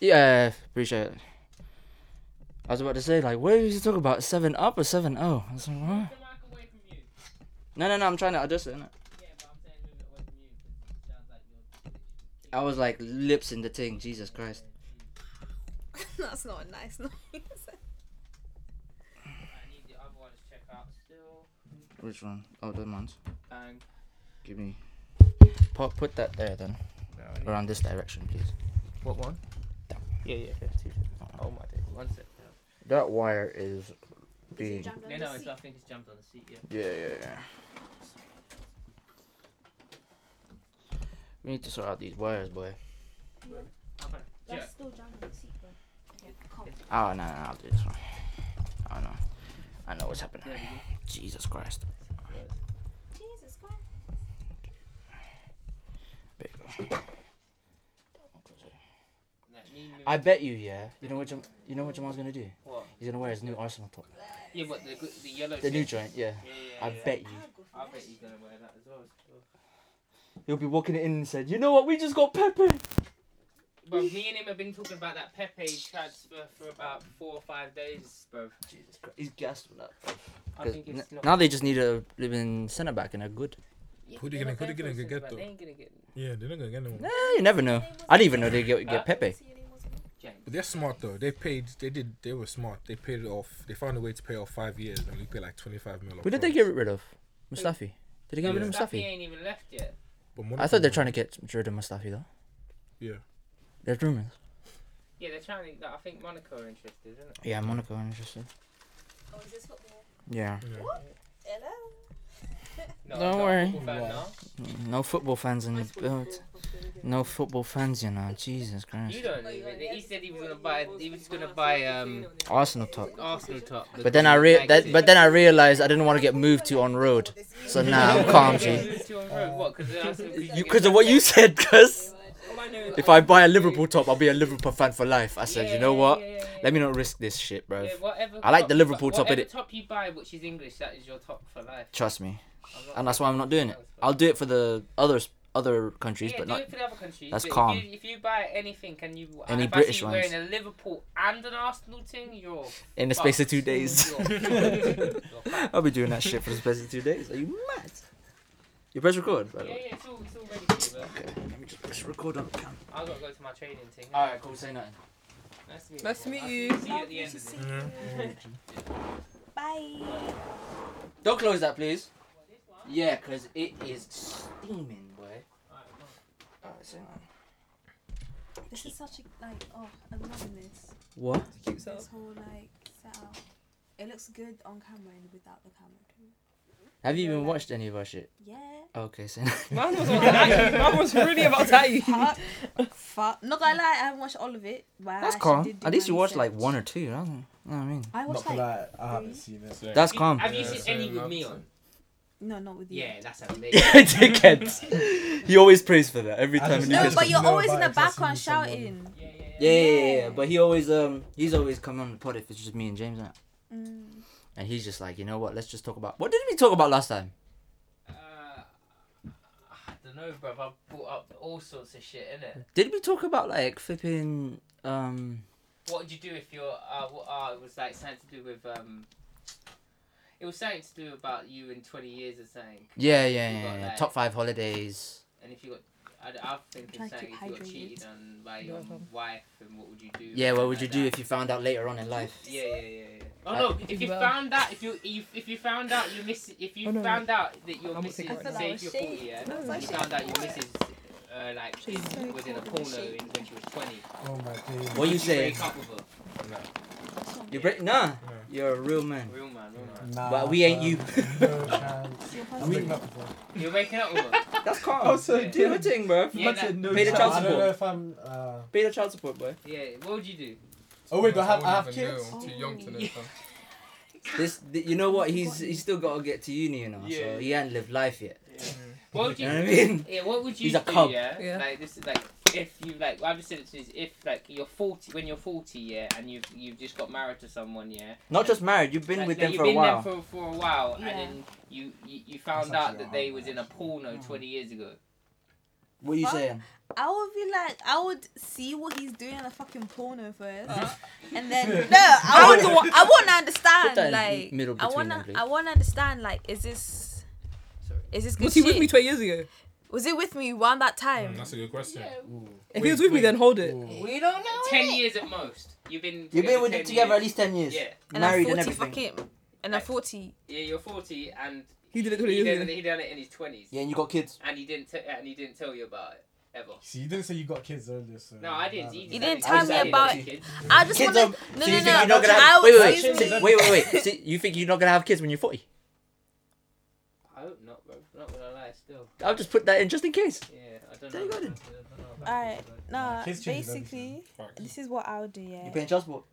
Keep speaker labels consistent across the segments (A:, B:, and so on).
A: Yeah, appreciate it. I was about to say, like, what are you talking about? 7 up or 7 0? I was like, what? No, no, no, I'm trying to adjust it, innit? I was like lips in the thing, Jesus Christ.
B: That's not a nice noise.
A: Which one? Oh, that one's.
C: Bang.
A: Give me. Put, put that there then. Around this direction, please.
C: What one? Yeah, yeah, yeah. Two. Oh my day. One sec.
A: That wire is being.
C: No, no, it's, I think it's jumped on the seat. Yeah.
A: Yeah, yeah, yeah. We need to sort out these wires, boy.
C: Yeah.
D: still jammed on the seat, bro. Okay, come.
A: Oh, no, no, I'll do this one. Oh, no. I know what's happening.
C: There we go.
A: Jesus Christ.
D: Jesus Christ.
A: There you go. I bet you, yeah. You know what? Jam- you know what Jamal's gonna do?
C: What?
A: He's gonna wear his new Arsenal top.
C: Yeah, but the, good- the yellow.
A: The new
C: shit.
A: joint, yeah.
C: Yeah, yeah,
A: I
C: yeah.
A: bet you.
D: Oh,
C: I bet he's gonna wear that as well.
A: He'll be walking in and said, "You know what? We just got Pepe."
C: Bro, me and him have been talking about that Pepe transfer for about four or five days, bro.
A: Jesus Christ, he's gassed with that.
C: I think it's not.
A: now they just need a living centre back and a good.
E: Who they gonna- who they gonna get though?
C: They ain't gonna get
E: Yeah, they're not gonna get no
A: Nah,
E: one.
A: eh, you never know. I didn't even know they get,
C: Huh?
A: get Pepe.
C: James.
E: But they're smart though. They paid. They did. They were smart. They paid it off. They found a way to pay off five years, and we paid like twenty five million.
A: Who did they get rid of? Mustafi. Did they get rid of
E: Yeah.
C: Mustafi
A: Mustafi?
C: ain't even left yet.
A: I thought they're trying to get rid of Mustafi though.
E: Yeah.
A: There's rumours.
C: Yeah, they're trying to. I think Monaco are interested, isn't it?
A: Yeah, Monaco are interested.
B: Oh, is this football?
A: Yeah.
B: Hello?
C: No,
A: Don't
C: I'm not
A: worry.
C: a football fan, no.
A: No football fans in the build. No football fans, you know. Jesus
C: You
A: Christ.
C: don't. Even, he said he was gonna buy. He was gonna buy um
A: Arsenal top.
C: Arsenal top.
A: But then I re- that, but then I realized I didn't want to get moved to on road. So now I'm calm, G.
C: What? Because
A: Because of what you said, cuz.
C: Oh,
A: If I buy a Liverpool top, I'll be a Liverpool fan for life. I said, you know what? Let me not risk this shit, bro.
C: Yeah, whatever
A: I like the
C: top-
A: Liverpool top,
C: Whatever
A: innit?
C: top you buy, which is English, that is your top for life.
A: Trust me.
C: I'm not-
A: And that's why I'm not doing it. I'll do it for the other other countries,
C: yeah,
A: but
C: do
A: not.
C: it for the other countries.
A: that's
C: but
A: calm.
C: If you, if you buy anything, can you? and
A: Any
C: if
A: British
C: I see you
A: ones.
C: wearing a Liverpool and an Arsenal thing, you're
A: In the space of
C: fucked.
A: two days.
C: You're fucked. You're fucked.
A: I'll be doing that shit for the space of two days. Are you mad? You press record, by
C: Yeah,
A: the
C: yeah,
A: way.
C: it's all, it's all ready for you, bro.
A: Okay, let me just press record on the camera.
C: I've got to go to my training thing.
A: Alright, cool, say nothing.
C: Nice to meet
B: Nice to
C: I'll
B: meet
C: See you at the end of this.
D: Bye.
A: Don't close that, please. Yeah, because it is steaming, boy. Alright, say nothing.
D: This is such a like. Oh, I'm loving this.
A: What?
D: This whole like setup. It looks good on camera and without the camera too.
A: Have you even watched any of our shit?
D: Yeah.
A: Okay, say nothing.
B: Mine was, about to at you. Mine was really about to at you.
D: Fuck. Fuck. Not gonna lie, I haven't watched all of it. But
A: That's
D: I
A: calm.
D: actually Uh, did do
A: At least
D: my
A: you watched like
D: research.
A: one or two, I don't know what I mean.
D: I
F: Not
D: watched
F: for
D: like.
F: that, I haven't
D: three.
F: seen it.
A: That's calm.
C: Have you
E: Yeah,
C: seen
E: same
C: any with me
E: outfit.
C: on?
D: No, not with you.
C: Yeah, that's amazing.
A: Dickhead. he always prays for that every
F: I
A: time
F: just-
A: he
D: No,
A: gets
D: but you're
F: You know
D: always in
F: about
D: the
F: it, 'cause I've
D: background
F: seen someone-
D: shouting.
C: Yeah, yeah, yeah.
A: Yeah, yeah, yeah, yeah.
D: Yeah.
A: But he always um he's always come on the pod if it's just me and James, innit?
D: Mm.
A: and he's just like, you know what? Let's just talk about what did we talk about last time?
C: Uh, I don't know, bruv. I brought up all sorts of shit, innit?
A: Did we talk about like flipping? Um,
C: What would you do if you're. Uh, what, uh, it was like something to do with. um. It was something to do about you in 20 years or something.
A: yeah, yeah, yeah.
C: We got
A: yeah,
C: that.
A: Top five holidays.
C: And if you got. I, I think
D: Try
C: it's
D: to
C: saying
D: keep
C: if you got
D: hydrated.
C: cheated on by
B: No
C: your
B: problem.
C: wife, and what would you do?
A: Yeah, what
C: Something
A: would you
C: like
A: do
C: that.
A: if you found out later on in life?
C: Yeah, yeah, yeah. yeah. Oh
A: I-
C: no! If you
B: Well.
C: found out, if you if, if you found out you miss, if you
B: Oh, no.
C: found out that your
B: I'm
C: missus,
B: thinking
D: right now.
C: say if you're forty, yeah,
D: No,
C: and you
D: shade.
C: found out your missus, uh, like
D: She's
C: is-
D: so
C: was in a
D: cool and
C: porno
D: shady.
C: in- when she was twenty.
F: Oh my days.
A: What you
C: would
A: saying?
C: break up with her?
A: You break? Nah, you're a real man.
C: Real man, real man.
F: Nah,
A: But we
C: um,
A: ain't you.
F: fam. No chance.
D: Your
F: I'm
D: husband.
F: meeting up with her.
C: You're making up with her.
A: That's calm.
C: so
A: Do your thing, bro.
C: Yeah, that-
F: no
A: Pay the
F: chance.
A: child
F: I don't know
A: support.
F: if I'm. Uh...
A: Pay the child support, boy.
C: Yeah. What would you do?
F: Oh wait, do I
E: I
F: have, I have
E: wouldn't even
F: kids?
E: know. I'm too young to know. fam.
A: This, th- you know what? He's he's still got to get to uni, you know.
C: Yeah.
A: So he ain't lived life yet.
C: What would
A: You
C: you?
A: know what I mean?
C: Yeah. What would you
A: He's a
C: do?
A: cub.
C: Yeah?
B: Yeah.
C: Like this is like if you like. Well, I've just said it to you, if like you're forty when you're forty, yeah, and you've you've just got married to someone, yeah.
A: Not just married. You've been
C: Like,
A: with
C: like,
A: them
C: you've
A: for a
C: been
A: while.
C: There for, for a while,
D: Yeah.
C: and then you you, you found
F: That's
C: out
F: actually
C: that
F: a
C: they
D: Mm.
F: hard
C: was in a porno twenty years ago.
A: What are you
D: Huh?
A: saying?
D: I would be like, I would see what he's doing in the fucking porno first, and then no, I would, I want to
A: Put that in
D: understand.
A: the middle
D: Like, I
A: between
D: want
A: them, please.
D: to, I want to understand. Like, is this,
C: Sorry.
D: is this good
B: Was he with
D: shit?
B: me 20 years ago?
D: was it with me around that time?
E: That's a good question.
B: If he was with me, then hold it.
A: We don't know.
C: Ten years at most. You've been.
A: You've been with
C: 10
A: it together at
C: years.
A: least ten years.
C: Yeah,
D: and
A: Married
D: I'm
A: and
D: 40
A: everything.
D: fucking, and I'm 40.
C: yeah. You're forty, and
B: He did it 20
C: he
B: years
C: done,
B: ago.
C: he done it in his twenties,
A: Yeah, and you got kids.
C: and he didn't. T- and he didn't tell you about it ever.
F: See, you didn't say you got kids earlier, so.
C: No, I didn't.
D: You
C: decided-
D: didn't tell
C: I
D: me
C: decided
D: about
C: to
D: it.
C: kids.
D: I just
A: Kids
D: want
A: are-
D: to. No,
A: so
D: no,
A: you think
D: no.
A: you're not gonna
D: I
A: have,
D: would,
A: wait, wait,
D: excuse
A: wait,
D: me.
A: wait, wait, wait, wait. See, you think you're not gonna have kids when you're 40?
C: I hope not, bro. Not gonna lie, still.
A: I'll just put that in just in case.
C: Yeah, I don't
A: There
C: know.
A: you go then.
C: I don't know about
D: Alright,
C: kids, but
D: nah,
F: kids change
D: basically,
E: Facts.
D: this is what I would do, yeah.
A: You're paying child support.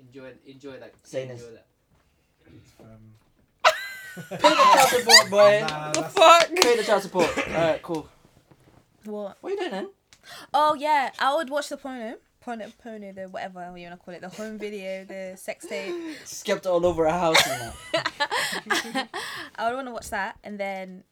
C: Enjoy, enjoy that.
A: Say
C: enjoy
A: this.
C: that.
F: Um,
A: Pay the child support, boy.
F: nah,
B: The
F: that's-
B: fuck?
A: Pay the child support. Alright, cool.
D: What?
A: What are you doing then?
D: Oh, yeah, I would watch the porno. Porno, porno, the whatever you want to call it, the home video, the sex tape.
A: Just kept it all over our house and that.
D: I would want to watch that and then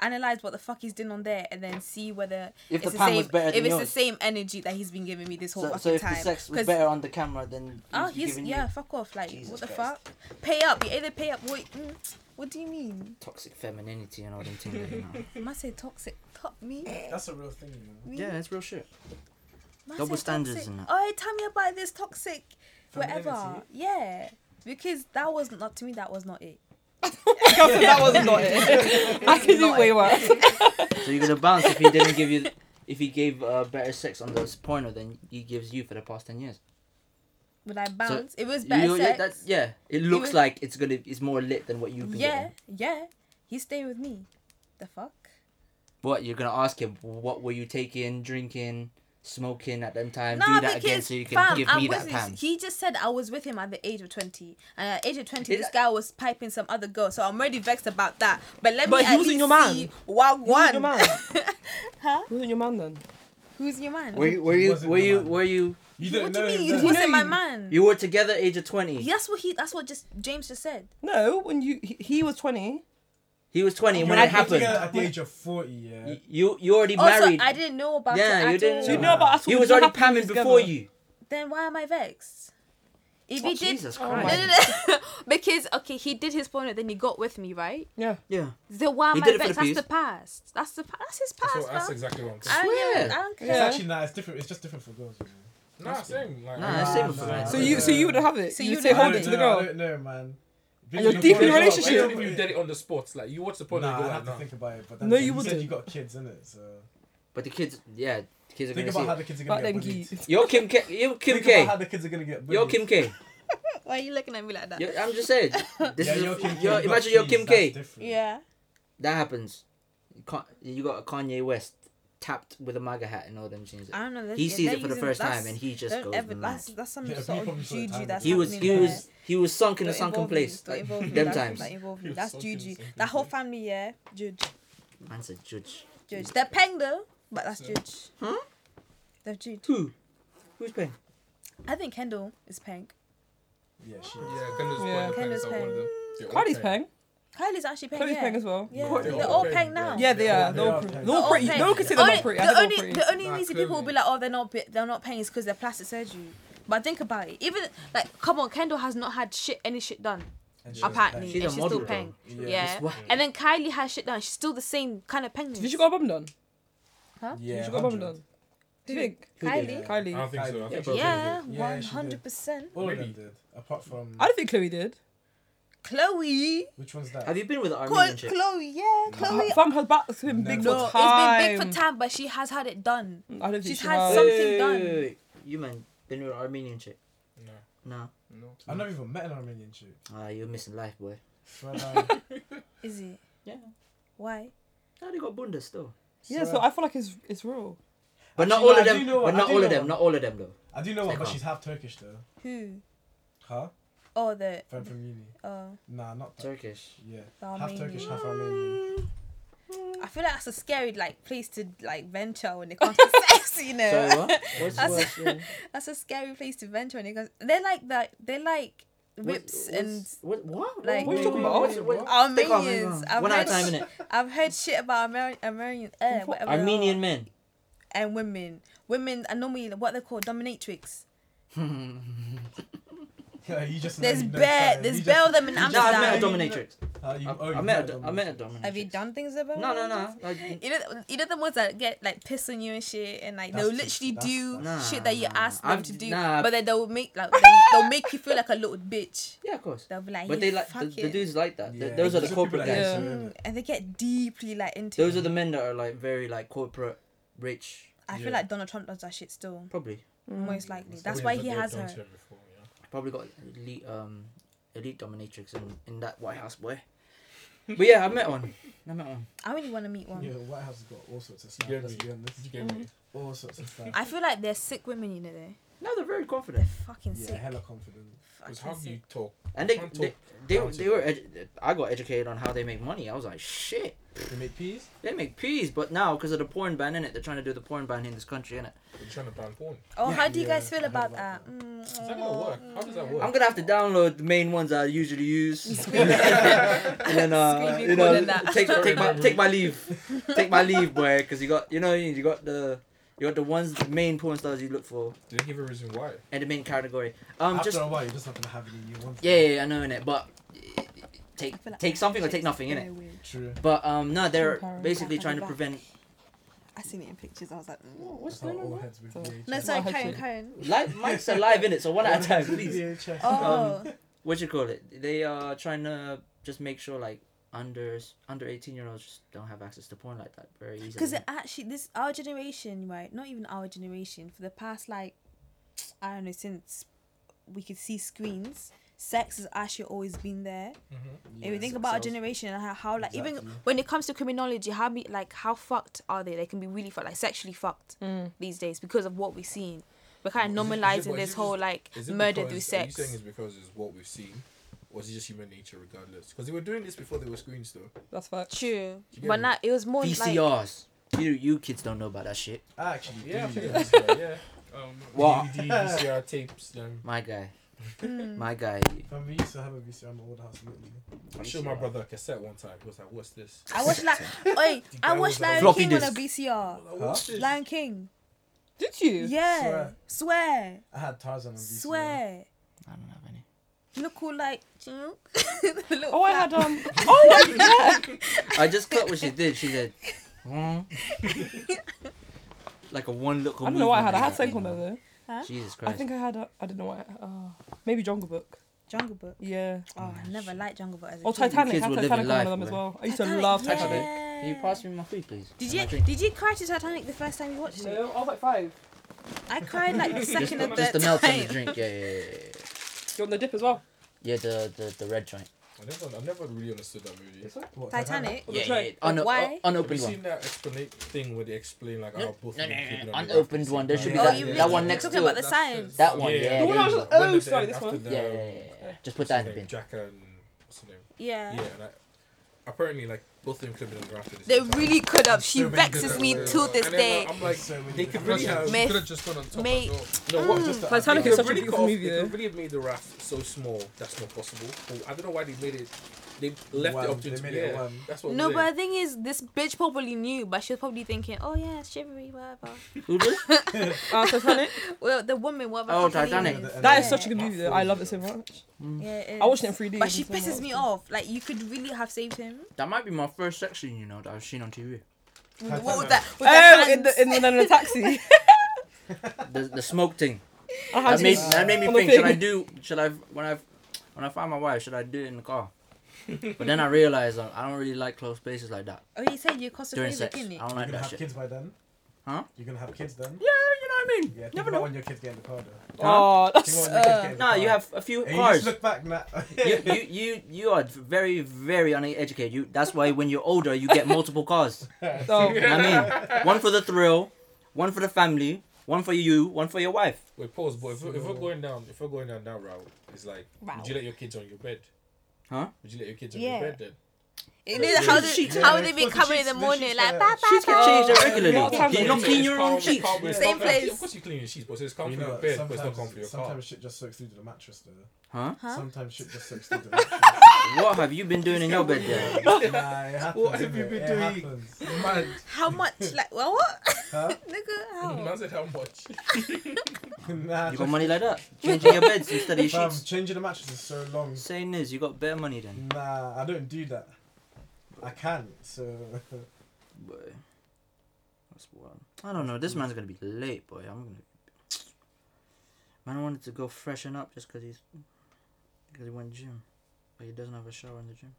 D: analyze what the fuck he's doing on there and then see whether
A: If
D: it's
A: the
D: the
A: pan
D: same
A: was better
D: if
A: than
D: it's
A: yours.
D: the same energy that he's been giving me this whole
A: So,
D: fucking
A: so if
D: time.
A: the sex was
D: 'Cause-
A: better on the camera than
D: Oh,
A: he's
D: he's
A: giving
D: yeah,
A: you
D: fuck off! Like,
A: Jesus
D: what the
A: Christ.
D: fuck? Pay up! You either pay up. What? Mm, what do you mean?
A: toxic femininity and all them things. you know.
D: Am I say toxic? Top me?
F: That's a real thing, you know.
D: me?
A: Yeah, that's real shit.
D: Am I
A: double
D: say
A: standards
D: toxic?
A: and that.
D: Oh, tell me about this toxic, whatever.
F: Femininity?
D: Yeah, because that was not to me. That was not it.
B: that was not it. I can do way worse.
A: So you're gonna bounce if he didn't give you, if he gave uh, better sex on those porno than he gives you for the past ten years.
D: Would I bounce? it was
A: You-
D: better
A: you-
D: sex.
A: that's- yeah, it looks
D: was-
A: like it's gonna, it's more lit than what you've been.
D: yeah,
A: getting.
D: yeah. He's staying with me. The fuck?
A: What you're gonna ask him? What were you taking, drinking, smoking at them time?
D: No,
A: Do that again so you can give me that pan.
D: He just said I was with him at the age of twenty, and at the age of twenty,
A: Is
D: this
A: that-
D: guy was piping some other girl. So I'm already vexed about that. But let
B: But
D: me
B: he
D: at
B: wasn't
D: least
B: your man.
D: see Wag one.
B: your man.
D: huh?
B: Who's in your man then?
D: Who's your man?
A: Were you, were you,
F: wasn't
A: were
F: the
A: you,
F: man.
A: were you,
F: You
D: what
F: didn't
D: do you
F: know
D: mean?
F: that.
D: He wasn't
B: No,
D: my
B: you-
D: man.
A: you were together age of twenty.
D: That's what he. That's what just James just said.
B: No, when you he, he was twenty.
A: He was twenty, and
F: You
A: when
F: were
A: it happened,
F: together At the age of 40, yeah.
A: y- you, you already
D: Also,
A: married.
D: Oh, I didn't know about
A: Yeah,
D: it
A: you
D: at
A: didn't
D: all.
B: So you know about us.
A: He
B: when
A: was
B: you
A: already
B: happened
A: pamming
B: together.
A: before you.
D: Then why am I vexed? If
A: Oh,
D: he did,
A: Jesus
D: no,
A: Christ.
D: no, no. because okay, he did his porno, then he got with me, right?
B: Yeah.
A: Yeah.
D: So why
A: He
D: am I
A: did it for
D: vexed?
A: the
D: That's
A: peas.
D: the past. That's the pa- that's his
E: That's,
D: past.
E: what, that's
D: bro.
E: exactly what I'm saying.
D: I don't,
A: Swear.
D: care. I don't care.
B: Yeah.
F: It's actually nah, it's different. It's just different for girls. You know.
E: Nah, same. Like,
A: Nah,
E: I-
A: same for
E: nah,
A: me.
B: So you so you would have it.
D: So
B: So you
D: you'd
B: say
D: have
B: hold
D: it.
B: it to the
F: I
B: girl.
F: don't know, man.
B: And you're deep in
E: Even
B: your
E: if-
B: relationship.
E: Even if you did it on the spot, like you watch the porn
F: Nah,
E: and
F: I
E: go
F: have
E: like,
F: to
E: nah.
F: think about it. But then
B: No,
F: again,
B: you
F: said
B: wouldn't.
F: you got kids, innit? So
A: But the kids, yeah, the kids are
F: think
A: gonna
F: about how
A: see.
F: the kids are
B: About
F: gonna
B: them
F: get bullied.
B: geeks.
A: Yo, Kim K. Yo, Kim
F: Think
A: K.
F: about how the kids are gonna get bullied.
A: Yo, Kim K.
D: Why are you looking at me like that?
A: Yo, I'm just saying. This
F: yeah,
A: is
F: yo, Kim K.
A: yo,
F: got
A: imagine yo,
F: cheese,
A: Kim
F: that's
A: K.
F: different.
D: Yeah.
A: That happens. You can't- You got a Kanye West tapped with a MAGA hat and all them things.
D: I don't know.
A: He
D: yeah,
A: sees
D: they're
A: it for the
D: using-
A: first
D: that's-
A: time and he just
D: don't
A: goes
D: ever-
A: mad.
D: That's that's some
F: Yeah, we
D: sort
F: probably
D: of
F: saw it
D: juju
F: time
D: that's
A: He was
D: happening
A: he
D: there.
A: was he was sunk in
D: Don't
A: a sunken
D: involve me,
A: place.
D: don't
A: Like,
D: involve me,
A: them
D: that's-
A: times.
D: That involved me.
E: You're
D: That's
E: so good,
D: juju.
E: so good.
D: That whole family, yeah, juju,
A: Man said judge.
D: juju. They're paying though, but that's
E: So-
D: juju.
A: Huh?
D: They're juju.
A: Who? Who's paying?
D: I think Kendall is paying.
F: Yeah, she.
E: Yeah, Kendall's
B: Yeah.
E: yeah.
D: Kendall's
E: paying.
D: paying.
B: Cardi's paying.
D: Kylie's actually paying.
B: Chloe's
D: yeah.
B: paying as well.
D: Yeah,
F: They're
D: they're,
E: all
D: all
E: paying,
D: paying
E: yeah.
D: now.
B: Yeah, they
F: Yeah,
B: are.
F: they
B: They're all
F: are
B: pretty.
F: paying.
B: They're all
D: They're
B: pretty.
D: all
B: No one can say they're
D: only,
B: not pretty. I
D: The
B: think they're all
D: only,
B: pretty.
D: the only
E: Nah,
D: reason people will be
E: clearly.
D: like, oh, they're not, bi- they're not paying is because they're plastic surgery. But think about it. Even like, come on, Kendall has not had shit, any shit done
F: And she was
D: apparently,
A: She's a
D: and she's
A: model, though.
D: still paying.
F: Yeah.
D: Yeah.
A: That's why.
D: And then Kylie has shit done. She's still the same kind of penguin.
B: Did you got a bum done?
F: like- Yeah.
B: Did you got a bum
F: 100.
B: done? Do you think?
D: Kylie?
F: Yeah.
E: I don't
B: Kylie.
E: think so. I think
A: Yeah.
E: both
D: Yeah,
E: of
F: Yeah,
D: one
F: she did.
D: hundred percent.
F: All of them
E: Really?
F: did, apart from
B: I don't think Chloe did.
D: Chloe,
F: which one's that?
A: Have you been with an
D: Chloe,
A: Armenian chick?
D: Chloe, yeah, Chloe.
B: Fam, her back's been
F: No.
B: big
F: No,
B: for
F: it's
B: time.
D: It's been big for time, but she has had it done.
B: I don't think
D: She's
B: she
D: had
B: has.
D: something done.
A: You man, been with an Armenian chick?
E: them.
A: No.
E: No. No.
F: I've never even met an Armenian chick.
A: Ah, you're missing life, boy.
F: But, um,
D: Is it?
A: Yeah.
D: Why?
A: Now they got bundas still.
B: Yeah,
F: so-
B: so I feel like it's it's real.
A: But not
F: Actually,
A: all
F: no,
A: of
F: I
A: them.
F: do know-
A: But
F: I
A: not
F: do
A: all
F: know.
A: of them. Not all of them though.
F: I do know one, but
A: Same
F: she's half Turkish though.
D: Who?
F: Huh?
D: Oh, the
F: Friend from uni.
D: uh,
F: Nah, not that.
A: Turkish.
F: Yeah.
D: the
F: Half
D: Armenian.
F: Turkish, half Armenian.
D: I feel like that's a scary like place to like venture when it comes to sex. You know,
A: Sorry, what? What's
D: That's-
A: what's- yeah.
D: that's a scary place to venture when it comes. They're like that. They're like whips
A: What's-
D: and
A: what? What?
D: like-
B: What are you talking about?
A: What's- what- Stick on,
D: Armenians.
A: man.
D: I've
A: One
D: heard,
A: at a time, innit?
D: I've heard shit about Amer- Armenian. Uh, whatever they are.
A: Armenian men.
D: and women. Women are normally what they call dominatrix.
F: Yeah, you just.
D: There's
F: you know
D: bare,
F: something.
D: there's
F: You
D: bare
F: just-
D: of them in
F: you just-
A: No, I've met a
D: Amsterdam.
A: dominatrix.
F: Uh, you-
A: I, I met
F: oh, you
A: a,
F: met
A: do- I met a dominatrix.
D: Have you done things about?
A: No, no, no. Like,
D: You know, you know the ones that get like piss on you and shit, and like they'll
F: That's
D: literally
F: just-
D: do
F: that's-
A: that's-
D: shit that you
A: Nah,
D: ask them
A: I've-
D: to do,
A: nah.
D: but then they'll make like they, they'll make you feel like a little bitch.
A: yeah, of course.
D: They'll be like,
A: But
D: "Yeah,
A: they like the,
D: fuck
A: the
D: it."
A: dudes like that. Th-
F: Yeah,
A: those are the
F: those are people
A: corporate
F: that-
A: guys.
F: Yeah.
D: Mm, and they get deeply like into.
A: Those
D: it.
A: are the men that are like very like corporate, rich,
D: I feel
E: Yeah. Mm.
D: like Donald Trump does that shit still,
A: probably
D: most likely. That's why he has her.
A: probably got elite um elite dominatrix in, in that White House boy. But yeah, I met one. I met one.
D: I really want to meet one.
F: Yeah, the White House has got all sorts of stuff.
E: Yeah,
F: Let's
E: but-
F: be honest.
E: You get me?
D: Mm-hmm.
F: All sorts of stuff.
D: I feel like they're sick women, you know. They
A: No, they're very
D: they're
A: confident,
D: fucking
F: Yeah,
D: sick.
F: hella confident.
E: Because
D: Fucking
E: how do
D: sick.
E: you talk?
A: and they
E: Can't
A: they
E: talk
A: they,
E: down to
A: they were. Edu- I got educated on how they make money. I was like, shit,
F: They make peas.
A: they make peas, but now because of the porn ban in it, they're trying to do the porn ban in this country, innit?
E: You're trying to ban porn.
D: Oh, how do you
F: Yeah,
D: guys feel
F: I heard
D: about that?
F: about
D: Mm,
E: Is that gonna work? How does that work?
A: I'm gonna have to download the main ones I usually use,
D: Screaming.
A: and then uh,
D: Screaming
A: you
D: more
A: know,
D: than that.
A: take take my take my leave, take my leave, boy, because you got you know you got the you got the ones the main porn stars you look for
E: Do they give a reason why?
A: and the main category. Um,
F: After
A: just
F: a while, you're just not gonna have any new ones.
A: yeah, yeah, yeah, I know in it, but eh, take
D: I feel like
A: take
D: that
A: something or
D: shit's
A: take nothing in it.
D: very weird.
F: True.
A: But um, no, they're
B: Comparing
A: basically
D: back
A: trying to
D: and
A: prevent.
D: I seen it in pictures. I was like, mm.
A: What's
F: That's how
A: going
F: all
A: on?
F: heads with
B: So-
F: VHS.
D: no,
B: That's
D: sorry,
B: what
D: Karen,
B: happened.
D: Karen.
A: Live, mics are live in it, so one at a time, please.
E: Um,
F: VHS.
D: Oh,
A: What you call it? They are trying to just make sure like under under eighteen year olds just don't have access to porn like that very easily.
D: because it actually this our generation, right? Not even our generation. For the past like, I don't know, since we could see screens, sex has actually always been there. if you think about our generation and how, how like even
F: Exactly.
D: when it comes to criminology, how be like how fucked are they? They can be really fucked, like sexually fucked
B: Mm.
D: these days because of what we've seen. We're kind of
E: Is it- is it-
D: normalizing
E: but is
D: this
E: it
D: whole
E: just-
D: like
E: Is it
D: murder
E: because-
D: through
E: Are you
D: sex.
E: saying it's because it's what we've seen? Or is it just human nature regardless? Because they were doing this before they were screens though.
B: That's facts.
D: True,
E: You get
D: but
E: me?
D: now it was more like
A: VCRs. You you kids don't know about that shit.
F: I Ah, actually
E: Yeah, I
F: do.
E: think that's right, yeah. Um,
A: What?
E: DVD, VCR tapes. Um,
A: My guy,
D: Hmm.
A: my guy.
F: Fam, we used to have a VCR in my old house. literally.
E: I showed my brother a cassette one time. He was like, what's this?
D: I watched like oi,
E: The
D: I
E: guy
D: watched
E: was like-
D: Lion
A: Floppy
D: King on
A: disk.
D: a VCR.
E: I was like, what's this?
D: Lion King,
B: Did you?
D: yeah, swear,
F: I had Tarzan on VCR.
D: swear.
A: I don't have any.
D: Look who like the little
B: Oh, I
D: flap.
B: had um. Oh, I
A: I just caught what she did. She said, "Hmm." like a one look.
B: I don't know what I had. I had something on there though.
A: Jesus
B: I
A: Christ.
B: think I had. A, I don't know what. I, uh, maybe Jungle Book.
D: Jungle Book.
B: Yeah.
D: Oh, I never liked Jungle Book as a
B: Oh,
D: kid.
B: Titanic.
A: kids
B: I had
A: were living
B: Titanic on one
A: life,
B: of them as
A: bro.
B: well. I used to
D: Titanic,
B: love
D: yeah.
B: Titanic.
A: Can you pass me my food, please?
D: Did
A: And my
D: you
A: drink.
D: did you cry to Titanic the first time you watched it?
B: I was like five.
D: I cried like the
A: Just,
D: second or
A: just
D: third
A: the melt on
D: time.
A: the drink. Yeah, yeah, yeah, yeah.
B: You on the dip as well?
A: Yeah, the the, the red joint.
E: I never, I never really understood that movie. Have
F: What,
D: Titanic.
B: On the
A: yeah, yeah,
B: tray.
A: yeah. Uno-
D: Why?
A: uh,
E: you
A: unopened
E: seen
A: one.
E: that explanate thing where they explain like
A: No,
E: how both
A: no, no,
E: of them
A: no,
E: keep
A: no,
E: on the
A: unopened
E: rack?
A: one. There should be
D: Oh,
A: that-
D: you
A: that
D: really-
A: one
D: you're
A: next
D: talking
A: to
D: about
A: it.
D: the signs.
A: That one, yeah.
B: The one I was like,
E: when
B: oh,
E: the-
B: sorry, this
E: after
B: one.
E: the,
A: Yeah, yeah,
E: um,
A: yeah, yeah, yeah. Just put
E: what's
A: that
E: his
A: in the
E: name?
A: bin.
E: Jack and what's his name?
D: Yeah.
E: Yeah, like apparently, like both of them could have been drafted. at the
D: They
E: same time.
D: really could have.
F: So
D: She
F: many
D: vexes
F: different
D: me
F: ways.
D: till this
E: And then,
D: day.
E: like, I'm like,
F: So many
E: they could
F: different
E: really have.
F: versions.
E: She
D: Mate.
E: could have just gone on top.
D: Mate.
E: As well. No, what? Just
D: Mm.
F: Just
B: Titanic
E: they could
B: is such
E: really
B: a
E: cut
B: beautiful
E: off-
B: movie.
E: They could
B: though.
E: have really made the raft so small. That's not possible. But I don't know why they made it. They left
F: One,
E: it up to
F: they
E: it.
F: made it
E: Yeah,
F: one.
E: that's what.
D: No,
E: I'm
D: but the
E: saying.
D: thing is, this bitch probably knew, but she was probably thinking, "Oh yeah, chivalry, whatever."
A: Who did?
B: Uh, Titanic.
D: Well, the woman, whatever.
A: Oh,
D: her name
A: Titanic.
D: is.
B: That
D: Yeah.
B: is such a good movie though. I love it so much.
D: Yeah, it is.
B: I watched it in 3D.
D: But she
B: It was so
D: pisses
B: much.
D: me off. Like you could really have saved him.
A: That might be my first sex scene, you know, that I've seen on TV.
D: What was
F: Titanic.
D: that? With
B: Oh,
D: the
B: in the in the, in the taxi.
A: The, the smoke thing.
B: I had
A: That made,
B: to-
A: that made me
B: on the
A: think, should I
B: thing.
A: do, should I, when I when I find my wife, should I do it in the car? But then I realized um, I don't really like close spaces like that
D: oh, you said you're
A: during
D: claustrophobic,
A: sex. I
D: didn't you?
A: don't
F: You're
A: like
F: gonna
A: that
F: have
A: shit.
F: kids by then.
A: Huh?
F: You're gonna have kids then.
A: Yeah, you know what I mean?
F: Yeah. Think
A: Never
F: about
A: know.
F: when your kids get in the car. Though.
B: Oh,
F: Think
B: that's
F: about when your kids get
B: uh,
F: in the
A: No, you
F: car.
A: have a few
F: And you just
A: cars.
F: look back now.
A: you, you, you, you are very, very uneducated. You, that's why when you're older, you get multiple cars.
B: oh.
A: You know what I mean? One for the thrill, one for the family, one for you, one for your wife.
E: Wait, pause. But if, if we're
F: So-
E: going down, if we're going down that route, it's like, would you let your kids on your bed?
A: Huh?
E: Would you let your kids on
D: Yeah.
E: your bed then?
D: You know how they,
F: sheets,
D: how
F: yeah,
D: they
F: of
D: be
F: course, the
D: coming in
F: sheets,
D: the
F: the
D: morning
F: sheets
D: like
F: are-
D: ba ba
A: Sheets
D: ba.
A: get changed
D: ba."
A: regularly.
B: Yeah,
A: You're
B: yeah.
A: not clean your own
B: It's
A: sheets.
B: comfortable, it's
D: Same
B: comfortable.
D: place.
B: Of course you clean your sheets, but it's
F: You
B: comfortable
F: know,
B: in bed, but it's not
F: sometimes,
B: comfortable in your car.
F: sometimes shit just soaks through to the mattress though.
A: Huh?
D: Huh?
F: Sometimes shit just soaks through to the mattress.
A: What have you been doing in your bed there?
F: nah, it happens.
E: What have you
F: innit?
E: been
F: It
E: doing?
F: happens.
E: Mad.
D: How much? Like well, what?
F: Huh?
D: Nigga,
B: Man
D: how?
B: said how much?
F: Nah,
A: You got
F: just-
A: money like that? Changing your beds instead of your
F: Fam,
A: sheets?
F: changing the mattress is so long.
A: Saying this, you got better money then.
F: Nah, I don't do that. I can't, so
A: Boy. That's wild. I don't know. This man's gonna be late, boy. I'm gonna. Man, I wanted to go freshen up just because he's. Because he went gym. But he doesn't have a shower in the gym.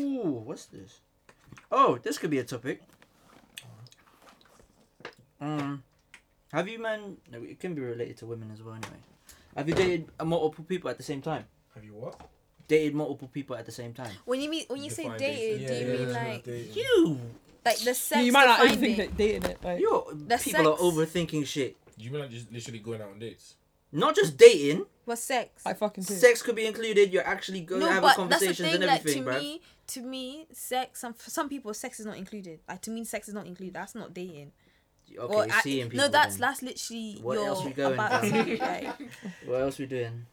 A: Ooh, what's this? Oh, this could be a topic. Um, have you men. no, It can be related to women as well, anyway. Have you dated uh, multiple people at the same time?
F: have you what?
A: Dated multiple people at the same time?
D: When you mean when you say
E: Define
D: dated,
E: dating.
D: do you
E: Yeah,
D: mean
E: yeah,
D: like
F: dating.
A: You!
D: like the sex?
B: you might not
D: defined
B: even think
D: it?
B: that dating it. Like,
A: you people
D: The
A: are
D: sex.
A: overthinking shit.
E: You mean like just literally going out on dates?
A: Not just dating.
D: What's sex?
B: I fucking do.
A: Sex could be included. You're actually going to have conversations and
D: like, to
A: everything, bruv.
D: me, to me, sex. Some for some people, sex is not included. Like to me, sex is not included. That's not dating.
A: Okay,
D: Or I-
A: seeing people.
D: no, that's
A: then.
D: that's literally
A: What
D: your
A: else we going
D: about.
A: for?
D: to, like,
A: What else we doing?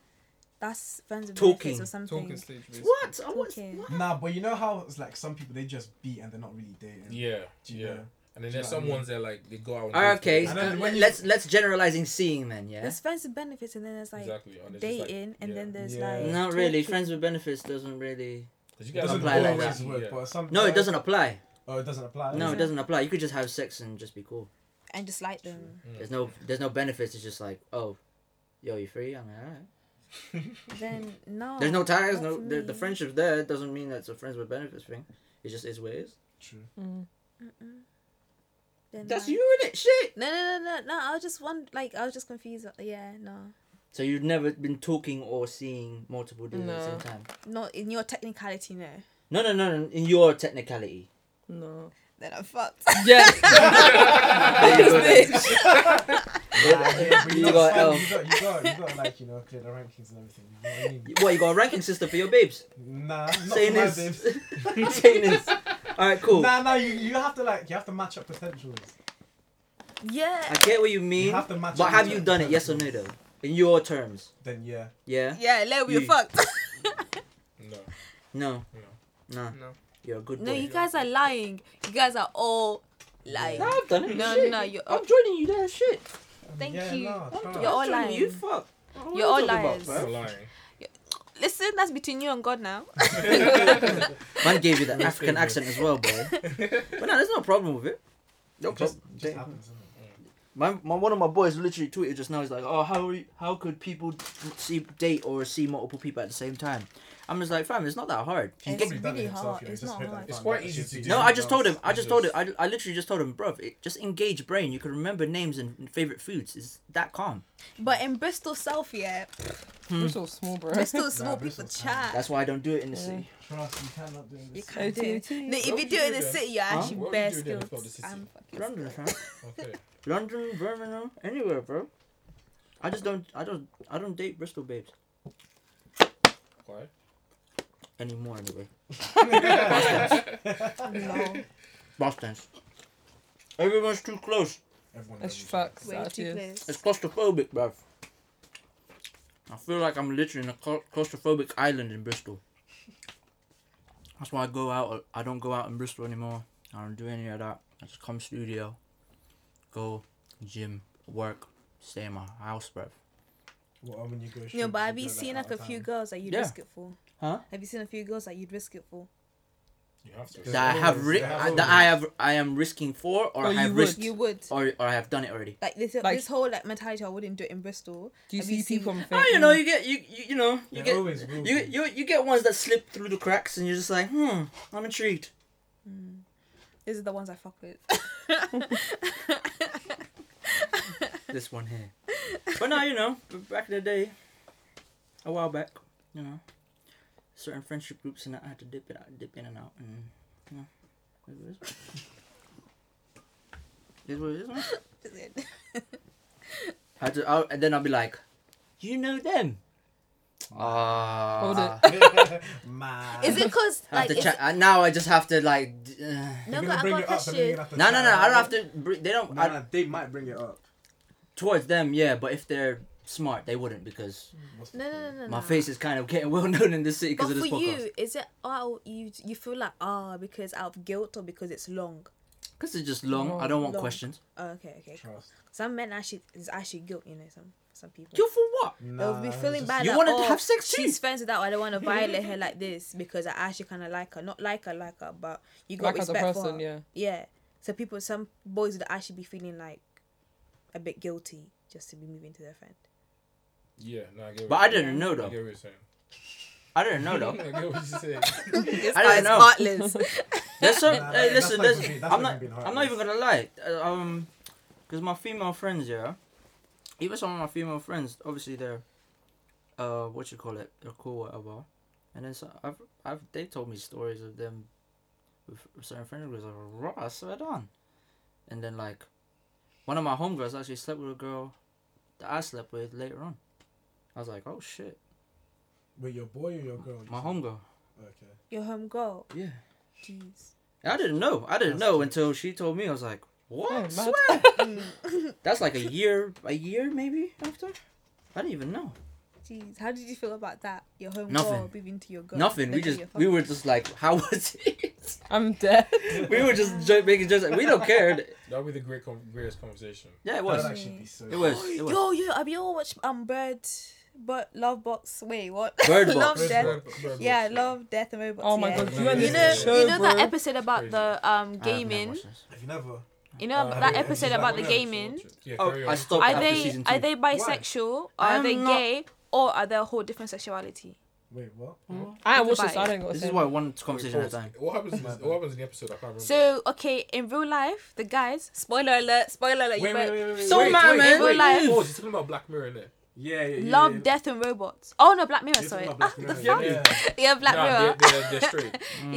D: that's friends with
A: Talking.
D: benefits or something.
G: Talking stage. Basically.
A: What? I was,
D: Talking.
A: what?
F: Nah, but you know how it's like some people they just beat and they're not really dating.
E: Yeah,
F: Do you
E: yeah.
F: know?
E: And then
F: Do you
E: there's
F: know what I
E: some
F: mean?
E: ones that like they go out. On dates
A: Okay,
E: together.
F: And then
A: uh,
F: when you-
A: let's let's generalizing seeing then, yeah.
D: There's friends with benefits, and then there's like
E: exactly. And it's just like-
D: dating, and
E: yeah.
D: then there's
F: Yeah.
D: like
A: Not really.
D: talking.
A: Friends with benefits doesn't really.
E: 'Cause you
F: It
E: guys
F: doesn't
E: are
A: apply like
E: always-
F: always work,
E: yeah.
F: but some
A: No, it doesn't apply.
F: Oh, it doesn't apply.
A: No, it
F: does
A: doesn't apply. You could just have sex and just be cool.
D: and just like them.
A: There's no there's no benefits. It's just like oh, yo, you free? I'm like, alright.
D: Then no.
A: There's no ties.
D: not
A: No,
D: for
A: the, the
D: me.
A: friendship's there. It doesn't mean that's a friends with benefits thing. It just is what it is.
F: True.
B: Mm.
D: Mm-mm. Then
A: That's
D: like-
A: you in it. Shit.
D: No, no, no, no, no. I was just one. Like I was just confused. Yeah, no,
A: So you've never been talking or seeing multiple dudes at the same
B: No.
A: time.
D: not in your technicality. No,
A: No, no, no, no. In your technicality.
B: No.
D: then I'm fucked.
B: Yes.
A: There you go then.
F: Nah, yeah, but you,
A: You
F: got,
A: got um,
F: you got, you got, you got, like, you know, clear the rankings and everything. You know what I mean?
A: What you got a ranking system for your babes?
F: Nah, not for
A: Saying
F: my
A: this. Oh.
F: babes.
A: Saying this. All right, cool.
F: Nah, nah, you, you have to like, you have to match up potentials.
D: yeah,
A: I get what you mean,
F: You have to match
A: but
F: up
A: have you
F: with certain
A: done it? Yes or no, though. In your terms,
F: Then yeah,
A: yeah.
D: yeah. Leo, we are
A: You-
D: fucked.
E: No.
A: No.
E: No.
A: No.
G: No.
A: You're a good boy.
D: no, you guys are lying. You guys are all lying.
A: No, I've done it.
D: No,
A: shit.
D: no, you're-
A: I'm joining you there. Shit.
D: Thank
F: yeah,
D: you.
F: Nah,
A: I'm,
F: trust.
D: You're all
A: joining You
D: lying.
A: fuck. What
D: You're
A: are you talking
D: all
A: about,
D: liars.
A: bruv?
E: You're lying.
D: Listen, that's between you and God now.
A: Man gave you that
E: Real
A: African
E: favourite.
A: accent as well, boy. but no, there's no problem with it. No
F: It just,
A: problem.
F: it just happens. Isn't it?
A: My, my one of my boys literally tweeted just now. He's like, "Oh, how are you- how could people see date or see multiple people at the same time?" I'm just like, "Fam, it's not that hard."
F: He's
D: It's
F: probably done
D: really
F: it himself,
D: hard.
F: you know,
D: It's
F: just
D: not
F: hit that
D: hard.
E: It's
F: button,
E: quite
F: that
E: easy
F: shit
E: to
F: did
E: do.
A: No,
F: it
A: I just told him. I
E: It's
A: just told him.
E: just-
A: I, I literally just told him, "Bruv, it, just engage brain. You can remember names and favorite foods. It's that calm."
D: But in Bristol South, yeah,
B: We're so small, bro.
D: Bristol small people
F: Bristol's
D: chat.
A: That's why I don't do it in the
B: Yeah.
A: city.
F: Trust, you cannot do
D: you
F: this.
D: can't do it.
B: OTT.
D: No, if
E: What
D: you
E: would
D: do it
E: you do
D: in the
E: then?
D: city, you're
A: Huh?
D: actually
E: What would
D: bare
E: you do then if not the
D: skills.
E: city?
D: I'm fucking
A: London, fam.
E: Okay.
A: London, Birmingham, anywhere, bro. I just don't. I don't. I don't date Bristol babes
E: Why?
A: anymore. Anyway,
D: no,
A: Boston's. Everyone's too close.
F: Everyone
B: That's
F: knows each
B: facts.
D: way
B: that
D: too
B: is.
D: close.
A: It's claustrophobic, bruv. I feel like I'm literally in a cla- claustrophobic island in Bristol. That's why I go out. I don't go out in Bristol anymore. I don't do any of that. I just come studio, go gym, work, stay in my house, bruv.
F: other. Well, when you go
D: no.
F: shopping,
D: But have
F: you
D: you
F: go,
D: seen
F: out
D: like a
F: of
D: few
F: town.
D: girls that you'd
A: Yeah.
D: risk it for?
A: Huh?
D: Have you seen a few girls that you'd risk it for?
E: You have to.
F: There's
A: That I have
F: always-
A: ri-
F: there's
A: I- that I have I am risking for, or
B: Or
A: I
B: you
A: have
B: would.
A: risked,
D: You would.
A: or or I have done it already.
D: Like this,
B: Like-
D: this whole like mentality. I wouldn't do it in Bristol.
B: Do you
D: Have you
B: see
D: seen-
B: people and think?
A: Oh, you know, you get you you, you know you
F: There
A: get
F: always will
A: you
F: be.
A: you you get ones that slip through the cracks, and you're just like, hmm, I'm intrigued.
D: These are the ones I fuck with.
A: this one here. But now you know, b- back in the day, a while back, you know, certain friendship groups and I had to dip it out, dip in and out, and you know, it was. It was. It was I had to, I, and then I'll be like, you know them. Ah.
B: Hold it.
F: Man.
D: Is it because
A: I have
D: like
A: to
D: is,
A: check. uh, Now I just have to like. d- Uh,
D: no?
F: They're
D: but
F: gonna
D: I've
F: bring
D: got a
F: it up, so then
D: question.
F: you're gonna have to
A: no, no, no.
F: try.
A: I don't have to. br- They don't.
F: Nah,
A: I,
F: nah, they might bring it up.
A: towards them, yeah. But if they're smart, they wouldn't because
F: What's the
D: No, no, no,
F: point?
D: no.
A: my
D: no.
A: face is kind of getting well known in this city
D: But
A: because
D: for
A: of this podcast.
D: you, is it oh you you feel like ah because out of guilt or because it's long?
A: Because it's just long. I don't want
D: Long.
A: questions.
D: Oh, okay, okay.
F: Trust.
D: Some men actually is actually guilt. You know, some some people.
A: You for what?
D: They'll
F: Nah,
D: be
F: it's
D: feeling
F: just-
D: bad.
A: You
D: like,
A: wanna
D: oh,
A: have sex too?
D: She's friends with that. I don't want to violate her like this because I actually kind of like her. Not like her, like her, but you got
B: Like as a
D: respect for
B: person,
D: her.
B: yeah.
D: Yeah. So people, some boys would actually be feeling like a bit guilty just to be moving to their friend.
E: Yeah, no, I get what
A: But I
E: you're
A: didn't know
E: saying. I
A: though.
E: get what you're saying.
A: I didn't know though.
E: I get what you're saying.
D: This
A: I don't
D: guy's
A: know.
D: heartless.
A: There's some.
F: Nah,
A: hey,
F: that's
A: listen,
F: like
A: there's,
F: being- that's
A: I'm
F: like
A: not.
F: being
A: I'm not even gonna lie. Uh, Um, because my female friends, yeah, even some of my female friends, obviously they're, uh, what you call it, they're cool, whatever. And then so I've, I've, they told me stories of them, with certain friend groups, like, raw, I swear down. And then like, one of my homegirls actually slept with a girl, that I slept with later on. I was like, oh shit,
F: Wait, your boy or your girl?
A: my homegirl.
F: Okay.
D: Your home girl.
A: Yeah.
D: Jeez.
A: I didn't know. I didn't
F: That's
A: know
F: cute.
A: until she told me. I was like, "What?
B: Oh, mad.
D: Mm.
A: Swear?" That's like a year, a year maybe after. I didn't even know.
D: Jeez. How did you feel about that? Your home girl
A: Nothing.
D: moving to your girl.
A: Nothing. We
D: making
A: just
D: your
A: we
D: fucking-
A: were just like, "How was it?"
B: I'm dead.
A: we were just jo- making jokes. Like, we don't care.
E: That would be the great, con- greatest conversation.
A: Yeah, it
F: That would
A: was.
F: actually be so.
A: It was. It was.
D: Yo, yo, have you all watched um Bird, but Love Box? Wait, what?
A: Bird
D: love
A: Box.
D: Death.
E: Bird Box.
D: Yeah, Love Death and Robots.
B: Oh my
D: yeah.
B: god,
E: Yeah.
B: you and
D: You
B: this
D: know,
E: Yeah.
B: show,
D: you know that
B: bro.
D: episode about the um
A: I have never
D: gaming.
A: watched this.
F: If you never.
D: You know
E: Uh,
D: that
E: yeah,
D: episode
E: yeah,
D: about the
E: yeah, sure,
D: gaming.
E: sure. Yeah,
A: Oh,
E: carry
A: I
E: on.
A: stopped
D: Are
A: after
D: they
A: season two.
D: are they bisexual?
A: I
D: Are
A: am
D: they
A: not-
D: gay? Or are they a whole different sexuality?
F: Wait, what?
B: I ain't watched this. so I don't go.
A: This is why one conversation at a time.
E: What happens? In this, what happens in the episode? I can't remember.
D: So okay, in real life, the guys. Spoiler alert! Spoiler alert! you
E: wait, wait,
D: won't-
E: wait, wait, wait.
A: So
E: wait,
A: mad,
E: wait,
A: man.
E: Wait,
D: Real
E: pause. You're talking about Black Mirror, innit?
F: Yeah, yeah, yeah.
D: Love,
F: yeah.
D: Death, and Robots. Oh no, Black Mirror.
F: You're
D: Sorry.
F: talking about Black
D: Ah,
F: Mirror,
D: the
E: Yeah,
D: fuck?
E: yeah.
D: Yeah, Black
E: Nah,
D: Mirror.
E: They're, they're, they're straight.
D: yeah, yeah,
E: I think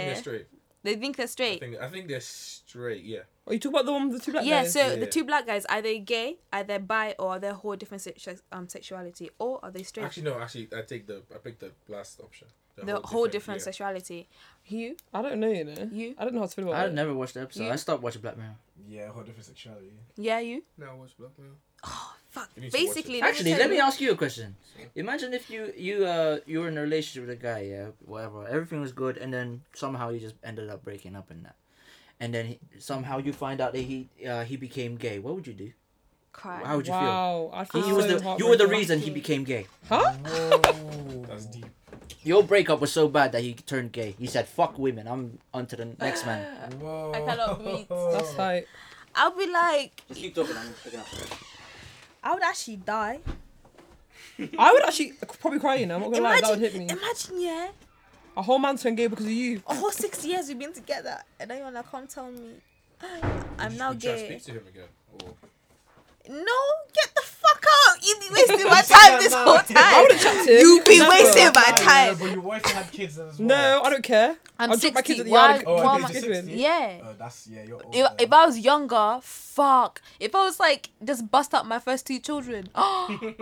D: yeah.
E: they're straight.
D: They think they're
E: I
D: straight.
E: think I think they're straight. Yeah.
B: Are Oh, you talking about the one with the two black
D: yeah,
B: guys?
D: so the
E: Yeah.
D: two black guys are they gay? Are they bi? Or are they a whole different sex- um sexuality? Or are they straight?
E: Actually, no. Actually, I take the I picked the last option.
D: the whole different
E: yeah.
D: sexuality. You,
B: I don't know, you know.
D: You?
B: I don't know how to feel about
A: I
B: it.
A: never watched the episode.
D: You-
A: I stopped watching Black Mirror.
F: Yeah, whole different sexuality.
D: yeah, you.
E: No, I watched Black Mirror.
D: Fuck.
E: You need to watch
D: Basically,
E: it.
A: Actually,
D: tell
A: let me
D: you-
A: ask you a question. Imagine if you you uh you were in a relationship with a guy, yeah, whatever. Everything was good, and then somehow you just ended up breaking up and that, and then he, somehow you find out that he uh, he became gay. What would you do?
D: Cry.
A: How would you
B: wow, I
A: feel?
B: feel
A: He
B: so
A: was the you were the
B: heartbroken.
A: reason he became gay.
B: Huh?
F: Whoa.
E: That's deep.
A: Your breakup was so bad that he turned gay. He said, "Fuck women, I'm on to the next man."
F: Whoa.
D: I cannot breathe.
B: That's like
D: I'll be like,
A: Just keep talking. I'm picking up.
D: I would actually die.
B: I would actually probably cry. You know, I'm not gonna lie. That would hit me.
D: imagine, yeah,
B: A whole man turned gay because of you.
D: a whole six years we've been together, and then you're like, come tell me, I'm now
E: Would you try to
D: gay.
E: Speak to him again. Or...
D: No, get the fuck out. You've been wasting my time this whole time.
B: Chat to him.
D: You've been
B: Never.
D: wasting my
F: Yeah,
D: time.
F: but your wife had kids as well.
B: No, I don't care.
D: I'm
B: I'll drop my kids
D: 60.
B: at the yard.
D: Why-
F: Oh,
B: Why
F: I
B: am I
F: think it's
B: doing?
F: 60.
D: Yeah.
E: Uh,
F: Oh, that's yeah. You're old.
D: If, if I was younger, fuck. If I was like just bust up my first two children, Oh,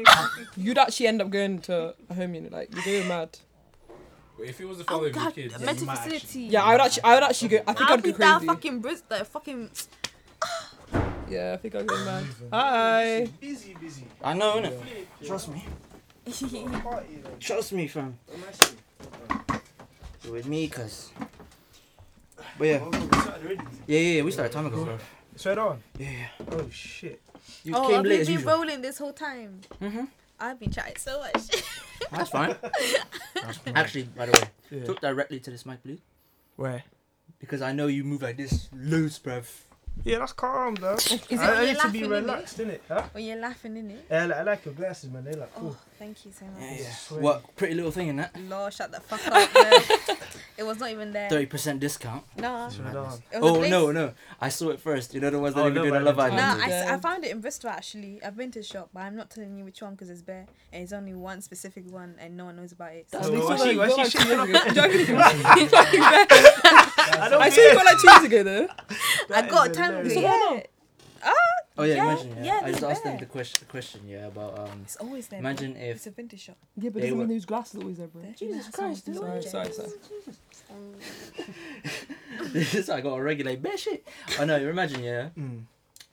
B: You'd actually end up going to a home unit. Like you're going mad.
E: But if he was the
D: oh
E: father of your
D: god,
E: kids,
D: mental
F: might actually-
D: facility.
B: Yeah, I would actually. I would actually go. I think
D: I'll
B: I'd
D: be
B: go
D: down
B: crazy.
D: fucking Bris, like fucking.
B: Yeah, I think I'd go mad. Hi.
F: busy, busy.
A: I know, innit? Trust me.
F: Party, then.
A: Trust me, fam.
F: I'm actually-
A: You're with me, cause. But yeah,
F: Oh, we started already.
A: yeah, yeah, yeah. We started time ago.
F: Straight on.
A: Yeah, yeah.
F: Oh shit.
A: You
D: Oh,
A: came
D: I've
A: late
D: been,
A: as
D: been
A: usual.
D: rolling this whole time.
A: Mm-hmm.
D: I've been chatting so much.
A: That's fine. Actually, by the way, talk directly to this mic, please.
F: Where?
A: Because I know you move like this loose, bruv.
F: Yeah, that's calm though.
D: Is it
F: I, I
D: when
F: need
D: you're
F: to be
D: laughing?
F: relaxed, innit? Huh?
D: When you're laughing, in it.
F: Yeah, I like, I like your glasses, man. They're like cool.
D: Oh, thank you so much.
F: Swear.
A: What pretty little thing in that?
D: Lord, shut the fuck up. No. it was not even there.
A: Thirty percent discount.
D: No. It
F: Straight on.
D: was a
A: Oh
D: place-
A: no no! I saw it first. You know the ones that
F: Oh,
A: even
F: no,
A: do the
F: but
A: Love
F: I
A: Island.
D: No,
F: didn't
D: I, s-
B: Yeah.
D: I found it in Bristol actually. I've been to a shop, but I'm not telling you which one because it's bare and it's only one specific one and no one knows about it. So
F: That's Oh,
B: Like,
F: she- why
B: got
F: she
B: like two
F: shitting
B: years
F: on
B: ago. Joking. Joking, man.
F: I don't
B: I saw you got like two years ago though.
D: I got a time.
B: It's
D: Yeah.
B: all
D: Ah,
A: Oh yeah,
D: Yeah,
A: imagine. Yeah,
D: yeah,
A: I just
D: they're
A: asked them
D: there.
A: the question. The question, yeah, about um.
D: It's always there. bro.
A: Imagine if
D: it's a vintage shop.
B: Yeah, but
A: They
B: doesn't
A: were-
B: mean those glasses always there, bro.
D: There.
A: Jesus
D: That's
A: Christ,
D: always
B: Sorry,
D: there.
B: sorry, sorry.
A: this, I got to regulate. Bad shit. Oh no, imagine. Yeah,
F: Mm.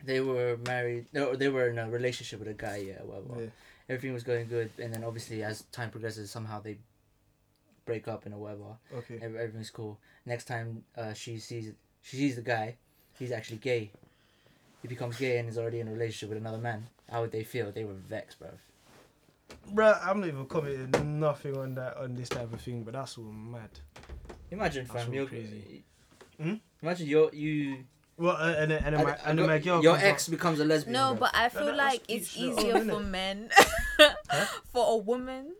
A: they were married. No, they were in a relationship with a guy. Yeah, whatever.
F: Yeah.
A: Everything was going good, and then obviously as time progresses, somehow they break up and whatever.
F: Okay.
A: Ev- Everything's cool. Next time uh, she sees she sees the guy, he's actually gay. He becomes gay and is already in a relationship with another man. How would they feel? They were vexed, bro.
F: Bruh, I'm not even commenting nothing on that on this type of thing, but that's all mad.
A: Imagine,
F: That's
A: fam,
F: all
A: you're
F: crazy.
A: crazy.
F: Hmm?
A: Imagine you're you.
F: Well, uh, and then, and then,
A: and-
F: my,
A: and
F: and then my girl.
A: your
F: comes up-
A: ex becomes a lesbian.
D: No,
A: bruv.
D: but I
F: No,
D: feel
F: no,
D: like
F: that's
D: it's
F: each their
D: easier
F: own,
D: for
F: innit?
D: men. For a woman,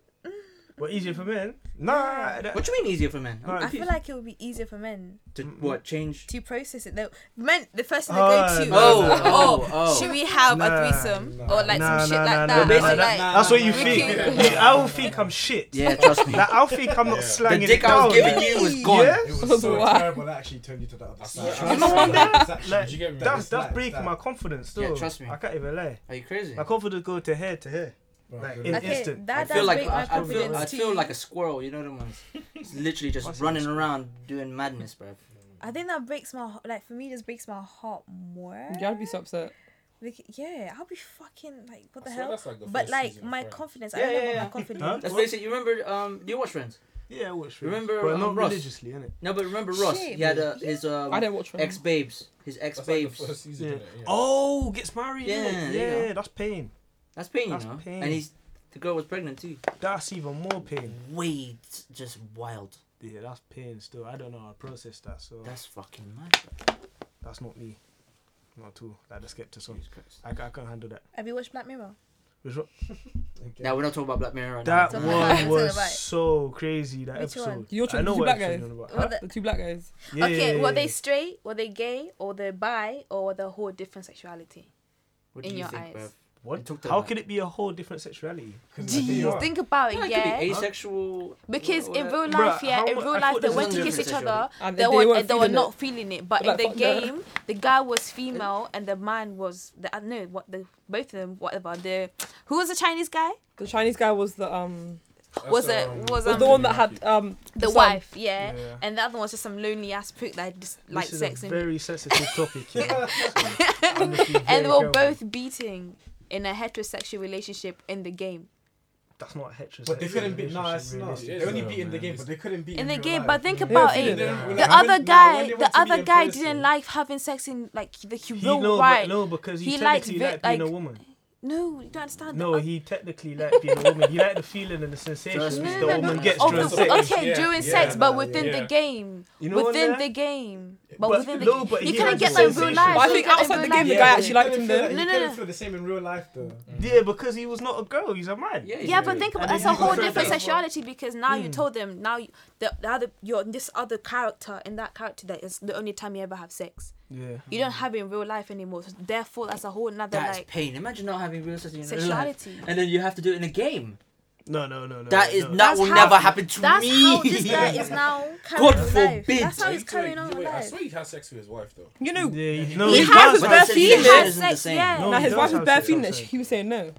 F: Well, easier for men. Nah. That,
A: What do you mean easier for men?
F: Nah,
D: I
F: it's-
D: feel like it would be easier for men
A: To what change?
D: to process it. Though men, the first thing
F: Oh,
D: they go to,
F: no,
D: is,
A: no.
F: no,
D: oh,
A: Oh.
D: should we have
F: Nah,
D: a threesome
F: nah,
D: or like
F: nah,
D: some shit
F: nah,
D: like that?
F: nah, nah,
D: Or,
F: nah,
D: like,
A: nah.
F: That's what you
D: We
F: think.
D: can-
F: Look, I will think I'm shit.
A: Yeah, trust me.
F: Like, I'll think I'm not
E: Yeah.
A: the
F: slanging
A: dick
F: it
A: I
F: down.
A: was giving you was gone.
F: Yeah?
B: It was so Wow. terrible
G: that actually turned you to the other
E: swear-
G: side.
E: I
F: You know what I'm
E: Did
F: Like,
E: you get me?
F: that's
G: It's
F: that's
G: like
F: breaking
G: that.
F: my confidence. Though.
A: Yeah, trust me.
F: I can't even lie.
A: Are you crazy?
F: My confidence go to hair to hair. Like, in
D: okay,
F: instant.
A: I
D: that
A: feel
D: does
A: like
D: break my
A: I, I feel I
D: confidence
A: feel
D: too.
A: like a squirrel. You know the ones. It's literally just
F: What's
A: running
F: that?
A: around doing madness, bro.
D: I think that breaks my like for me, it just breaks my heart more.
B: Yeah, I'd be so upset.
D: Like, yeah, I'll be fucking like, what the
E: I swear
D: hell?
E: that's like the
D: But
E: first
D: like
E: season of
D: my
E: Friends.
D: confidence, I
A: Yeah,
D: don't know
A: yeah,
D: about
A: yeah.
D: my confidence.
F: Huh?
A: That's
F: What?
A: basically you remember. Um, do you watch Friends?
F: Yeah, what's
A: Remember,
F: But
A: um,
F: not
A: Ross?
F: religiously, innit?
A: No, but remember Ross.
D: Shit,
A: He had uh, his um,
B: I don't watch Friends.
A: ex babes. His ex
E: That's like the
A: babes.
E: first season.
F: Yeah.
E: innit? Yeah.
F: Oh, gets married.
A: Yeah, there
F: innit?
A: you
F: yeah,
A: go.
F: that's pain.
A: That's pain, you
F: That's
A: know.
F: pain.
A: And he's the girl was pregnant too.
F: That's even more pain.
A: Way t- just wild.
F: Yeah, that's pain still. I don't know how to process that, so
A: That's fucking mad. bro.
F: that's not me. Not at all. Like the skepticism.
A: Jesus Christ.
F: I, ca- I can't handle that.
D: Have you watched Black Mirror?
F: Which one-
A: Now we're not talking about Black Mirror right
F: That
A: now.
D: Talk about it,
F: one
D: talk
F: was
D: about it.
F: so crazy. That
D: Which
F: episode.
D: one?
B: You're trying
F: I
B: to
F: know
B: do
F: what
B: black
F: episode
B: guys?
F: you're on about.
D: Well,
F: Huh?
D: the-
B: The two black guys.
F: Yeah,
D: okay,
F: yeah,
D: were
F: yeah,
D: they
F: yeah.
D: straight? Were they gay? Or they bi? Or were they a whole different sexuality?
A: What
D: in
A: do you
D: your
A: think,
D: eyes.
A: bruv?
F: What?
A: It took them
F: How
A: like-
F: could it be a whole different sexuality?
D: Jeez, think about
A: Yeah,
D: it,
A: it
D: yeah.
A: could be asexual.
D: because in
A: whatever.
D: real
F: Bruh,
D: life, yeah,
F: how
D: in
F: mu-
D: real
F: I
D: life
F: thought
D: they
F: this
D: went
A: was
D: to
A: a
D: kiss each
A: different
D: other.
B: And
D: They
B: they
D: were
B: weren't
D: and they were
B: feeling
D: not
B: it.
D: feeling it, but
B: They're
D: in
B: like,
D: the
B: "Fuck that."
D: game, the guy was female and the man was the I know what the both of them whatever. The who was the Chinese guy?
B: The Chinese guy was the um
E: That's,
D: Was it- was,
B: was
D: um,
B: the one that had um
D: The
B: son.
D: wife, yeah.
F: Yeah.
D: And the other one was just some lonely ass prick that just like
F: this is
D: sex
F: a
D: and
F: very sensitive topic. Yeah.
D: and they were both beating in a heterosexual relationship in the game.
F: That's not heterosexual.
G: But they couldn't beat. Nah, it's
F: relationship,
G: not.
F: realistic,
G: They only
F: though,
G: beat in the
F: man.
G: game, but they couldn't beat
D: In
G: in
D: the
G: real
D: game,
G: life.
D: but think
B: Yeah,
D: about
B: feeling
D: it.
B: it.
G: When- when-
D: The
G: when-
D: other
G: nah,
D: guy,
G: when they went
D: the
G: to meet
D: other
G: in
D: guy
G: person-
D: didn't like having sex in like the he
F: He
D: real
F: no,
D: right.
F: but no, because he,
D: He liked
F: technically
D: vi-
F: liked being
D: like-
F: a woman.
D: No, you don't understand. Uh,
F: No, he technically liked being a woman. He liked the feeling and the sensation
A: Trust
F: which
A: me.
F: the
A: No, no, no,
F: woman
A: no.
F: gets
D: Of
F: during
D: the-
F: sex.
D: Oh, okay,
E: yeah,
D: during
G: yeah,
D: sex, but
G: nah,
D: within
E: yeah.
D: the game.
F: You know what
D: within the
F: I'm saying?
D: game, but,
F: But
D: within the
F: no,
D: game,
F: but
D: you
F: he
D: couldn't
F: had
D: get
F: the
D: that in real
F: sensation.
D: life.
B: But I
D: you
B: think
D: couldn't
B: outside
D: in
B: the
D: real
B: game, the
D: life.
B: guy
E: Yeah.
B: actually liked
D: No,
B: him then.
D: no,
G: You
D: no.
G: couldn't feel the same in real life though.
F: Yeah, because he was not a girl. He's a man.
A: Yeah,
D: Yeah, but think
F: And
D: about that's
F: then
D: a
F: you
D: whole
F: prefer
D: different
F: that Hmm. as well.
D: sexuality because now you told them now you, the, the other you're this other character and that character that is the only time you ever have sex.
F: Yeah.
D: You don't have it in real life anymore. So therefore, that's a whole another
A: That's
D: like
A: pain. Imagine not having real sex in your life,
D: sexuality.
A: and then you have to do it in a game.
F: No, no, no, no.
A: That
F: no,
A: is
F: no.
A: that
D: That's
A: will
D: how-
A: never happen to
D: That's
A: me.
D: how this guy is now carrying
A: God
D: on life.
A: forbid.
D: That's how he's
E: Wait,
D: carrying on
E: wait, I
D: life.
E: swear he had sex with his wife though.
B: You know,
F: Yeah, he- no,
B: He
F: he
B: has
F: does
B: bare
F: have
A: But
F: sex.
A: the
D: He
B: feelings.
A: sensation
D: has
A: isn't the
D: sex,
A: same.
D: yeah.
F: No,
B: now
F: he
B: his
F: does
B: wife was
F: have
B: bare
F: sex
B: feeling it.
F: outside.
B: He was saying no.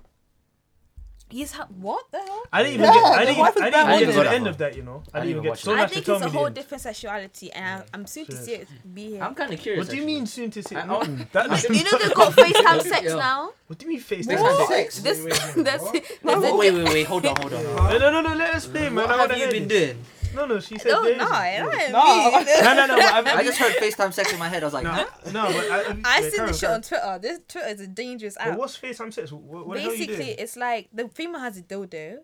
D: He's ha- what the hell?
F: I didn't even get, I didn't,
B: wife is
F: I didn't
A: bad.
F: even get to the
A: Yeah.
F: end of that, you know. I didn't even get.
A: watch it.
F: Don't
D: I
F: have to
D: think
F: tell
D: it's
F: me.
D: a
F: the
D: whole
F: end.
D: different sexuality, and I'm, I'm soon to
F: Sure.
D: see it be here.
A: I'm kind of curious.
F: What do you
A: actually.
F: mean soon to see?
A: I- I
F: Mm,
A: want-
F: that doesn't-
D: you know they've got FaceTime sex
A: Yeah.
D: now.
F: What do you mean face?
A: Sex
F: time?
A: and sex.
D: This, that's it.
A: Wait, wait, wait, wait, hold on, hold on.
F: No, no, no, no. Let us play, man.
A: What
F: I
A: have
F: wanna
A: you
F: hear
A: been
F: this.
A: doing?
F: No, no. She said
D: No,
F: this.
D: no, I
B: No.
F: No, no, no. but I've-
A: I just heard FaceTime sex in my head. I was like,
F: No,
A: huh?
F: no, but I,
D: I
F: wait,
D: seen
F: Karen,
D: this shit
F: Karen.
D: on Twitter. This Twitter is a dangerous
F: But
D: app.
F: what's FaceTime sex? What, what the hell are you
D: Basically,
F: doing?
D: it's like the female has a dildo,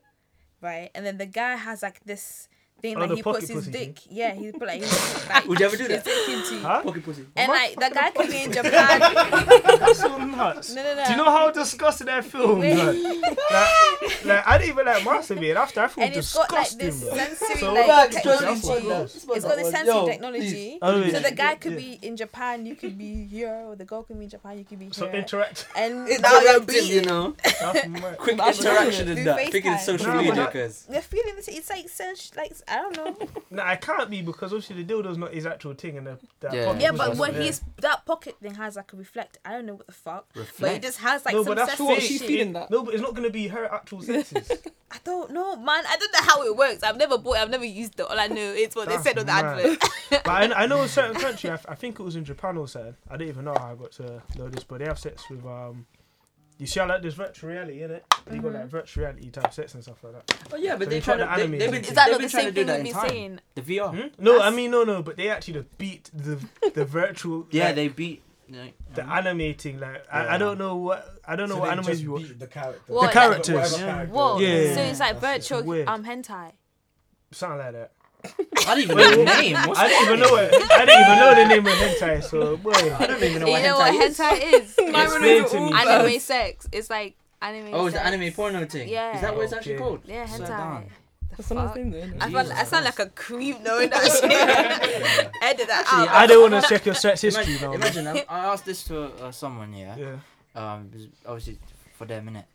D: right, and then the guy has like this thing
F: Oh,
D: that
F: the
D: he puts
F: pocky
D: his
F: pussy
D: dick. Yeah, he put like, his, like
A: Would you ever do that?
D: his dick into.
F: Huh?
A: Fucking pussy.
D: And like the guy could be in Japan.
F: That's so nuts.
D: No, no, no.
F: Do you know how disgusting that film?
D: Wait.
F: Like, like, like, I didn't even like masturbating after. I feel
D: and it's got like
F: disgusting,
D: this
F: bro.
D: sensory
F: So-
D: like
A: Fuck,
D: technology.
A: Johnny G.
D: It's got the sensory technology.
F: Oh, yeah.
D: So the guy could
F: Yeah.
D: be in Japan, you could be here, or the girl could be in Japan, you could be here.
F: So interact.
D: and now you're
A: Interactive, you
D: beating.
A: know.
F: That's mad.
A: Quick
B: That's
A: interaction
B: it.
A: in
D: Do
A: that. Thinking
D: FaceTime.
A: social
F: No,
A: media,
F: but-
A: cause
D: They're feeling this. It's like sens- like I don't know.
F: Nah, it can't be because obviously the dildo's not his actual thing, and the that
A: Yeah.
F: pocket
D: yeah,
F: was
D: but
F: just-
D: what
F: yeah.
D: he's that pocket thing has like a reflect. I don't know what the fuck, but it
A: Reflect.
D: just has like
F: No,
D: some
F: but that's
B: So
D: sesame
B: what,
F: Fish,
B: she's
D: shit.
B: feeding that?
F: No, but it's not gonna be her actual senses.
D: I don't know, man. I don't know how it works. I've never bought. it. I've never used it. All I know is what
F: That's
D: they said on the
F: mad.
D: advert.
F: but I, I know a certain country. I, I think it was in Japan or something. I don't even know how I got to know this, but they have sex with um. You see, how like there's virtual reality in it. They got
D: Mm-hmm.
F: like virtual reality type sex and stuff like that.
A: Oh yeah, but
F: So
A: they
F: you
A: try to.
F: tried the
A: They,
F: anime
A: they've been,
F: thing.
D: Is that
A: they've
D: not
A: been trying to
D: the same
A: do
D: thing
A: that
D: we've
A: in
D: been
A: time.
D: saying?
A: The VR.
F: Hmm? No, I
D: Oh, That's-
F: mean no, no. But they actually just beat the the virtual.
A: Yeah,
F: like,
A: they beat. Like,
F: the animating. Like I,
A: Yeah.
F: I don't know what I don't know
G: So
F: what
G: they
F: animes
G: just
F: you watch.
G: beat The, character.
D: What, The like-
F: characters.
G: Whatever
A: Yeah.
G: character.
D: Whoa!
F: Yeah.
D: So it's like
G: That's it.
D: virtual
F: weird.
D: um hentai.
F: Something like that.
A: I didn't even know the name. What's
F: I didn't even know it. I didn't even know the name of hentai. So
A: I
F: boy,
A: don't even know
D: you
A: what
D: know
A: hentai,
D: what
A: is.
D: hentai is?
B: My
F: Explain
B: roommates
F: to
B: are
F: me.
B: all
F: I
D: anime
B: birds.
D: sex. It's like anime.
A: Oh, it's the
D: sex.
A: anime porno thing.
D: Yeah.
A: Is that what it's actually
F: Okay.
A: called?
D: Yeah,
A: Sit
D: hentai.
A: down.
D: The
B: That's a nice
D: fuck?
B: thing, then.
D: I, felt, I
A: Jesus.
D: sound like a creep knowing that shit. Edit that
A: Actually,
D: out.
F: I don't want to check your sex history
A: Imagine,
F: now.
A: imagine I, I asked this to uh, someone, yeah.
F: Yeah.
A: Um, it was obviously for their minute.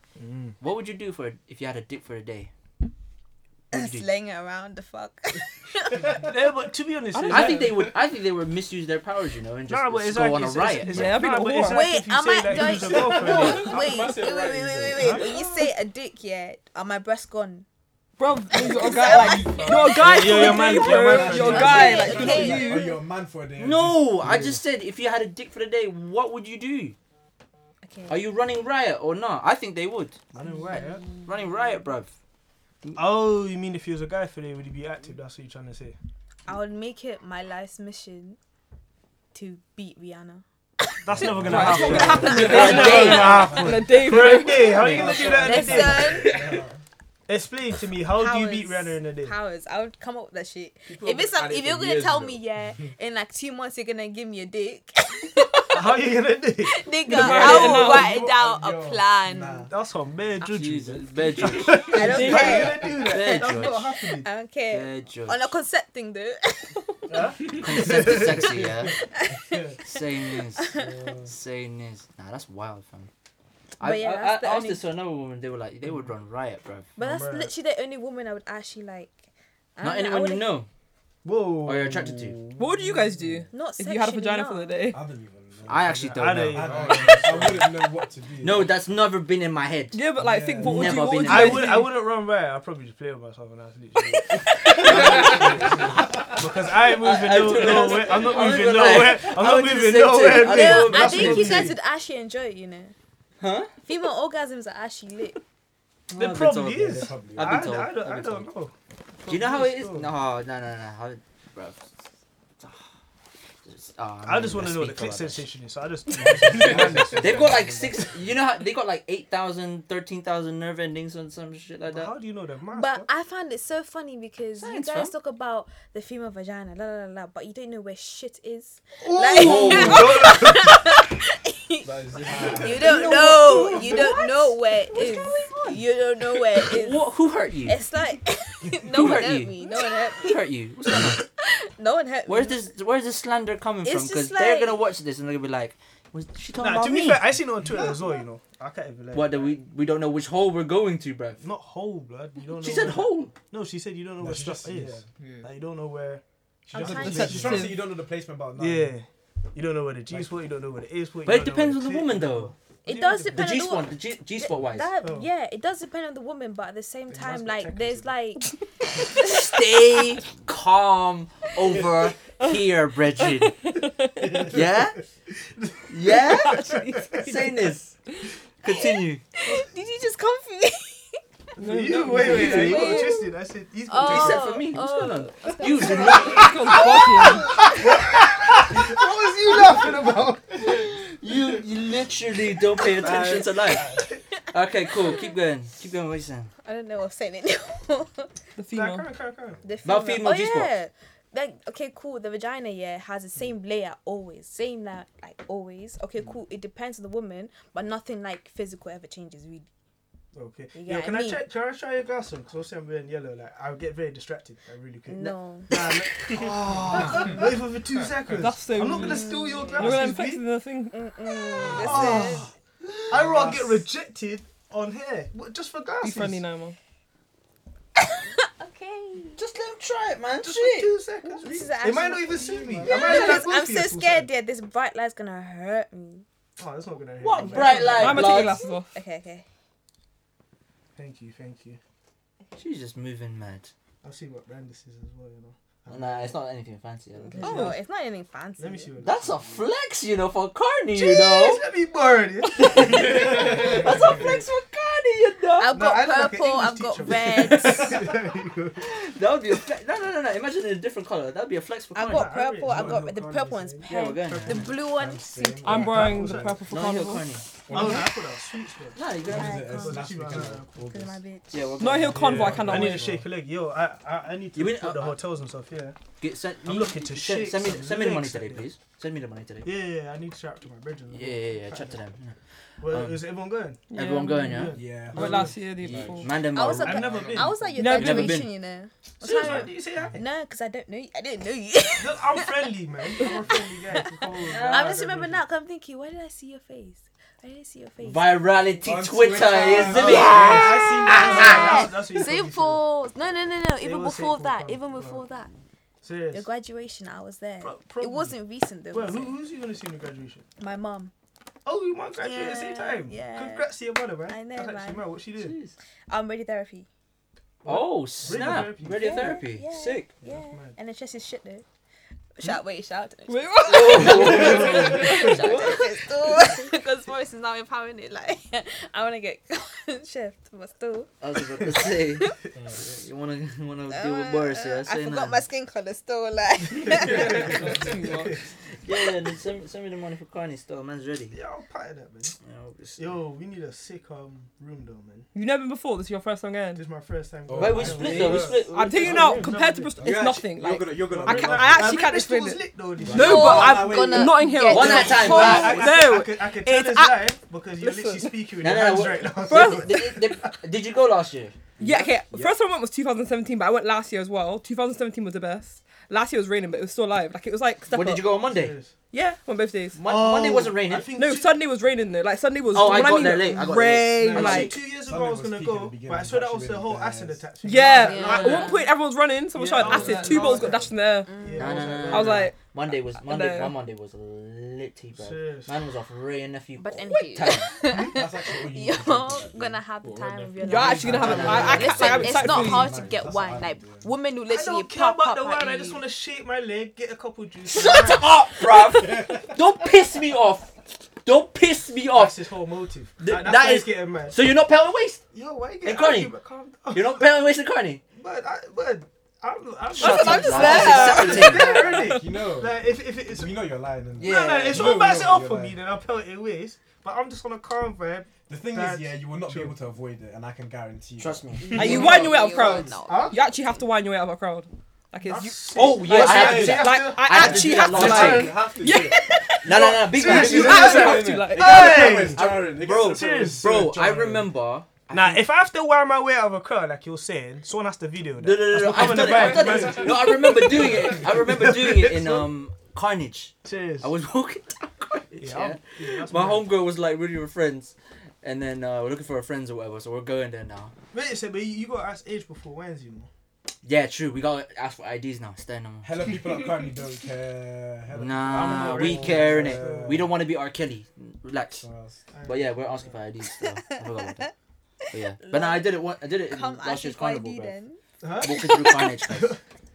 A: What would you do for if you had a dick for a day? What would you do?
D: sling it around the fuck.
F: Yeah, but to be honest, it's
A: I
F: like-
A: think they would. I think they would misuse their powers, you know, and just
F: Nah, but it's
A: go
F: like
A: on a
F: it's,
A: riot.
F: It's, it's,
A: bro.
B: Yeah, I'd be
F: nah,
B: the
F: but it's
B: whore.
F: like
D: Wait,
F: if you
D: I
F: say
D: might
F: that he was a
D: die.
F: girlfriend,
D: wait, wait,
G: must say
D: wait,
G: right,
D: wait, wait,
G: you know.
D: wait, wait. When you say a dick, yeah, are my breasts gone?
B: Bro, you got a guy like you're a guy.
F: Yeah, yeah, your man-
B: bro.
F: your man-
B: You're a
D: Okay,
B: guy like
D: okay.
B: good for
G: Are
B: you.
G: you a man for a day?
A: No, I just said if you had a dick for the day, what would you do?
D: Okay.
A: Are you running riot or not? I think they would.
F: I don't right. yeah?
A: Running riot, bruv.
F: Oh, you mean if he was a guy for day, would he be active? That's what you're trying to say.
D: I would make it my life's mission to beat Rihanna.
F: That's never gonna
B: Right, it's not
F: happen.
B: gonna happen in a
F: That's
B: day.
F: never gonna happen.
B: On a day,
F: For
B: bro.
F: a day, how are you gonna do that in a day?
D: Listen,
F: Explain to me how do you beat
D: Powers.
F: Rihanna in a day?
D: powers. I would come up with that shit.
G: People
D: If
G: have
D: it's
G: been
D: some,
G: at it
D: if
G: for
D: you're gonna
G: years,
D: tell
G: you
D: me,
G: know.
D: yeah, in like two months you're gonna give me a dick,
F: How are you gonna do? it?
D: nigga,
B: Nah,
D: I
B: nah,
D: will write
G: nah.
D: down
G: Yo,
D: a plan.
G: nah.
F: That's some bad juju.
A: Jesus, bad judge,
D: I don't
F: How are you
D: care. Oh,
F: gonna do that?
A: bad
F: That's not
A: judge,
F: happening.
D: I don't care.
A: bad judge.
D: On a consent thing though.
A: Consent is sexy, yeah. Saying this, saying this. Nah, that's wild, fam. I,
D: But yeah,
A: I, I
D: that's
A: asked
D: the only-
A: this to another woman. They were like, they would run riot, bruv.
D: But that's
F: Remember-
D: literally the only woman I would actually like. I
A: Not
D: don't know, I
A: anyone you
D: wouldn't-
A: know
F: Whoa.
A: or Oh, you're attracted to.
B: What would you guys do
D: Not
B: if you had a
D: sexually,
B: vagina
D: nah.
B: for the day?
G: I don't even know.
A: I actually
F: I
A: don't
F: don't
A: know.
F: even-
G: I, don't know. I wouldn't know what to do.
A: No, that's never been in my head.
B: Yeah, but like, think what would you?
A: Never
B: What would
A: been in
B: you
A: a-
F: I
B: guys
F: would.
B: do?
F: I wouldn't run riot. I'd probably just play with myself and that's literally. it. because I ain't moving
A: I- I
F: no-
A: don't know.
F: nowhere. I'm
A: I'm
F: not
A: not
F: moving
A: gonna lie.
F: nowhere. I'm
A: I
F: not
A: would do the
F: moving
A: same
F: nowhere.
A: thing. I
F: nigga.
A: don't-
D: No, I
F: That's
D: think
F: what
D: you guys
F: I'm saying.
D: would actually enjoy it, you know.
A: Huh?
D: Female orgasms are actually lit.
A: I've
F: The
A: been
F: problem
A: told.
F: is-
G: Probably.
A: I've
F: I,
A: been told.
F: I, don't,
A: I've
F: I
A: been
F: don't know.
A: Do you know how it is?
G: Sure.
A: No, no, no, no. How, bruv. Just- ah,
F: I
A: I'm
F: just
A: not
F: want
A: gonna
F: to know what the
A: speak
F: clit
A: about that.
F: sensation is. So I just.
A: They've got like six. You know, how they got like 8,000, 13,000 nerve endings on some shit like
F: But
A: that.
F: how do you know that? Mask,
D: But
F: bro?
D: I found it so funny because
A: Science,
D: you guys
A: fam.
D: talk about the female vagina, la la la la, but you don't know where shit is. You don't know. You don't know where it is. You don't know where it is.
A: What? Who hurt you?
D: It's like no one
A: hurt
D: hurt
A: you?
D: me. No one hurt
A: Who hurt you? What's going on?
D: me. No one hurt me.
A: Where's this? Where's this slander coming
D: It's
A: from? Because
D: just
A: they're
D: like-
A: gonna watch this and they're gonna be like, "Was she talking
F: Nah,
A: about
F: to be
A: me?"
F: fair, I seen it on Twitter as well. You know, I can't even. Like,
A: What? That we we don't know which hole we're going to, bruv.
F: Not whole blood. You don't.
A: She
F: know
A: said
F: where-
A: hole.
F: No, she said you don't know
G: No,
F: where
G: she
F: stuff
G: just-
F: is. Like, you don't know where. She
D: I'm
F: doesn't
D: trying
F: know
D: to-
F: where
G: She's
F: shit
G: trying to
F: is.
G: say you don't know the placement, but no.
F: Yeah. You don't know where the G spot, you don't know where the A spot. you
A: But it
F: don't know where
A: depends on the
F: clit-
A: woman, though.
D: It does
A: The
D: depend
A: G
D: on the wo-
A: spot, the G G spot wise.
D: That,
F: Oh.
D: Yeah, it does depend on the woman, but at the same time, like, there's like,
A: Stay calm over here, Bridget. Yeah? Yeah? Saying this. Continue.
D: did you just come for me?
F: For you, wait, wait, wait. You got
D: Wait.
F: twisted. I said, he's got
D: Oh.
A: you said for me. What's going on?
D: oh.
A: You did not.
B: You're bugging.
F: What was you laughing about?
A: You, you literally don't pay attention to life. Okay, cool. Keep going. Keep going. What you saying?
D: I don't know what I'm saying anymore.
B: The
F: Nah,
B: female.
F: come, come, come.
D: the
A: About female
D: oh,
A: G-spot.
D: yeah. Like, okay, cool. The vagina, yeah, has the same layer always. Same, like, like always. Okay, cool. It depends on the woman, but nothing like physical ever changes, really.
F: Okay.
D: You
F: Yo,
D: get
F: can
D: what I
F: I
D: mean?
F: check? Can I try your glass on? Because obviously I'm wearing yellow. Like I'll get very distracted. Like really quick.
D: No.
F: Nah, no. Wait for, for two seconds.
B: That's so
F: I'm not gonna
B: rude.
F: steal your
B: You're gonna
F: glasses.
B: infect
F: please.
B: the thing.
D: Mm-mm. Listen.
F: Oh. I rather get rejected on here What- just for
B: Be
F: glasses.
B: friendly now, man.
D: Okay.
A: Just let him try it, man.
E: Just for
A: Shit.
E: two seconds.
D: This is
E: It might
D: actually-
E: not even suit me.
D: No,
E: I might
D: because
E: not go
D: I'm
E: for
D: so
E: your full
D: scared,
E: set.
D: yeah. This bright light's gonna hurt me.
F: Oh, that's not gonna. hurt
A: What
F: you, mate.
A: bright light?
B: I'm gonna take your
A: blood?
B: glasses off.
D: Okay, okay.
F: Thank you, thank you.
A: She's just moving mad.
F: I'll see what brand this is as well. You know.
A: Oh, Nah, it's not anything fancy. I don't think.
D: Oh, it's not anything fancy.
F: Let me see what.
A: That's a flex, you know, for Carney, you
E: Jeez,
A: know.
E: let me borrow it.
A: That's a flex for Carney, you know.
D: I've
E: No, I
D: got
E: look like an
D: purple.
E: English
D: I've got
E: teacher.
D: red.
A: That would be a flex. No, no, no, no. Imagine in a different color. That would be a flex for
D: I've
A: Carney.
D: got
F: Carney.
D: purple. I've got
F: Carney.
D: red. the purple one's
F: Yeah,
A: yeah, we're
D: pink.
A: going.
D: The blue one. seems-
B: I'm borrowing the
F: Sorry.
B: purple for
A: No, you're
B: carnival.
A: Carney.
F: Oh, no, I thought that was sweet spot.
A: No, you're going.
D: Right,
G: That's
D: cool.
G: last week, isn't
D: Because
G: it?
D: of my bitch.
A: Yeah, we're
B: No
A: going.
B: Hill Convoy, I cannot
F: I need to
B: wait.
F: shake a leg. Yo, I, I, I need to
A: You mean-
F: put the
A: uh,
F: hotels and stuff. Yeah.
A: Get, send
F: I'm
A: me-
F: looking to
A: send,
F: shake
A: send me,
F: some
A: send me the money
F: legs
A: today,
F: today.
A: please. Send me the money today.
F: Yeah, yeah, yeah, I need to shout to my brethren.
A: Yeah, yeah, yeah. Chat to them.
F: Well,
A: Um,
F: is everyone going?
B: Yeah.
A: Everyone going, yeah?
G: Yeah.
B: Went last year, the year before.
A: Man, them
D: I was
A: are-
D: a-
F: I've never been.
D: I was at your
B: No, I've
A: never
D: graduation,
A: been.
D: you know. I was
F: Seriously,
D: trying-
F: did you say that?
D: No, because I don't know. You. I didn't know you.
F: Look, I'm friendly, man. I'm a friendly guy. Come on, man.
D: I just remember now. 'cause I'm thinking, why did I see your face? Why did I see your face?
A: Virality,
G: On
A: Twitter,
G: Twitter.
A: isn't
G: Oh,
A: it?
G: yeah.
F: Ah, that's- that's what you call me,
D: Simple.
F: so-
D: No, no, no, no.
F: It
D: Even
F: was
D: before
F: Saint
D: that,
F: Paul,
D: even
F: bro.
D: before that, your
F: Serious.
D: graduation, I was there.
F: Pro- probably.
D: It wasn't recent though.
F: Well,
D: was
F: who,
D: it?
F: who's you gonna see in the graduation?
D: My mom.
F: Oh, we might graduate at the same
D: Yeah,
F: time.
D: yeah.
F: Congrats to your mother, man.
D: I know,
F: That's actually
D: man.
F: mad. What she did.
A: Jeez.
D: Um, radiotherapy.
A: Oh, snap.
F: Radiotherapy.
A: Radiotherity.
D: Yeah, yeah.
A: Sick.
D: Yeah.
F: that's mad.
D: And it's just his shit though. Shout wait, shout out to
B: Wait, what?
D: because Morris is now empowering it. Like I wanna get shift, but still.
A: I was about to say. you wanna, you wanna deal with
D: Uh,
A: Boris, yeah?
D: I
A: Say
D: forgot
A: nothing.
D: my skin color still. Like
A: Yeah, yeah. then Send, send me the money for Carney still. Man's ready.
F: Yeah, I'll part of that, man.
A: Yeah, obviously.
F: Yo, we need a sick um room though, man.
B: You've never been before. This is your first time
F: This
B: going.
F: is my first time.
G: Oh,
A: Wait,
F: going.
A: we
G: Yeah.
A: split though. We split.
B: I'm telling you now. Compared to Bristol, it's nothing. Like
G: gonna, you're gonna.
B: I can't. I actually can't explain
F: was
B: it.
F: lit though. This
B: No,
D: Oh,
B: but
D: I'm
B: I'm
D: gonna
B: not in here.
D: get
A: One at a time,
B: Oh,
A: bro.
B: No,
F: I could, I could tell
B: it's
F: it's,
B: a-
F: live because you're literally
B: Listen.
F: speaking with
A: No,
F: your
A: no,
F: hands
A: what-
F: right now.
B: Bro.
A: Did, did, did you go last year?
B: Yeah, okay. First time I went was 2017, but I went last year as well. 2017 was the best. Last year was raining, but it was still live. Like it was like step
A: When
B: up.
A: did you go on Monday?
F: Serious.
B: Yeah, on both days.
A: Mon- Monday wasn't raining.
F: Oh, I think
B: No,
F: two-
B: Sunday was raining though. Like Sunday was.
A: Oh, I
B: when
A: got
B: mean
A: there late, I got there late.
B: rain,
A: No, no,
F: I
B: like.
F: two years ago
G: Sunday
F: I was
G: was
F: gonna
G: peak at the
F: go,
G: beginning,
F: but I saw that was
G: actually
F: the whole
G: really
F: acid
G: fast.
F: attack. thing.
B: Yeah,
D: Yeah.
B: at one point everyone was running. Someone
F: Yeah,
B: shouted
F: I was
B: acid.
F: like,
B: Two balls
F: no.
B: got dashed in the air.
F: Yeah,
A: No, no, no,
B: I was like,
A: Monday was Monday.
B: no.
A: My Monday was litty, bro.
F: Serious.
A: Man was off rain a few.
D: But then
A: quick
D: you-
A: time.
G: That's actually all you
D: you're
G: need to do.
D: gonna have the time of your life.
B: you're actually gonna have. A, I, I can't.
D: Listen,
B: like, I'm
D: it's
B: excited
D: not
B: for you.
D: hard to get
G: That's what
D: wine.
G: I
D: Like
G: do, yeah.
D: women who
F: I
D: literally
F: don't care
D: pop
F: about
D: up
F: the
D: at
F: wine.
D: you.
F: I just want to shake my leg, get a couple juices.
A: Shut up, bruv! Don't piss me off. Don't piss me
F: That's
A: off.
F: his whole motive.
A: Th-
F: That- that's
A: that
F: why he's
A: is-
F: getting mad.
A: So you're not pelting waste.
F: Yo, why you
A: Hey,
F: getting
A: Connie.
F: angry? But calm down.
A: You're not pelting waste in Carney.
F: But I, but I'm, I'm
A: Shut
B: I'm
A: up,
B: just
A: bruv.
B: there.
A: That's
F: I'm
A: accepting.
F: there already.
G: You know,
F: Like, if, if it's
G: you know you're lying. and-
A: Yeah.
F: no, no, it's
G: You
F: all
G: know
F: about
G: you're
F: off
G: lying.
F: for me. Then I'll pelt it ways. But I'm just on a calm vibe.
G: The thing is,
F: That's
G: yeah, you will not
F: true.
G: be able to avoid it, and I can guarantee. you.
A: Trust me.
B: Like, you wind your way out of
D: You
B: crowds.
D: will
F: Huh?
B: You actually have to wind your way out of a crowd. Like it's. You,
F: That's
A: Oh,
F: it.
A: yeah, I had
F: you
A: to-
F: have
B: like
F: to-
B: I
A: I had to
B: actually
A: do
B: have
A: that
B: to.
A: long
B: Like,
A: time. No, no, no. Big man.
B: you
F: Seriously,
B: actually have to. Like,
F: Hey!
A: Bro,
F: Serious.
A: bro, I remember.
F: Now, if I have to wear my way out of a crowd, like you're saying, someone has to video that.
A: No, no, no, no.
F: That's
A: I've
F: becoming
A: done it.
F: a
A: I've
F: brand.
A: done it. No, I remember doing it. I remember doing it in um Carnage.
F: Cheers.
A: I was walking down Carnage.
F: Yeah,
A: yeah?
F: I'm- yeah, that's
A: My
F: mad.
A: homegirl was like, really, we're friends. And then uh, we're looking for our friends or whatever, so we're going there now.
F: Wait a second, but you, you got to ask age before Wednesday, man.
A: Yeah, true. We gotta ask for IDs now. Stand on.
G: Hella people at currently don't care. Hella
F: I'm
A: Nah,
F: not
A: we
F: ready.
A: care
F: Yeah.
A: innit? We don't want to be R. Kelly. Relax.
G: people trust.
A: But yeah, we're asking for IDs. So I forgot about that. But yeah, but no, I did it. One, I did it in
D: Come
A: last year's
D: ask my
A: carnival,
D: ID
A: bro.
D: then.
F: Huh?
A: Walking through carnage. guys.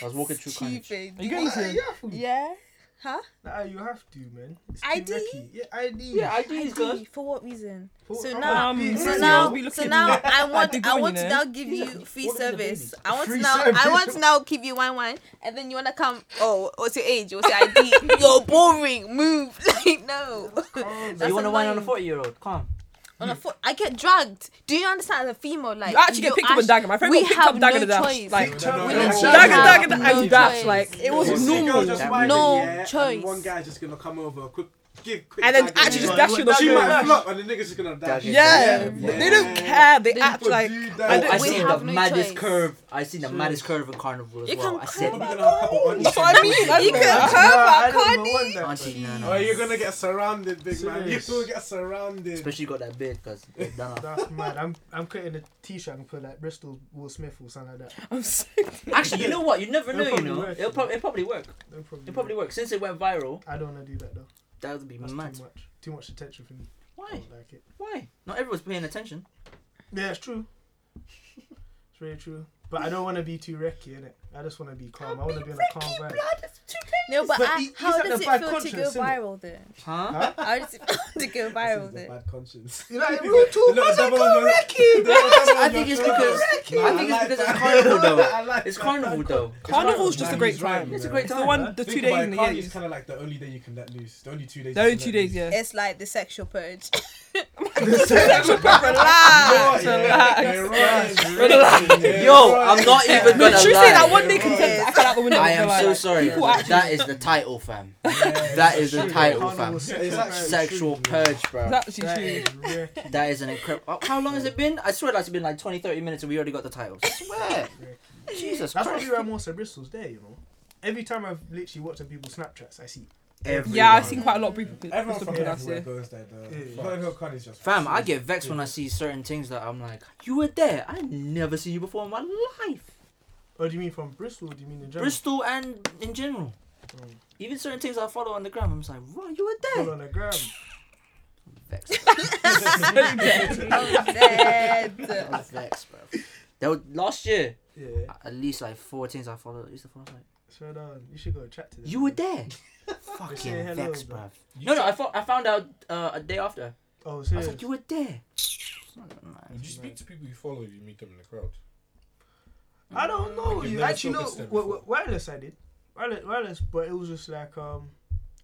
A: I was walking through carnage.
D: Stupid.
B: are you going to?
D: Yeah. Huh?
F: Nah, you have to, man. It's too
D: ID?
F: wrecky. Yeah, ID.
A: Yeah, IDs,
D: ID,
A: guys.
D: For what reason?
F: For-
D: So
F: I'm
D: now,
B: um,
F: a big
D: so
F: man.
D: now,
B: Be
D: so
B: looking
D: now,
B: at you.
D: I want,
B: Like the
D: I
B: good
D: want
B: one,
D: to
B: eh?
D: now give you free
A: What is the
D: service.
A: baby?
D: I want
F: Free
D: to now, I
F: service.
D: want to now give you one wine, and then you wanna come. Oh, what's your age? What's your ID? You're boring. Move. Like no.
F: Calm
A: So
F: down.
A: you want to wine on a
D: annoying.
A: forty-year-old? Come.
D: On a foot, I get dragged. Do you understand? As a female, like
B: You actually get picked up with
D: act-
B: dagger. My friend
D: we
B: got picked up
D: have
B: dagger
D: no
B: to dash.
D: choice.
B: Like
G: No,
F: We
G: no,
F: literally
G: no.
B: dagger,
D: have
B: dagger,
D: no
B: and dash.
D: choice.
B: Like it was
A: Yes.
G: Girl
B: normal.
G: just
A: That
G: minded,
D: no
G: yeah, and
D: choice.
G: One guy just gonna come over quick. give quick
B: And then
G: daggers,
B: actually
F: just
G: like,
F: dash
G: like,
F: it on
G: She
F: the
G: might
F: ground.
G: flop and the niggas just gonna dash.
A: Dash it.
B: Yeah,
A: Yeah.
B: they don't care. They act
G: But
B: like
G: do
A: Oh,
G: that.
A: I
D: We
A: seen the
D: have no
A: maddest
D: choice.
A: curve. I seen the maddest curve in Carnival as
D: You
A: well.
D: can
A: I said,
G: We're
D: curve
G: gonna have a couple
D: You
B: what
G: aunties
B: I mean,
G: in the
B: I don't
G: room.
B: know.
D: can
F: Nah,
D: curve
F: I
D: up,
F: don't
D: can't
F: even
D: you?
F: want that,
A: Auntie, no,
F: bro.
G: Oh,
A: no.
G: you're gonna get surrounded, big man. You
F: Serious.
G: will get surrounded.
A: Especially you got that beard, cause it's done. up.
F: That's mad. I'm I'm creating a T-shirt and put like Bristol Will Smith or something like that.
B: I'm so
A: Actually, you know what? You never
F: It'll
A: know. You
F: probably
A: know,
F: work,
A: it'll
F: you
A: probably it'll probably work.
F: They'll probably.
A: It'll probably work since it went viral.
F: I don't want to do that though.
A: That would be
F: That's
A: mad.
F: too much. Too much attention for me. I
A: Why?
F: don't like it.
A: Why? Not everyone's paying attention.
F: Yeah, it's true. It's really true. But I don't want to be too wrecky in it. I just want to be calm. I want to be in a calm vibe.
D: No, but,
F: But
D: I,
F: he- he's
D: how
F: at
D: does
F: the
D: it
F: bad
D: feel to go
F: conscience, innit?
D: viral then?
A: Huh?
D: How does it feel to go viral
G: This is the
D: then?
G: bad conscience.
F: You know, we're too
G: Look,
F: much. I
G: double
F: can't
G: your-
F: wreck
G: double
F: you.
G: your
A: I think it's
G: throat.
A: because
G: Nah,
A: I think it's because
G: like that.
A: it's carnival
G: I
A: though.
G: like
A: It's
G: that.
A: carnival though. It's
B: Carnival's
A: carnival.
B: just a
G: Man,
B: great
G: he's right,
B: time.
G: you
A: It's a
G: know.
A: great
B: It's
A: time.
B: the one, the
G: Think
B: two
G: about
B: days
G: it,
B: in the year.
G: Carnival is
B: you-
G: kind of like the only day you can let loose. The only two days.
B: The
G: you
B: only
G: can
B: two
G: let
B: days,
G: loose.
B: yeah.
D: It's like the sexual purge.
B: Relax,
G: Yeah,
B: relax.
G: you're right.
B: Relax.
G: Yeah,
A: Yo,
G: right.
A: I'm not even
B: Literally,
A: gonna
B: that
A: lie.
B: one day consent. I fell out the window.
A: I am
B: like,
A: so sorry.
B: People actually.
A: That is the title, fam.
G: Yeah,
A: That is
G: it's
A: the
G: true.
A: title,
F: Carnival
A: fam.
F: sexual
G: It's actually
F: purge.
A: Sexual purge, bro.
B: That's
F: That
B: actually true.
F: is wrecky.
A: That is an incredible. How long has it been? I swear, like it's been like 20, 30 minutes, and we already got the titles. I swear. Jesus
F: That's
A: Christ.
F: probably why most of Bristol's there, you know. Every time I've literally watched on people's Snapchats, I see.
B: Yeah, I've
A: Everyone.
B: seen quite a lot of people.
G: Everyone
B: people
G: from
B: last
G: everywhere
B: year.
G: goes there. Though.
F: Yeah.
G: Notting Hill Con is just.
A: Fam, I get vexed when I see certain things that I'm like, you were there. I never seen you before in my life.
F: Oh, do you mean from Bristol? Or do you mean in general?
A: Bristol and in general.
F: Oh.
A: Even certain things I follow on the gram, I'm just like, bro, you were
F: All
A: there.
F: on the gram.
A: Vexed.
D: I'm dead.
A: I'm vexed, bro. There was, last year,
F: Yeah.
A: at least like four things I followed. I used to follow, like,
F: So down. You should go and chat to them.
A: you were there.
F: Say hello,
A: Fucking vexed,
F: bro.
A: bro. No, no, I, fo- I found out uh, a day after.
F: Oh,
A: I was
F: serious.
A: like, you were there.
E: Would you speak to people you follow if you meet them in the crowd?
F: I don't know.
E: You've
F: You
E: never
F: actually know
E: spoken to them
F: wi-
E: before.
F: wi- wireless. I did wireless, wireless, but it was just like um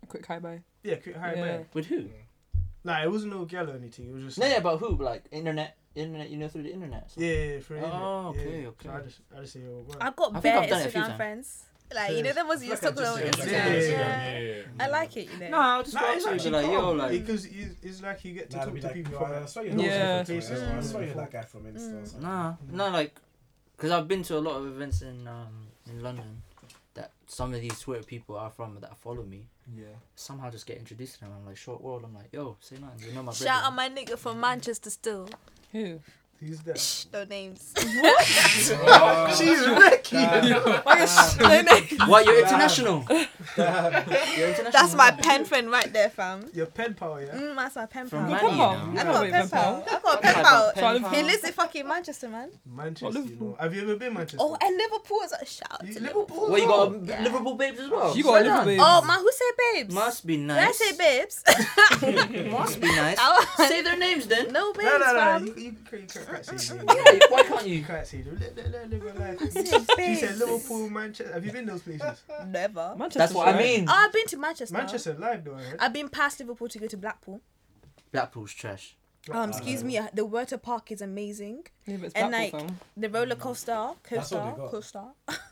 B: Quick high bye.
F: yeah, quick high
B: Yeah.
F: man.
A: With who?
F: Like it wasn't no gal or anything. It was just
A: No,
F: like,
A: yeah, but who? Like internet, internet. You know, through the internet. So.
F: yeah, yeah, yeah, for real,
A: Oh,
F: yeah.
A: okay,
F: So
A: okay.
F: I just I just say oh, wow.
D: I've got
A: I think
D: bare
A: I've done it a few
D: Instagram
A: times.
D: friends. Like, you know, the ones you just
G: Like I
D: talk about on
G: just
D: Instagram.
F: said, like I just said,
D: Yeah. I like it, you know.
A: No, I'll just
F: Nah,
A: go up
F: it's
A: to you and be
F: actually
A: like, yo,
F: calm,
A: like.
F: because it's, it's like you get to
G: Nah,
F: talk
G: be
F: to
G: like,
F: people
G: "Oh,
F: from
G: I saw you.
F: from
B: Yeah.
G: Yeah.
F: different places.
G: I
F: Mm.
G: saw you that guy from Insta. or something.
A: Nah, no, like, because I've been to a lot of events in um in London that some of these Twitter people are from that follow me.
G: Yeah.
A: Somehow just get introduced to them. I'm like, short world. I'm like, yo, say nothing. You know my
D: Shout out
A: brethren.
D: my nigga from Manchester still.
B: Who?
F: Who's there?
D: Shh, no names.
F: She's Ricky.
B: Like a sh- no, no.
A: What? You're international. You're international.
D: That's my pen friend right there, fam.
F: Your pen pal, yeah.
D: Mm, that's my pen
A: From
D: pal.
A: Man-
B: Come on.
A: you
D: I
B: I
D: got a
B: can't
D: pen
B: wait,
D: pal.
B: pal.
D: I got a
A: I
D: pen
A: got
D: pal.
A: pen
B: pal.
D: He lives in fucking Manchester, man.
F: Manchester, you
B: Liverpool.
F: know. Have you ever been Manchester?
D: Oh, and Liverpool is a shout out
F: You-
D: to Liverpool.
F: Liverpool.
A: Well, you got a
D: Yeah.
A: Liverpool babes as well.
B: You got a Liverpool babes.
D: Oh, my, who said babes?
A: Must be
D: Did I
A: nice.
D: say babes?
A: Must be nice.
D: I-
A: Say their names then.
D: no babes,
F: no, no, no.
D: fam.
F: You, you, you can't see them.
A: Yeah, why can't you?
F: You can't see them. Let- let- let them live their
D: I
F: life.
D: said
F: She
D: babes.
F: said Liverpool, Manchester. Have you been those places?
D: Never.
B: Manchester,
A: That's what I
B: right?
A: mean.
D: Oh, I've been to Manchester.
F: Manchester live though, I heard.
D: I've been past Liverpool to go to Blackpool.
A: Blackpool's trash.
F: Oh,
D: Um, excuse me. uh, The water park is amazing.
B: Yeah, but it's
D: And,
B: Blackpool,
D: like,
B: fam.
D: The roller coaster,
G: That's all
D: coaster,
G: they got.
D: coaster.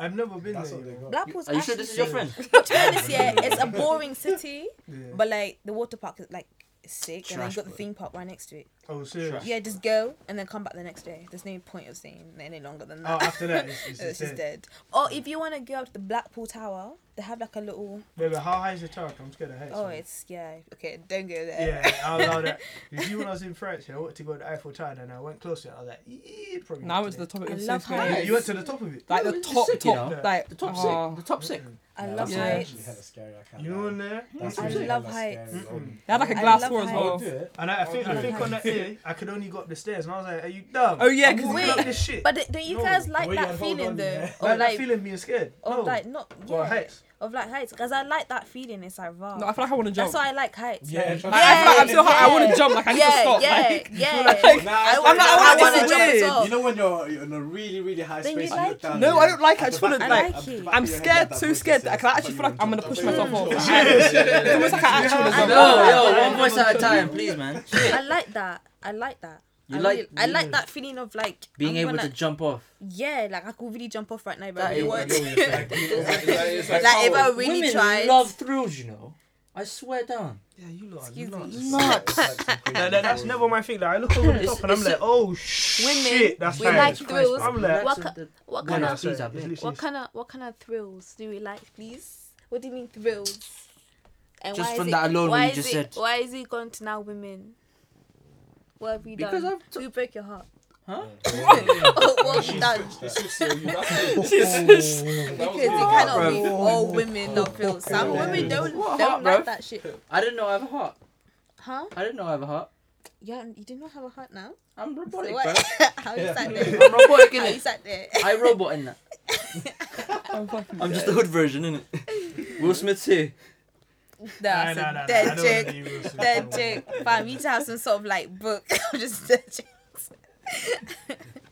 F: I've never been
G: That's
F: there.
G: what they
F: you know.
G: got.
D: Blackpool's
A: Are you sure this is your
D: actually-
A: friend?
D: To be honest, yeah, it's a boring city,
F: Yeah.
D: but like the water park is like sick, and then you
A: Trash,
D: got the
A: bro.
D: theme park right next to it.
F: oh, serious.
D: Yeah, just go and then come back the next day. There's no point of staying any longer than
F: Oh,
D: that.
F: after that, it's, it's,
D: it's
F: just
D: just
F: dead.
D: dead. Or if you want to go up to the Blackpool Tower, they have like a little.
F: Baby, how high is the tower? I'm scared of heights.
D: Oh,
F: man.
D: it's yeah. Okay, don't go there.
F: Yeah, I'll allow that. If you when I was in France, yeah, I wanted to go to the Eiffel Tower, and I went closer. I was like, "Eeeh, probably.
B: Now
F: not
B: it's the
F: today."
B: top.
D: I
B: It's so
D: love
B: scary.
D: heights.
F: Yeah, you went to the top of it. Mm.
B: Like
A: No,
B: the
A: it's
B: top,
A: sick, you
B: top,
A: know?
B: like
A: The top
B: oh.
A: six. The top six.
D: I
G: Yeah,
D: love
G: that's
B: Yeah.
D: heights.
G: actually hella scary. I can't.
F: You know
G: lie.
F: in there?
G: That's
D: I
G: really
D: love
G: hella
D: heights.
G: scary.
F: Mm-mm.
B: They had like a
D: I
B: glass
D: love
B: door as
D: heights.
G: I
B: well.
G: would do it.
F: And I, I think I think on that day I could only go up the stairs, and I was like, "Are you dumb?
B: Oh, yeah,
F: I'm
B: 'cause
F: walking
D: you-
F: up this shit.
D: But th- don't you
F: No,
D: guys
F: the
D: like
G: way you
D: that
G: hold on,
D: feeling though?
G: yeah.
D: Or
F: like, that
D: like,
F: feeling being scared.
D: or
F: no.
D: like not yeah,
F: Or heights.
D: of like heights. Cause I like that feeling. It's like raw.
B: No, I feel like I want to jump.
D: That's why I like heights.
G: Yeah,
D: man.
G: trust me.
B: I, I feel like I'm so high. I want
D: Yeah.
B: to jump. Like I need
D: yeah,
B: to stop.
D: Yeah,
B: Like,
D: yeah.
G: Nah,
D: I want to
B: I'm
G: it's
B: like,
G: like-
B: I
D: I
B: wanna
D: want to
B: do
D: jump
B: it.
D: as well.
G: You know when you're, you're in a really, really high
D: Then
G: space,
D: you
G: you
D: like
G: look down.
B: No,
G: there,
B: I don't like it. I
G: at the
B: just
G: back-
B: wanna,
G: at
D: like-
G: the back of your
B: I'm
G: head,
B: scared,
G: that
B: so
G: voice
B: scared
G: that
B: that I
G: says,
B: can actually
G: "Fuck
B: feel like
G: you,
B: I'm gonna
G: jump
B: push
G: away."
B: myself off.
A: Yo,
B: It's almost like an actual as well.
A: yo, one voice at a time, please, man.
D: I like that. I like that.
A: You
D: I
A: like-
D: really- I like that feeling of like
A: Being
D: I'm
A: able
D: gonna-
A: to jump off.
D: yeah, like I could really jump off right now if I
A: That
D: really
A: is-
D: want.
A: I
D: to.
G: It's like- it's like-
D: like if I
A: Women
D: really tried.
A: love thrills, you know. I swear down.
F: Yeah, you lot.
D: Excuse
F: you lot.
D: me.
F: just-
G: Nuts.
F: That- that- that's never my thing. Like, I look over the
A: It's-
F: top and I'm
A: it's a-
F: like, oh shit, that's
D: we
F: fine.
D: like
A: Jesus
D: thrills.
A: Christ,
F: I'm like-
A: relax
D: What
A: with the-
D: What
A: Yeah,
D: kind
A: no,
D: of
A: please, I
F: it's
A: beg.
F: literally-
D: what kind of what kind of thrills do we like, please? What do you mean thrills? And
A: Just
D: why
A: from
D: is
A: that
D: it,
A: alone,
D: why
A: what you
D: is
A: just
D: it,
A: said.
D: Why is it gone to now women? What have we
A: Because
D: done?
A: I've t-
D: you break your heart.
A: Huh?
D: what what have we done? Because it cannot be all women not thrills. Some women don't
A: What
D: don't
A: heart,
D: like
A: bruv?
D: that shit.
A: I didn't know I have a heart.
D: Huh?
A: I didn't know I have a heart.
D: Yeah, you do not have a heart now.
A: I'm
D: So
A: robotic, bro.
D: what? How you sat there?
A: I'm robotic
D: How you
A: innit?
D: sat there?
A: I robot in that.
B: I'm fucking
A: I'm just the hood version innit? Will Smith's here.
F: Nah,
D: That's
F: nah, nah, nah,
D: a
F: I
D: dead
F: don't
D: joke.
F: wanna be rude to
D: Dead
F: people.
D: joke. Fam, you need to have some sort of like book. I'm just dead joke.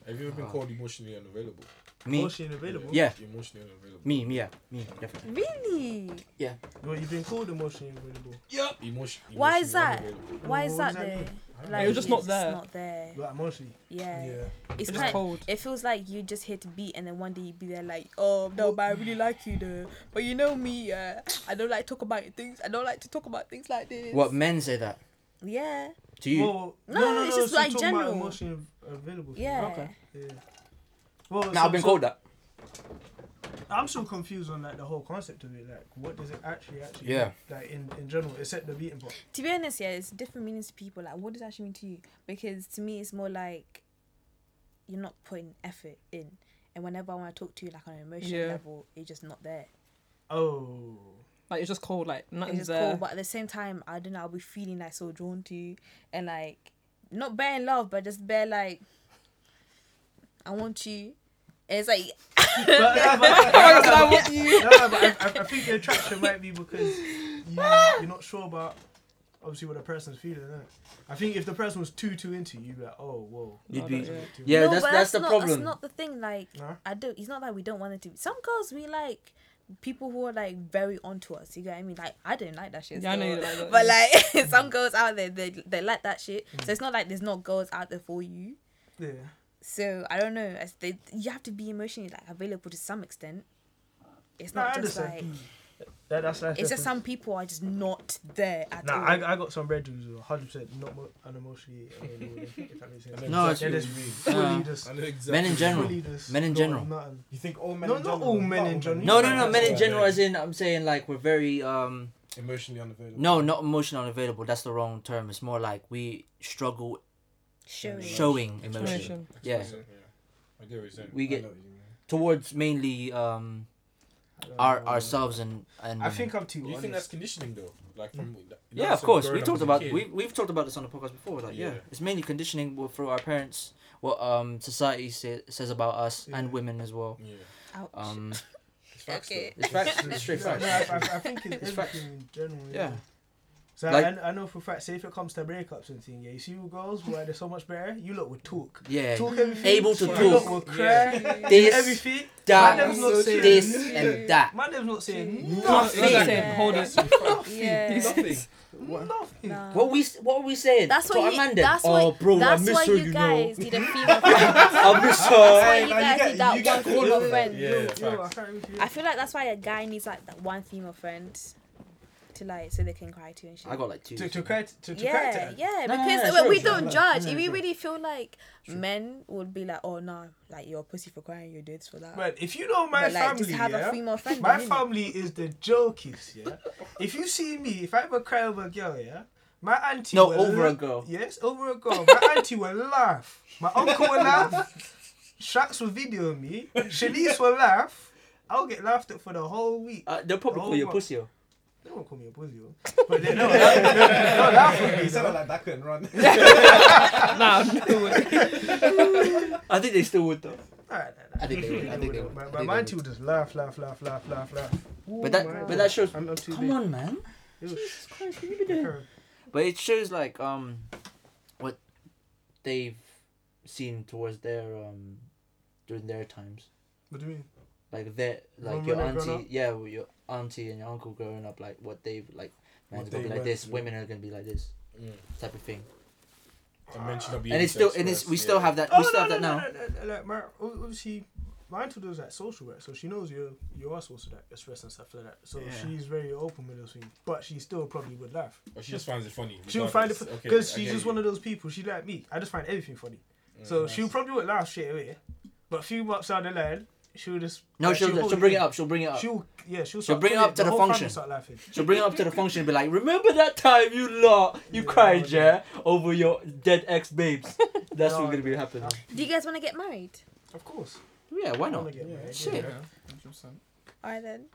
E: Have you ever been called emotionally unavailable?
A: Me.
F: Oh, she ain't available.
A: Yeah.
E: Emotionally unavailable.
A: Me, me, yeah. Me, definitely.
D: Really?
F: Well, you've been called emotionally available.
E: Emotion,
D: Why is
E: emotionally
D: that?
E: unavailable.
D: Why is
F: What
D: that
F: does that
D: there?
F: mean?
D: Like,
B: It was just
D: it's
B: not there.
D: not there.
F: Like, emotionally.
D: Yeah. It's
B: It's
D: like,
B: cold.
D: it feels like you're just here to beat, and then one day you be there like, oh no, but I really like you though. But you know me, uh, I don't like talk about things. I don't like to talk about things like this.
A: What, men say that?
D: Yeah.
A: To you?
F: Well,
D: No, it's just
F: she's
D: like
F: talking about
D: general.
F: Emotionally available. for you.
D: Yeah.
A: Okay.
F: Yeah. Well,
A: Nah, I've been called that.
F: I'm so confused on like the whole concept of it. Like, what does it actually actually?
A: Yeah.
F: Mean? Like in, in general, except the beating part.
D: To be honest, yeah, it's different meanings to people. Like, what does that actually mean to you? Because to me, it's more like you're not putting effort in. And whenever I want to talk to you, like on an emotional
B: Yeah.
D: level, it's just not there.
F: Oh.
B: Like it's just cold. Like
D: it's
B: nothing's
D: just
B: there.
D: cool. But at the same time, I don't know. I'll be feeling like so drawn to you, and like not bare in love, but just bare like I want you. And it's like
F: But, uh, but-
B: I want you.
F: no, no, but I, I, I think the attraction might be because you, you're not sure about obviously what the person's feeling. Isn't it? I think if the person was too too into you, you'd be like, oh whoa.
A: You'd
F: I
A: be-
F: don't know, too
A: Yeah,
D: no,
A: that's,
D: but
A: that's, the
D: not,
A: problem.
D: That's not the thing. Like
F: No?
D: I don't. It's not that we don't want it to. be. Some girls we like people who are like very onto us. You get what I mean? Like I don't like that shit.
B: Yeah, I know
D: so-
B: you don't like that, Mm.
D: But like some girls out there, they they like that shit. So it's not like there's not girls out there for you.
F: Yeah.
D: So I don't know. I, they, you have to be emotionally like available to some extent. It's
F: No, I
D: not just
F: understand.
D: like
F: That, that's, that's
D: it's
F: definitely-
D: just some people are just not there at
F: Nah,
D: all.
F: I, I got some red rooms who are 100% not mo- unemotionally available, if that makes sense.
E: I know
A: No,
E: exactly
F: it's-
E: what you mean.
F: Fully
A: Uh,
F: just,
E: I know exactly
A: Men in
E: what you
A: general.
F: fully just
A: Men in
F: not
A: general.
F: nothing.
G: You think all men?
F: No,
G: in
F: not
G: general-
F: all men in
G: all
F: general.
A: No, no, no. Men in
E: Yeah.
A: general, as in, I'm saying like we're very um
E: mean. Emotionally unavailable.
A: no, not emotional unavailable. That's the wrong term. It's more like we struggle
D: Showing.
A: showing emotion
B: Explanation.
A: Yeah.
E: I get what you're saying.
A: We
E: I
A: get-
E: know what you mean.
A: towards mainly um our ourselves and and
F: I think I'm too
E: Do you
F: honest.
E: think that's conditioning though? Like from that-
A: yeah,
E: that's
A: of course.
E: growing
A: We've
E: up
A: talked
E: as a
A: about
E: kid.
A: we we've talked about this on the podcast before. Like, yeah,
E: Yeah.
A: it's mainly conditioning w- through our parents, what um society say, says about us
F: Yeah.
A: and women as well.
E: Yeah.
D: Ouch.
A: Um,
E: It's facts,
D: Okay.
E: though.
A: it's facts. It's straight
F: No,
A: facts.
F: no, I, I- I think it's,
A: It's facts.
F: everything in general. Yeah.
A: Yeah.
F: So
A: Like-
F: I, I know for a fact, say if it comes to breakups and thing, yeah, you see you girls why they're so much better. You lot would talk.
A: Yeah,
F: Talk everything.
A: able to
F: you lot
A: talk
F: will cry.
A: This,
F: everything.
A: that,
F: Man, I'm not saying
A: this,
F: nothing.
A: and that.
F: My name's not saying
B: Nothing.
A: Nothing.
B: Nothing. Hold it.
D: Yeah.
E: Nothing.
F: nothing.
D: Nah.
A: What we what are we saying?
D: That's
A: To
D: why
A: our
D: you-
A: man then?
D: that's
A: oh,
D: why-
A: bro, I
D: That's
A: miss
D: why
A: her,
D: you,
A: you, know.
D: guys need a female friend.
A: I miss
D: That's
A: her.
D: why
G: Oh, Hey,
D: you
G: now you
D: guys
G: get-
D: need that
G: you get
D: one
G: called
D: female
G: up there.
D: friend.
E: Yeah,
F: Yo, I
E: facts.
F: can't even-
D: I feel like that's why a guy needs like that one female friend to like so they can cry to and shit.
A: I got like two.
F: To to cry to, to cry
D: yeah,
F: to
D: yeah,
A: No, no,
D: because
A: no,
D: we-
A: sure,
D: we
A: sure,
D: don't
F: like,
D: judge.
F: yeah,
D: if you
F: sure.
D: really feel like men would be like, oh no, like you're a pussy for crying, you're this for that.
F: But if you know my
D: but like,
F: family,
D: just have
F: yeah,
D: a female friend.
F: my
D: then, innit?
F: family is the jokers, yeah. if you see me, if I ever cry over a girl, yeah, my auntie
A: No,
F: will
A: over a
F: la-
A: girl.
F: Yes, over a girl. My auntie will laugh. My uncle will laugh. Shax will video me. Shanice will laugh. I'll get laughed at for the whole week.
A: Uh, they'll probably call you a
F: Oh,
A: pussy. yo.
F: They won't call me a pussy, yo. but they no, laugh, no, laugh at me.
G: He sounded
F: though.
G: like that couldn't run.
B: Nah, no.
A: I think they still would though.
F: Nah, nah, nah.
A: I think they would, I think they would. I
F: My,
A: think
F: my,
A: they
F: my auntie
A: would.
F: will just laugh, laugh, laugh, laugh, laugh, laugh.
A: But that
F: my
A: but that shows.
F: I'm, I'm too
A: Come
F: big.
A: on, man.
F: Ew.
A: Christ, what you been doing? But it shows like um, what they've seen towards their um, during their times.
F: What do you mean?
A: Like their like
F: When
A: your
F: women grown
A: auntie, yeah, well, your auntie and your uncle growing up, like what they've like. Man's
E: What
A: gonna
E: they
A: be like
E: went
A: this.
E: through.
A: Women are gonna be like this
E: Mm.
A: type of thing.
E: And men should not be
A: and
E: able
A: it's
E: to
A: still and it's
E: express,
A: we
E: yeah.
A: still have that.
F: Oh,
A: we still
F: no,
A: have
F: no,
A: that
F: no,
A: now.
F: No, no, no, like, my, ob- obviously, my auntie does like social work, so she knows you you are social like stress and stuff like that. So
A: Yeah.
F: she's very open with those things, but she still probably would laugh.
E: Or she just finds it funny.
F: She'll find it
E: regardless. Okay,
F: because
E: I
F: she's
E: get
F: just
E: you.
F: one of those people. She like me. I just find everything funny.
E: Mm,
F: So
E: nice.
F: she'll probably would laugh straight away, but a few months down the line, she'll just
A: No,
F: like,
A: she'll, she'll,
F: probably
A: bring it
F: be-
A: up. She'll bring it up. She'll,
F: She'll yeah, she'll,
A: She'll
F: start
A: bring it
F: playing.
A: up to the
F: whole family
A: function.
F: Start laughing.
A: bring it up to the function and be like, "Remember that time you lot, you
F: Yeah,
A: cried,
F: yeah.
A: yeah, over your dead ex babes." That's
F: No,
A: what's gonna be happening.
D: Do you guys want to get married?
F: Of course.
A: Yeah, why
F: I
A: not?
F: wanna get married,
A: Shit.
F: yeah.
D: All right then.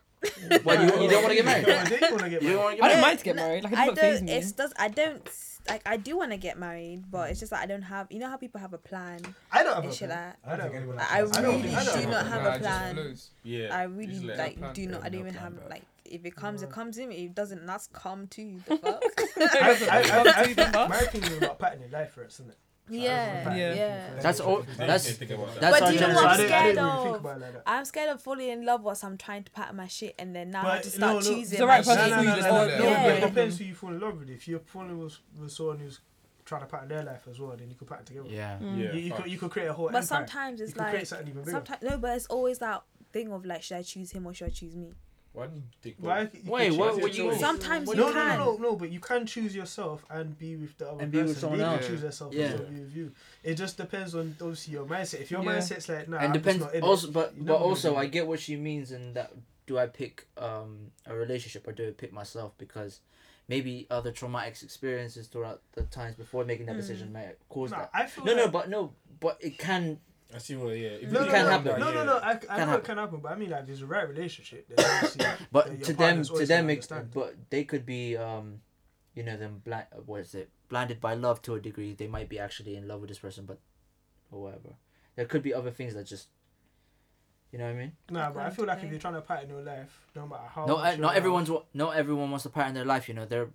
A: Why do you, you don't want to get married?
F: I did wanna get
A: You
F: married.
A: don't want to
B: I
A: get married.
B: don't mind to get married. Like, it
D: I
B: doesn't faze
D: don't.
B: me.
D: It's does. I don't. s- Like I do want to get married, but it's just that I don't have. You know how people have a plan
F: I don't have
D: and
F: a
D: shit
F: plan.
D: like.
G: I don't think anyone.
D: that. I
G: has-
F: I don't
D: really
F: think- I don't
D: do
F: have
D: not
F: a
D: have
F: plan,
D: a plan.
E: Yeah.
D: I really
E: usually I
D: like
E: plan.
D: do
E: Yeah,
D: not. I
E: no
D: don't even
E: plan,
D: have
E: bro.
D: like. If it comes, it
F: No.
D: comes in. If it doesn't, that's come too. The fuck?
F: I, I, I,
B: Don't do that.
F: my opinion about patterning life for us, isn't it?
D: yeah,
B: Yeah.
D: yeah.
A: That's all.
E: They- they
A: That's
E: think about that.
A: that's
D: But
A: our
D: do you know
A: generation.
D: what I'm
F: I didn't- I
D: scared
F: didn't really
D: of?
F: think about it like that.
D: I'm scared of falling in love whilst I'm trying to pattern my shit, and then now I
F: But
D: just
F: no,
D: start
F: no,
D: choosing.
B: It's the
D: my
B: right
D: shit.
B: person
F: No, no, no,
B: who's
F: no,
B: all-
F: no,
D: yeah.
F: but
D: Yeah.
F: it depends who you fall in love with. If you're falling with, with someone who's trying to pattern their life as well, then you could pattern together.
A: Yeah.
E: Yeah,
F: Mm, you, you,
E: fuck.
F: could, you could create a whole
D: But
F: empire.
D: sometimes
F: you
D: it's
F: could create
D: like
F: something even bigger.
D: sometimes no, but it's always that thing of like, should I choose him or should I choose me?
E: Why do you think?
F: Why- you
A: Wait,
F: could
A: what
F: choose
A: would
F: it
A: you-
F: yourself.
D: Sometimes
F: No,
D: you
F: no,
D: can.
F: no, no, no, but you can choose yourself and be with the other
A: And be
F: person.
A: with someone
F: they can
A: else.
F: choose themselves
A: Yeah.
F: and still be with you. It just depends on obviously your mindset. If your
B: Yeah.
F: mindset's like, nah,
A: and
F: I'm just
A: depends
F: not in it,
A: also but but
F: you're never gonna
A: also
F: be-
A: i get what she means in that do i pick um a relationship or do i pick myself because maybe other traumatic experiences throughout the times before making
D: Mm.
A: that decision might cause
F: Nah,
A: that
F: I feel
A: no
F: like-
A: no but no but it can
E: I see what. Yeah. If
F: No,
E: you
F: no,
A: can't
F: no,
A: happen.
F: No, no,
E: yeah.
F: no. I, I know it
A: happen.
F: can happen, but I mean, like, there's a right relationship. then obviously, that
A: but
F: your
A: to them
F: partner's
A: to
F: always
A: them
F: gonna
A: it,
F: understand.
A: but they could be um you know them blind what is it blinded by love to a degree they might be actually in love with this person but or whatever there could be other things that just you know what i mean
F: Nah, but I feel like if
D: Okay.
F: you're trying to pattern your life, no matter how.
A: No,
F: much
A: uh,
F: you're
A: not everyone's. wa- Not everyone wants to pattern their life. You know, they're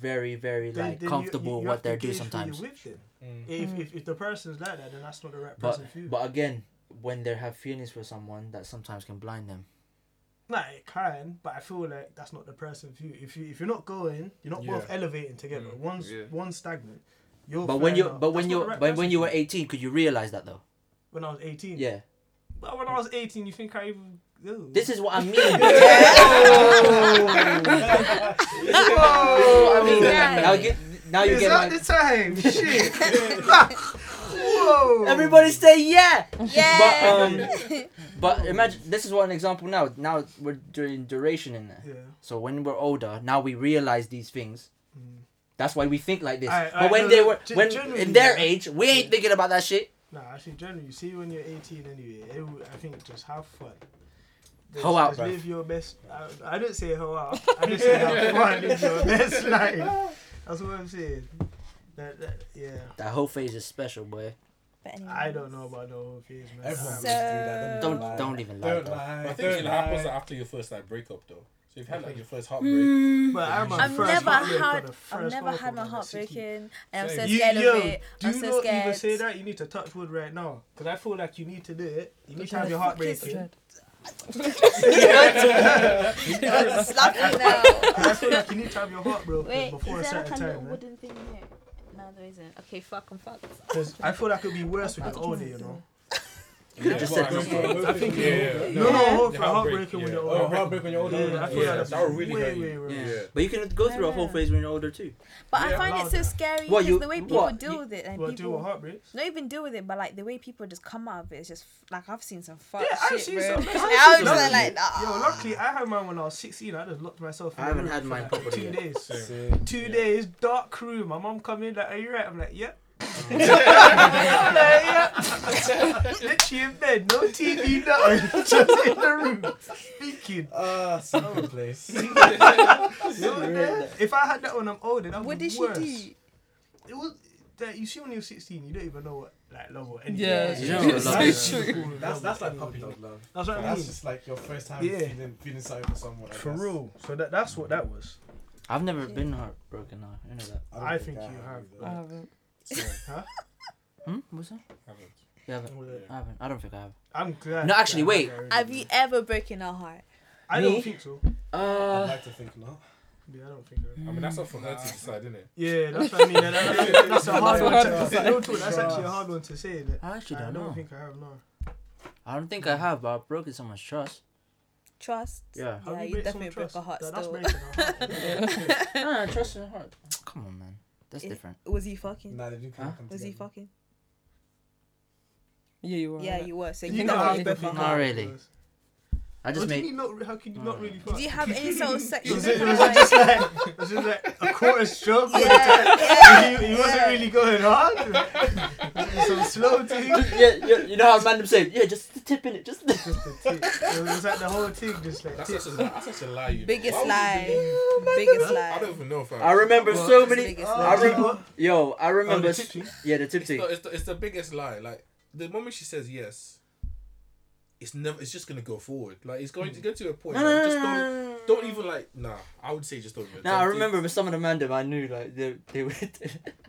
A: very, very
F: Then-
A: like
F: then you-
A: comfortable
F: you- you
A: what
F: have to
A: they do
F: gauge who
A: sometimes.
F: you're with then.
E: Mm.
F: If, if, if the person's like that, then that's not the right
A: But
F: person for you.
A: but again, when they have feelings for someone, that sometimes can blind them.
F: Nah, it can, but I feel like that's not the person for you. If you if you're not going, you're not both
E: Yeah.
F: elevating together.
E: Mm,
F: One's
H: yeah.
F: one's stagnant. You're
A: But when
F: flying
A: you
F: up.
A: but when
F: That's not
A: you
F: the right
A: but
F: person
A: when you
F: for
A: were eighteen, could you realize that though?
F: when I was 18.
A: Yeah,
F: But when I was 18, you think I even. Ew.
A: this is what I mean. Whoa! I mean,
D: Yeah.
A: now get now you
F: It's
A: get
F: not
A: my.
F: the time. Shit. Whoa.
A: Everybody say yeah. But
D: Yeah.
A: um, but imagine this is one example now. Now we're doing duration in there.
F: Yeah.
A: So when we're older, now we realize these things.
F: Mm.
A: That's why we think like this.
F: Aye,
A: but
F: aye,
A: when
F: no,
A: they
F: no,
A: were
F: gen-
A: when
F: generally,
A: in their
F: yeah.
A: age, we ain't thinking about that shit.
F: Nah, actually, generally, you see, when you're 18 anyway, it, w- I think just have fun. Just,
A: Hoe out,
F: just
A: bruv.
F: live your best. I, I didn't say hoe out. I just say have fun. Live your best life. That's what I'm saying. That, that, yeah.
A: That whole phase is special, boy. um,
D: But anyway.
F: I don't know about the whole phase, man. Um,
G: Everyone goes
F: I'm-
G: through that.
A: Don't
G: lie.
A: don't even lie.
G: Don't
A: bro.
G: lie.
E: I think
G: don't
E: it
G: lie.
E: happens after your first like breakup though. So if you had like your first heartbreak,
A: Mm.
F: But I'm a
D: I've
F: first
D: never
F: heartbreak on
D: had
F: the
D: I've
F: first
D: never had
F: heartbreak
D: my
F: on
D: heart
F: the 16th.
D: broken and I'm
E: Same.
D: so
F: You,
D: scared
F: yo,
D: of it.
F: do
D: I'm
F: not
D: so
F: even
D: scared.
F: say that. You need to touch wood right now, because I feel like you need to do it. You need to have your
D: fuck
F: heart
D: is-
F: breaking.
D: Slap me now.
F: I feel like you need to have your heart broken
D: Wait,
F: before a
D: is there like
F: certain
D: a little
F: time, man.
D: wooden thing here? No, there isn't. Okay, fuck, I'm fucked.
F: 'Cause I feel like it'd be worse with the older, you know.
A: You could have just said
E: Yeah.
A: no.
F: I think
E: yeah, yeah,
F: No, no,
D: Yeah.
E: The
F: heartbreak,
E: heartbreak,
F: heartbreaking when
E: yeah.
F: you're
E: Oh,
F: older.
G: heartbreak when you're older.
F: Yeah, I feel
E: Yeah,
F: like
E: that would really
F: way,
E: hurt you.
F: way worse.
A: Yeah.
E: Yeah.
A: But you can go through a whole
D: Yeah.
A: phase when you're older too.
D: But I
F: Yeah.
D: find it so
A: What,
D: scary because
A: you-
D: the way people
A: what?
D: deal
A: You-
D: with it and
F: Well, do
D: people
F: with heartbreaks?
D: not even deal with it, but like the way people just come out of it, it's just like I've seen some fuck
F: Yeah, I've
D: shit,
F: seen
D: bro.
F: some. I've
D: I
F: seen
D: was
F: some.
D: just like, nah.
F: Yo, luckily I had mine when I was 16. I just locked myself. In
A: I
F: a
A: haven't
F: room
A: had
F: for
A: mine
F: like
A: properly
F: Two
A: yet.
F: days.
E: Same.
F: Two
E: Yeah.
F: days, dark crew. My mom come in like, "Are you right?" I'm like, "Yeah." I'm like, yeah. Literally in bed, no TV, nothing. Just in the room, thinking.
G: Ah, secret place.
F: You know what I'm saying? If I had that when I'm older, that
D: what
F: would
D: did
F: be
D: she
F: worse.
D: do?
F: It was that you see when you're 16, you don't even know what like love or anything.
B: Yeah.
F: is.
A: You don't know
F: It's
A: what
F: like
A: love
B: is.
F: cool
B: It's
F: with
G: That's
F: love and
G: that's like puppy
F: everything.
G: dog love.
F: That's what I
G: That's
F: mean.
G: just like your first time
F: Yeah.
G: feeling feeling sorry for someone. I
F: For
G: guess.
F: real. So that that's what that was.
A: I've never been heartbroken. Now you know that.
G: don't
F: I think you have,
G: either.
B: I haven't.
A: Hmm? What's that?
E: Haven't.
A: You haven't. I haven't. I don't think I have.
F: I'm glad.
A: No, actually,
F: that I
A: wait.
F: got rid of
D: Have
F: it.
D: you ever broken our heart?
F: I
A: Me?
F: don't think so.
G: I'd
A: Uh,
G: like to think not.
F: Yeah, I don't think so.
E: I mean, that's up for her to decide, isn't it?
F: Yeah, that's what I mean. and that- that- That's a
B: That's
F: hard one.
B: what
F: to-
B: I
F: no, that's actually a hard one to say. That
A: I actually
F: I
A: don't know.
F: don't think I have no.
A: I don't think I have, but I've broken someone's trust.
D: Trust.
A: Yeah.
F: Have
D: Yeah,
F: you
D: you,
F: break
D: definitely
F: someone's
D: broke a heart
F: trust? That-
D: still.
F: That's breaking a heart.
A: ah, trust is hard. Come on, man. That's
D: It-
A: different.
D: Was he fucking?
G: Nah, they do kind
A: Huh?
G: of come
D: Was he
G: together.
D: fucking?
B: Yeah, you were.
D: Yeah, you were. So
F: You
D: you,
F: know
D: definitely
F: how
D: broke a
F: definitely
A: Not
D: heart.
A: really. I
F: How
A: just
F: can you
A: made.
F: not? How can you not really?
D: Did you have any sort of sexual?
F: Was it- was it
D: like-
F: just like, was it like a quarter stroke?
D: yeah,
F: he, he wasn't
D: yeah.
F: really going hard. Some slow tea.
A: yeah, yeah, you know how man them say, yeah, just the tip in it, just. The...
F: Just the tea. It was like the whole thing, just like
E: That's
F: tea.
E: such, a, that's such a lie. You know.
D: Biggest
E: Why would you
D: lie.
E: believe-
D: Biggest
E: I don't
D: lie.
E: even know if I.
A: I remember
E: Well,
A: so
D: Just
A: many.
D: biggest
F: Oh,
A: I
D: lie.
F: the
A: remember.
F: what?
A: Yo, I
F: Oh,
A: remember.
F: the
A: s-
F: tip tea.
A: yeah, the tip
E: It's,
A: thing.
E: not, it's, the, it's the biggest lie. Like the moment she says yes, it's never. It's just gonna go forward. Like it's going to get to a point.
A: No,
E: like,
A: no, no,
E: just
A: no,
E: don't.
A: no, no,
E: Don't
A: no.
E: even like. Nah, I would say just don't. even
A: No, I
E: attempt it.
A: remember with some of the mandem I knew like they they would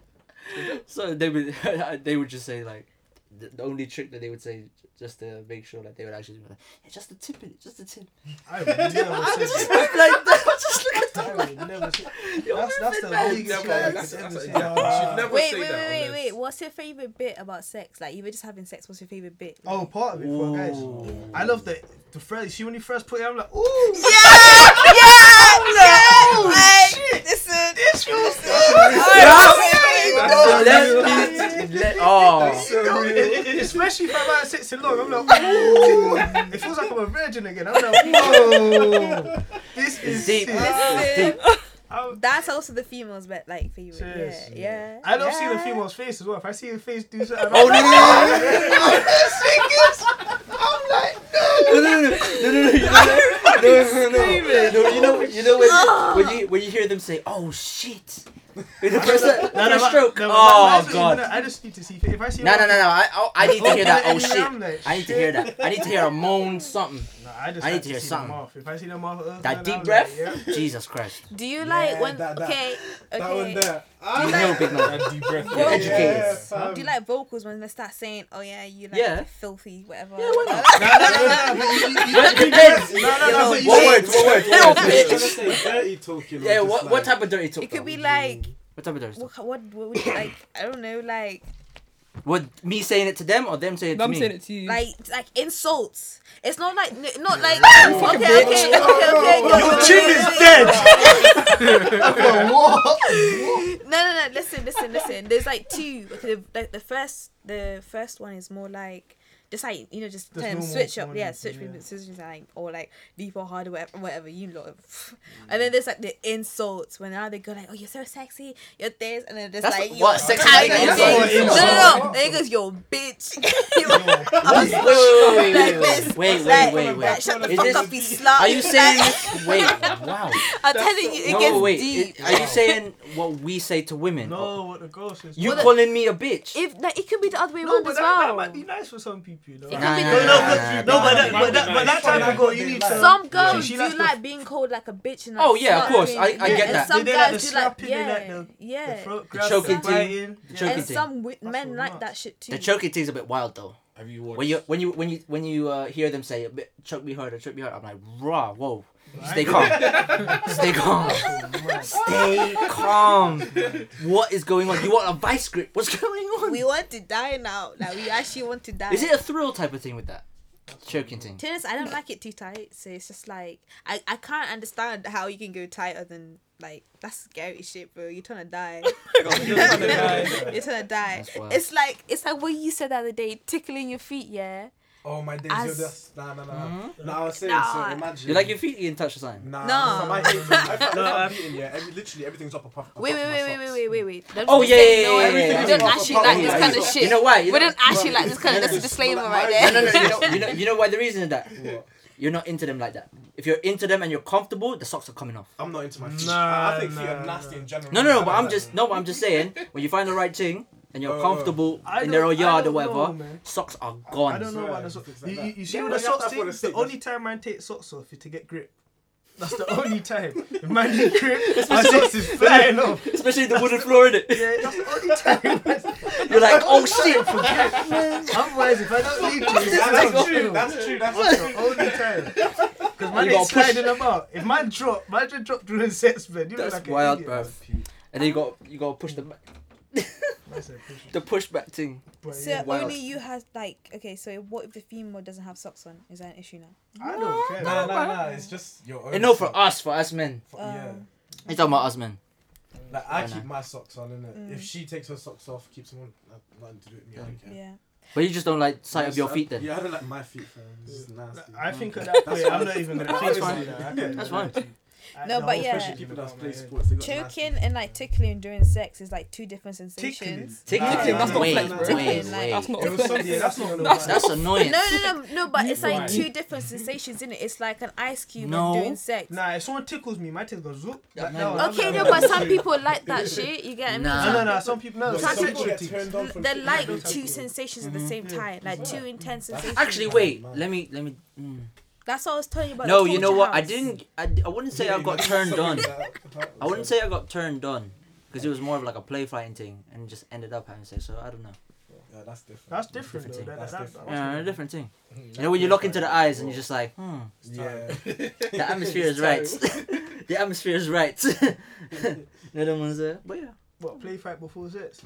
A: so they would they would just say like the, the only trick that they would say just to make sure that they would actually be like yeah, just the tip in it, just the tip.
F: I would never
A: I
F: say
A: just
F: that.
A: like that. I just look at
F: I would never say
A: Yo,
F: That's that's the
A: man.
F: biggest
E: Never,
F: lie I
E: that's-
F: could ever
E: that's-
F: say.
E: yeah, you should
F: Ah.
E: never
D: Wait,
E: say
D: wait, wait,
E: that
D: wait,
E: unless-
D: wait. What's your favorite bit about sex? Like you were just having sex. What's your favorite bit?
F: Oh, part of it for guys.
A: Ooh.
F: I love the the first. See when you first put it, I'm like, ooh. "Oh,
D: yeah, yeah. like, listen, this feels
A: Let
F: That's so real.
A: me- let- oh.
F: You know, it- it- it- especially if I'm out six and long, I'm like, ooh. it feels like I'm a virgin again. I'm like, whoa. This is
A: It's deep.
F: sick.
A: It's deep.
F: I'm-
D: That's also the females' bet, like favorite.
F: Serious.
D: Yeah, yeah.
F: I don't
D: yeah.
F: see the female's face as well. If I see the face do something,
A: Oh, no,
F: I'm
A: no,
F: I'm like,
A: no, no, no, no, no, no, you know that? no, no, no, no, you know, you know when, when you when you hear them say, "Oh shit," with the first, the
F: no, no,
A: first
F: my-
A: stroke.
F: no, my- my
A: Oh
F: eyes don't
A: god.
F: even know. I just need to see. If I see,
A: No,
F: one-
A: no, no, no. I, I, I need to
F: Oh,
A: hear that.
F: and
A: Oh
F: then I'm
A: shit.
F: like,
A: I need to hear that. I need to hear a moan, something.
F: No, I just
A: I need
F: like
A: to hear
F: see
A: something.
F: Them off. If I see them off, uh,
A: That
F: then
A: deep
F: I'm
A: breath.
F: Like, yeah.
A: Jesus Christ.
D: Do you like
G: Yeah,
D: when?
G: that- that-
D: okay, okay.
G: That one there.
A: Do you
G: Ah,
A: know, big man?
E: That deep breath.
A: You're
D: Yeah.
A: educated.
G: yeah, fam.
D: Do you like vocals when they start saying, "Oh yeah, you like
A: Yeah.
D: filthy, whatever"?
A: Yeah, why not?
F: No, no, no, no, but you- you- you-
A: Hey,
F: no, no, no,
A: yo,
F: but you-
A: What words? What words?
G: Yeah,
A: What
G: so
A: words?
G: you're trying to say dirty talk, you know,
A: Yeah.
G: just
A: What
G: like-
A: what type of dirty talk?
D: It could be
A: though?
D: like
A: What type of dirty talk?
D: what, what, what would you like? I don't know, like
A: What me saying it to them or them saying it to
B: I'm
A: me?
B: saying it to you.
D: like like insults. It's not like n- not like okay,
B: fucking
D: okay,
B: bitch.
D: okay, okay, okay.
F: Your chin is dead. What?
D: No, no, no. Listen, listen, listen. There's like two. Okay, the, like the first, the first one is more like just like you know, just
F: Just
D: turn
F: normal
D: switch up,
F: porn
D: yeah,
F: and-
D: switch
F: yeah.
D: between decisions like or like deep or harder, whatever, whatever you love. And then there's like the insults when now they go like, oh, you're so sexy, you're this, and then just
A: That's
D: like
A: what-
D: you're
A: sex is
D: tight,
A: like
D: you're
A: an
D: this.
F: insult?
D: No, no, no. Then it goes, yo, bitch.
A: Wait, wait, wait, wait, wait, wait,
D: Like,
A: wait, wait,
D: like, shut the
A: Is
D: fuck
A: this-
D: up, you slut.
A: Are you saying?
D: Like,
A: Wait. Wow.
D: I'm telling you, it
A: No,
D: gets
A: wait.
D: deep.
A: it- Are you saying what we say to women?
F: No, what the girl says.
A: You
D: Well, the-
A: calling me a bitch?
D: if like, it could be the other way
F: No,
D: around
F: but
D: as
F: that,
D: well.
F: that might be nice for some people, you know.
D: It
A: Nah,
D: could be
A: nah,
F: No,
D: the-
F: no,
A: nah, nah,
F: but- no,
A: nah, nah.
F: but that, but that, but that type of girl, you need to.
D: Some girls
F: she
D: do
F: likes
D: like
F: the-
D: being called like a bitch and like
A: Oh, yeah, of
D: slut
A: course.
D: and-
A: I- I
D: yeah,
A: get
D: and
A: that.
D: Some
F: They
D: guys
F: like the
D: do like
F: slapping, they
D: yeah,
F: like the-
D: yeah.
F: The throat
A: The
F: grabs,
A: choking
F: the
A: thing.
F: biting.
A: The
F: Yeah.
A: choking
D: and
A: thing.
D: some w- men
F: what
D: like
F: I'm
D: that
F: at.
D: shit too.
A: The choking thing's a bit wild though.
E: Have you watched?
A: When you when you when you when you uh, hear them say "B- choke me harder, choke me harder, I'm like rah, whoa. Stay calm. Stay calm. Stay calm. What is going on? You want a vice grip? What's going
D: we
A: on?
D: want to die now. Like we actually want to die.
A: Is it a thrill type of thing with that choking thing?
D: Tennis, I don't like it too tight, so it's just like I, I can't understand how you can go tighter than like that's scary shit, bro. You're trying to die. You're trying to die.
A: That's wild.
D: It's like it's like what you said the other day, tickling your feet, yeah.
G: Oh my days,
D: As-
G: you're just nah, nah, nah. No, I was saying,
D: Nah.
G: so imagine.
A: Hmm? You like your feet in touch the sign?
G: Nah,
D: No.
G: fam, I hate it. I felt
F: No,
G: like
F: I-
G: I'm beaten, yeah. Every, literally everything's up a puff.
D: Wait, wait, wait, wait, wait, wait, wait, wait. Don't
A: Oh
D: just
A: yeah,
D: say
A: yeah,
D: no,
A: yeah, yeah,
D: we
A: yeah.
G: everything
D: don't
G: is
D: actually like this kind of shit.
A: You know why? You
D: we
A: know-
D: don't actually like this kind of. That's a disclaimer right there.
A: No, no, no. You know, you know, you know why the reason is that you're not into them like that. If you're into them and you're comfortable, the socks are coming off.
G: I'm not into my feet.
F: Nah,
G: I think feet
F: nah,
G: are nasty in general.
A: No, no,
G: I
A: no. But
G: like
A: I'm
G: that.
A: just no. But I'm just saying when you find the right thing and you're
G: Oh,
A: comfortable
F: I
A: in their
F: don't-
A: own yard
F: I
A: or
F: don't know,
A: whatever,
F: man.
A: socks are
F: I don't
A: gone.
F: know
G: Yeah,
F: why the socks.
G: things like
F: You,
G: that.
F: you, you see
G: Yeah,
F: when
G: no,
F: the
G: you have
F: socks
G: to put a
F: thing. The
G: stick,
F: only time man takes socks off is to get grip. That's the only time. If man get grip, my socks is flying off.
A: Especially the wooden floor in it.
F: Yeah, that's the only time.
A: You're like, oh shit.
F: Otherwise, if I don't need to, it's
G: That's,
F: not
G: true.
F: true.
G: That's true. That's true.
F: the only time. Because man
A: You gotta
F: is sliding about. If man drop, man just drop during sex, man. You look
A: That's
F: like an
A: wild,
F: idiot.
A: bruv. And then you got you got to push the.
F: That's a push-
A: The pushback thing.
F: but
D: So
F: yeah.
A: Wild.
D: only you has like okay. So what if the female doesn't have socks on? Is that an issue now?
G: I don't care. No, no, no. It's just your own.
A: And no, for
G: stuff.
A: us, for us men.
G: For- yeah.
D: Um,
A: You talking about us men?
G: Like I
A: I
G: keep
A: know.
G: my socks on, innit?
D: Mm.
G: If she takes her socks off, keeps them on, I've nothing to do with me. I don't care.
D: Yeah.
A: But you just don't like sight of your
G: I-
A: feet then.
G: Yeah, I don't like my feet, fam. This is nasty.
F: I think at that point, I'm not even gonna.
A: That's
F: think
A: fine.
F: about that. I can-
A: That's fine.
F: I-
D: No,
F: the
D: but
F: whole
D: yeah.
F: pressure
G: Especially people that
F: about
G: play
F: my head.
G: sports, they got
D: Choking
G: nasty-
D: and like tickling during sex is like two different sensations.
A: Tick,
G: Nah,
A: tick, tick.
G: nah,
B: that's not
A: wait,
B: flex, bro.
A: wait,
D: Tickling, like-
A: wait.
B: That's not
F: It was something. Yeah, that's not. That's,
A: That's annoying.
D: No, no, no, no. But it's like
B: Why?
D: two different sensations, isn't it? It's like an ice cube
A: No.
D: and doing sex.
F: Nah, if someone tickles me, my tickle goes zoop.
A: Yeah,
F: Like,
A: man.
F: no, I'm
D: Okay,
F: not-
D: no, but some people like that shit. You get me?
A: Nah.
F: No, no, no. Some people. No,
G: Look,
D: Some
G: some
D: people
G: people get turned on from
D: They're
G: tickling.
D: like
G: Those type
D: two
G: of-
D: sensations at
A: Mm-hmm.
D: the same time, like two intense sensations.
A: Actually, wait. Let me, let me. mm.
D: that's what I was telling you about.
A: No,
D: the
A: you know
D: culture
A: what? I
D: house.
A: didn't. I, I wouldn't say I got turned on. I wouldn't say I got turned on because it was more of like a play fighting thing and just ended up having sex. So I don't know.
G: Yeah, that's different.
F: That's different.
A: Different
F: though. That-
G: thing.
F: that-
G: That's
F: that-
A: Yeah, a
F: that's-
A: different thing. You know when you look into the eyes and you're just like, hmm,
G: Yeah.
A: the atmosphere is right. the atmosphere is right. no one was there, but yeah,
F: What play fight before sex?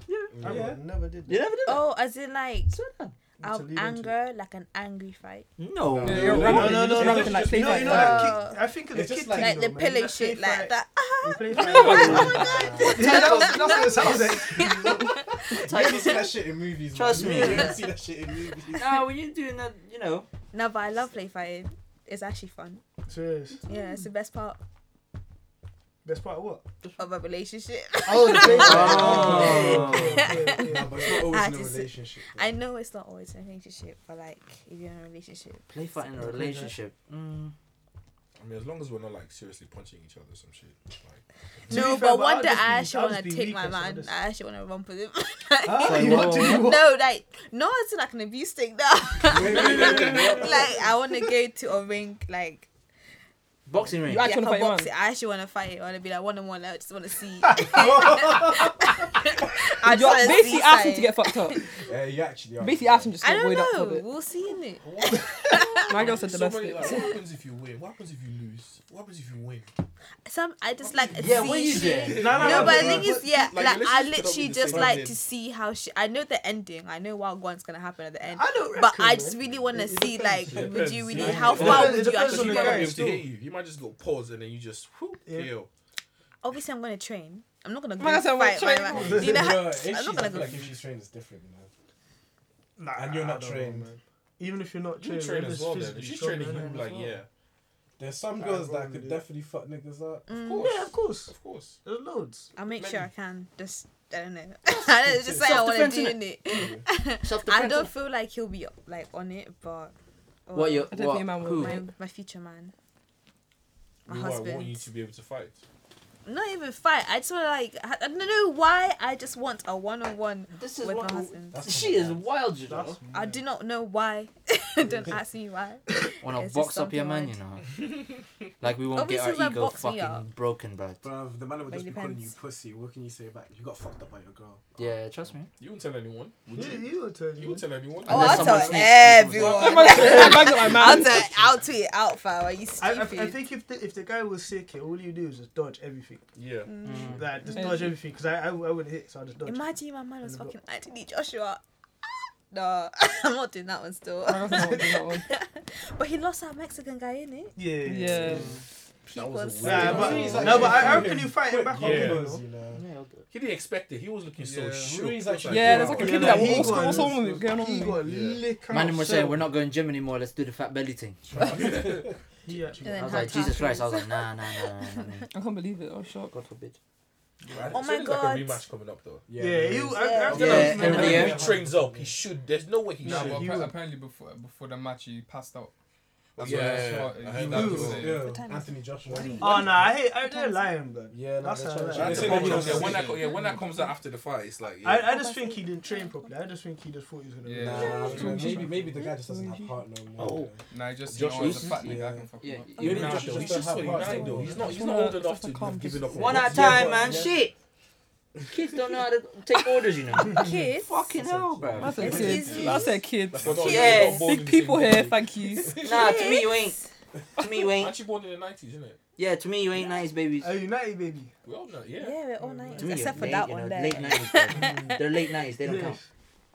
F: I
G: Yeah.
F: never did.
A: you
F: that.
A: never did that.
D: Oh, as in like
A: Swear down.
D: out
F: To
D: of
F: lead into it.
D: anger, like an angry fight.
A: No.
B: Yeah,
G: No,
B: you're ramping,
G: no, no,
B: you're
G: no,
B: just
G: no,
B: ramping
G: it's
B: like
G: just-
B: play
F: You know,
B: fight.
F: you know
D: like-
F: that kick. I think of the
G: It's
F: kick
G: just like-
F: thing,
D: Like the
F: though, man.
D: pillow
F: That play
D: shit, like
F: eh? fight-
D: that.
F: the play fight- Yeah, that was- that's what it sounds like.
G: You only see that shit in movies. man.
A: Trust me.
G: You only see that shit in movies.
A: No, when you're doing that, you know.
D: No, but I love play fighting. It's actually fun.
F: Serious.
D: Yeah, it's the best part
F: Best part of what?
D: of a relationship.
F: Oh, the play
A: Oh.
G: No, but it's not always
D: I
G: in a
D: just-
G: relationship. though.
D: I know it's not always a relationship, but like if you're in a relationship,
A: Play fight in a relationship. Mm.
E: I mean, as long as we're not like seriously punching each other, or some shit. Like,
D: no.
F: be fair,
D: but
F: but I'll
D: one day
F: just be-
D: I actually
F: I'll
D: want to
F: just be
D: take my
F: weak, so I'll
D: man.
F: just-
D: I actually want to run for him.
F: Ah,
A: Like,
F: you want to
A: whoa.
F: do what?
D: no, like no, it's like an abuse thing. No,
G: Wait, wait, wait, wait, wait.
D: like I want to go to a ring, like
A: Boxing ring.
B: You actually
D: yeah,
B: wanna
D: for
B: fight your
D: boxing.
B: man?
D: I actually want to fight it. I want to be like one on one. I just want to see. I just
B: You're
D: wanna
B: basically
D: see
B: asking to
D: something.
B: get fucked up.
G: Yeah, you actually are.
B: Basically asking just to
D: I
B: get
D: don't
B: weighed up for a
D: know.
B: bit.
D: We'll see in it.
B: My girl said the best
E: Somebody,
B: bit.
E: like, what happens if you win? What happens if you lose? What happens if you win?
D: Some I just like to
A: Yeah,
D: see
A: what you
D: shit.
A: doing?
F: No, no,
D: No,
F: no,
D: but the
F: no,
D: thing is, yeah,
E: like,
D: like, I
E: let's just put up with
D: literally
E: the
D: just
E: same
D: like
E: thing.
D: to see how she. I know the ending. I know what one's gonna happen at the end.
F: I don't
D: But
F: reckon,
D: I
F: man.
D: just really want to
F: It- it
D: see, like,
F: depends.
D: would you really?
G: Yeah.
D: How
G: It
D: far would
F: depends- it
D: you
F: depends
D: actually
F: on
E: You
F: the
E: might not be
D: go?
F: guy.
E: able to hit you. You might just go pause and then you just whoop,
F: Yeah.
E: KO.
D: Obviously, I'm gonna train. I'm not gonna go
B: Man, I said, "Well,
D: fight my
B: train."
D: man. Do you know how-
G: Bruh,
D: I'm
G: if she's-
D: not gonna
G: I
D: go.
G: feel like if she's trained, it's different, you know.
F: Nah,
G: And you're
F: I
G: not
F: don't
G: trained.
F: know, man. Even if you're not
E: You
F: trained,
E: train
F: you're
E: as
F: just
E: well then.
F: physically
E: If she's
F: strong,
E: training,
F: man.
E: you be like, yeah.
G: There's some
F: I
G: girls that
F: probably
G: could
F: do.
G: definitely fuck niggas up.
D: Mm.
F: Yeah, of course.
E: Of course.
F: There's loads.
D: I'll make
E: Maybe.
D: sure I can. Just I don't know. I don't, it's just like I want
A: Self-defense,
D: to do it. I
A: Self-defense.
D: don't feel like he'll be like on it, but or
A: What you?
B: I don't
A: What?
B: think a man would,
A: Who?
D: my my future man, my
E: You know, I want you
D: husband.
E: to be able to fight.
D: Not even fight. I just want to like I I don't know why. I just want a one on one
A: This is
D: with my
A: what.
D: husband.
G: That's
A: She is wild, you know.
F: That's
D: I
F: mad.
D: do not know why. don't ask me why.
A: Wanna
D: It's just
A: box up your man,
D: something
A: you know. like we won't get
D: Obviously,
A: our
D: like,
A: ego
D: box me
A: fucking
D: up.
A: broken, bro.
G: Bruv, the man would
D: But
G: just
D: it
G: be calling you
D: depends.
G: pussy. What can you say back? You got fucked up by your girl.
A: Yeah, trust me.
E: You won't tell anyone. Would
F: You,
E: you?
F: you will tell
E: You
F: you.
E: won't tell anyone.
D: Oh,
A: Unless
D: I'll
A: someone
D: tell
A: sneaks in
D: everyone.
B: That man said, "Bags up my
D: I'll,
B: man."
D: tell, I'll tweet it out, fam. Are you
F: I,
D: stupid?
F: I, I think if the, if the guy was sick, all you do is just dodge everything.
E: Yeah.
A: Mm.
F: Like, just
B: Mm.
F: dodge everything. Because I, I, I wouldn't hit, so I just dodge.
D: Imagine my man was
F: And the
D: fucking Anthony Joshua. No, I'm not doing that one still.
B: My girl said, "I won't do that one."
D: But he lost that Mexican guy in it.
F: Yeah.
B: Yeah.
E: That was a
F: Nah,
E: weird-
F: but,
G: He's like-
F: no, but I, I reckon you fight him back
E: Yeah.
F: on you
G: Because,
F: know.
G: you know.
E: He didn't expect it. He was looking so
G: Yeah.
E: shook.
G: Rui's like-
E: He was
B: Yeah,
E: wow.
B: there's like a
F: Yeah,
B: kid
F: like,
B: that.
F: he
B: What's
F: got
B: what's
F: a-
B: wrong with going on
F: He
B: with me?
F: got
E: Yeah.
F: lick out.
A: Man, and we're saying
F: so-
A: we're not going gym anymore. Let's do the fat belly thing.
F: Yeah.
D: And then
A: I was
D: had
A: like, Jesus
D: tacos.
A: Christ. I was like, nah, nah, nah, nah, nah, nah.
B: I can't believe it. I'm shocked.
A: God forbid.
E: Right.
D: Oh
E: So
D: my
E: there's
D: God.
E: Like a rematch coming up though.
F: Yeah, you. I, I
D: Yeah.
A: Yeah, and
F: feel like
A: the
E: If
A: Yeah.
E: he trains up, he should. There's no way he
F: No,
H: No,
E: should.
H: but
F: you
H: appa-
F: were-
H: apparently before before the match he passed out. That's
E: Yeah,
H: what
E: yeah,
H: I
E: yeah. I
H: was
E: heard
H: you
E: that
H: know,
E: too.
H: so-
G: Yeah,
D: time is
G: Anthony Joshua. innit?
F: Oh no, I hate. I, they're lying, blood.
G: Yeah, no,
F: That's
G: they're
F: how it
G: trying to-
F: is.
G: They
F: That's
G: say
F: the
G: they're
F: problem.
G: trying to-
E: Yeah, when that, yeah, when that comes out after the fight, it's like yeah.
F: I, I just think he didn't train properly. I just think he just thought he was gonna.
H: Yeah.
G: Nah,
F: win.
G: I don't know, maybe maybe the guy just doesn't have heart no more.
A: Oh.
H: Nah, just
E: Josh
H: you know, as a
E: Wilson?
H: fat nigga, I
G: Yeah.
H: can fuck him
A: Yeah,
H: up.
A: you
E: Even
A: know,
E: after
A: just
E: he's just
G: have
E: 29
G: heart.
E: though. He's not. He's
B: Just
E: not
B: wanna-
E: old enough
B: just
E: to have
B: wanna calm
E: given up. on
A: One at a
E: it.
A: time,
E: Yeah,
A: man.
E: yeah.
A: Shit. Kids don't know how to take orders, you know.
D: Kids.
A: Fucking hell, bro.
B: I said
D: It's
B: kids.
D: easy.
B: I said kids.
E: We're not- we're not
A: Yes.
E: bold in
B: Big
E: the
B: people
E: same
B: here.
E: thing.
B: Thank you.
A: Nah, to me you ain't. To me, you ain't.
E: Actually born in the nineties, isn't it?
A: Yeah, to me, you ain't nineties babies.
F: Oh, United, baby.
E: We all know,
D: Yeah,
E: yeah.
D: we're all
A: To
D: 90s.
A: me,
D: Except for
A: late,
D: that
A: you know,
D: one there.
A: Late nineties. They're late nineties. They don't
F: Yes.
A: count.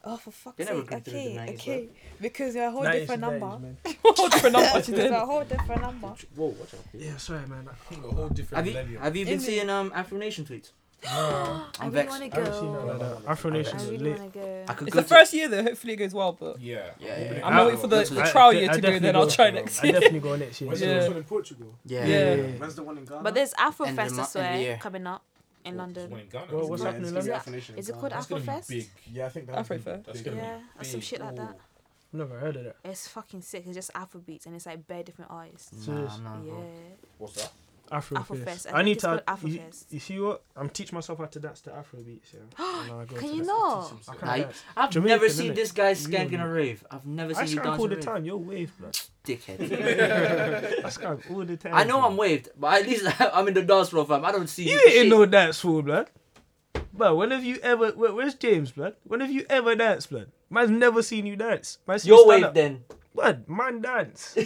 D: Oh, for fuck's
A: They never
D: sake.
A: grew through the
D: Okay,
A: 90s,
D: okay. Because you're a whole
F: That is-
D: different
F: that is,
D: number.
F: man.
B: Whole different number
D: It's
B: she did.
D: a whole different number.
A: Whoa, watch out.
F: Yeah, sorry, man.
E: A whole different
A: Have you
E: millennium.
A: have you been
D: Is it?
A: seeing um Afro Nation tweets?
D: I
A: I'm
D: really
A: vexed.
D: want to
F: I haven't seen
D: go.
F: that like that. Afro Nation
D: I
F: is
D: really
F: lit.
D: want to go.
A: I could
B: It's
A: go
B: the
A: to-
B: first year though. Hopefully it goes well, but
E: Yeah.
A: Yeah, yeah, yeah.
B: I'm
E: Wow.
B: waiting for the,
A: That's
B: the
A: lit.
B: trial
F: I-
B: year
F: I
B: to go.
F: definitely
B: Then I'll
F: go.
B: try next
F: I
B: year.
F: definitely go next year.
G: Where's
B: Yeah.
G: the one in Portugal?
A: Yeah.
B: Yeah.
G: Where's the one in Ghana?
D: But there's
A: End of the
D: Afrofest, I
A: month, end of the
D: swear,
A: year.
D: coming up in
E: One
D: London.
E: in Ghana.
F: Well, what's
G: Yeah,
F: happening in
G: it's gonna be
F: London?
G: Afro Nation in
D: Is it
G: Ghana.
D: called
E: That's gonna be big.
D: Afrofest?
G: Yeah, I think that.
B: Afro
G: would be
B: Fair.
E: That's
G: big.
E: gonna
D: Yeah,
E: be
D: or some
E: big.
D: shit like that.
F: Never heard of that.
D: It's fucking sick. It's just Afro beats and it's like bare different artists.
A: Nah,
F: Serious.
A: I'm not
D: Yeah.
A: involved.
E: What's that?
F: Afro
D: Afrofest.
F: Fest.
D: I
F: I
D: think
F: need
D: it's
F: to.
D: called
F: You,
D: Afrofest.
F: you see what? I'm teaching myself how to dance to Afro beats. Yeah. And I go
D: Can
F: to
D: you
F: that.
D: not?
E: Teach
F: I
E: himself.
F: can't
A: I-
F: dance.
A: I've
F: Jamaican,
A: never seen
F: innit?
A: this guy
F: You know
A: skanking
F: me.
A: a rave. I've never
F: I
A: seen you
F: skank
A: dance
F: all
A: a
F: the
A: rave.
F: time. You're waved, man.
A: Dickhead.
F: I skank all the time.
A: I know
F: fam.
A: I'm waved, but at least I'm in the dance floor, fam. I don't see
F: You
A: for
F: ain't
A: shit.
F: no dance fool, blood. But when have you ever? Where, where's James, blood? When have you ever danced, blood? Man's never seen you dance. Man's
A: You're waved then.
F: Blood, man dance.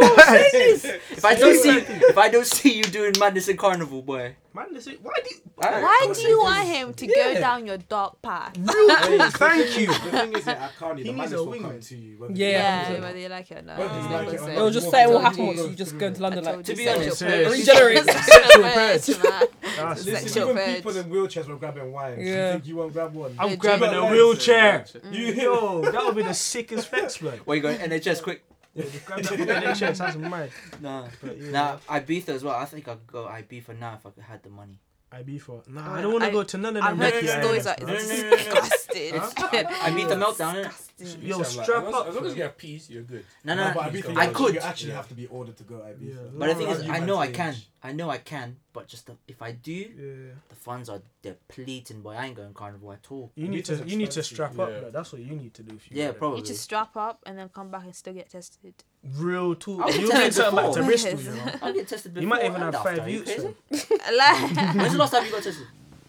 A: If I don't see, if I don't see you doing madness in carnival, boy.
F: man, listen. Why do you?
A: I-
D: Why do you want him to go down your dark path?
F: Thank you.
G: The thing is, that at Carney,
F: He
G: the
F: needs
G: man
F: a
G: will
F: wingman.
G: come to you. whether
B: Yeah.
G: you
D: Yeah,
G: like it or
D: whether you like it or not.
G: Whether you
D: it's
G: like
D: never
G: it or
D: said.
G: not.
B: It was just
G: Well,
B: say what
G: I
B: happened
G: told
B: once you
G: you.
B: just go to London like.
D: To
A: be
D: be honest,
A: honest,
B: regenerate.
F: That's
G: not. Listen,
D: Sexual
G: even
D: urge.
G: people in wheelchairs were grabbing wine.
B: Yeah.
G: You think you won't grab one?
F: I'm
D: Yeah,
F: grabbing
G: Jay-
F: a wheelchair.
G: You
F: Yo, that would be the sickest flex, blood.
A: Where you going? NHS quick.
F: Yeah, you grab that from the NHS, that's mad.
A: Nah.
F: But yeah,
A: Nah, Ibiza as well. I think I'd go Ibiza now if I had the money.
F: I be for. Nah,
D: I-
F: I don't want
D: I-
F: to go to none of
D: I've
F: them.
D: heard
A: no,
D: these
A: no,
F: dirty
A: no,
D: stories
A: no,
D: like
A: no,
D: this
A: no,
D: is
A: no, no, no.
D: disgusting.
A: I mean the meltdown. innit?
D: Disgusting.
F: Yo,
E: Like,
F: strap
E: as long-
F: up.
E: As long as
F: fam.
E: you have peas, you're good.
A: No, no,
G: No,
A: no.
G: but Ibiza,
A: I
G: you
A: could.
G: actually
E: Yeah.
G: have to be ordered to go Ibiza.
F: Yeah.
A: But the thing is,
G: Argue
A: I
G: man's
A: know I
G: age.
A: can. I know I can. But just the, if I do,
F: Yeah.
A: the funds are depleting. Boy, I ain't going carnival at all.
F: You need
G: Ibiza's
F: to you need to
G: expensive.
F: strap up.
E: Yeah.
F: blood. That's what you need to do. If you
A: Yeah,
F: wanna-
A: probably.
D: You just strap up and then come back and still get tested.
F: Real talk.
A: I was
F: You
A: telling
F: need to
A: before.
F: back to Bristol. You, know?
A: I'll get tested before.
F: you might even
A: and
F: have
A: after.
F: five
A: Are you
F: youths.
A: crazy?
F: fam.
D: Like-
A: When's the last time you got tested?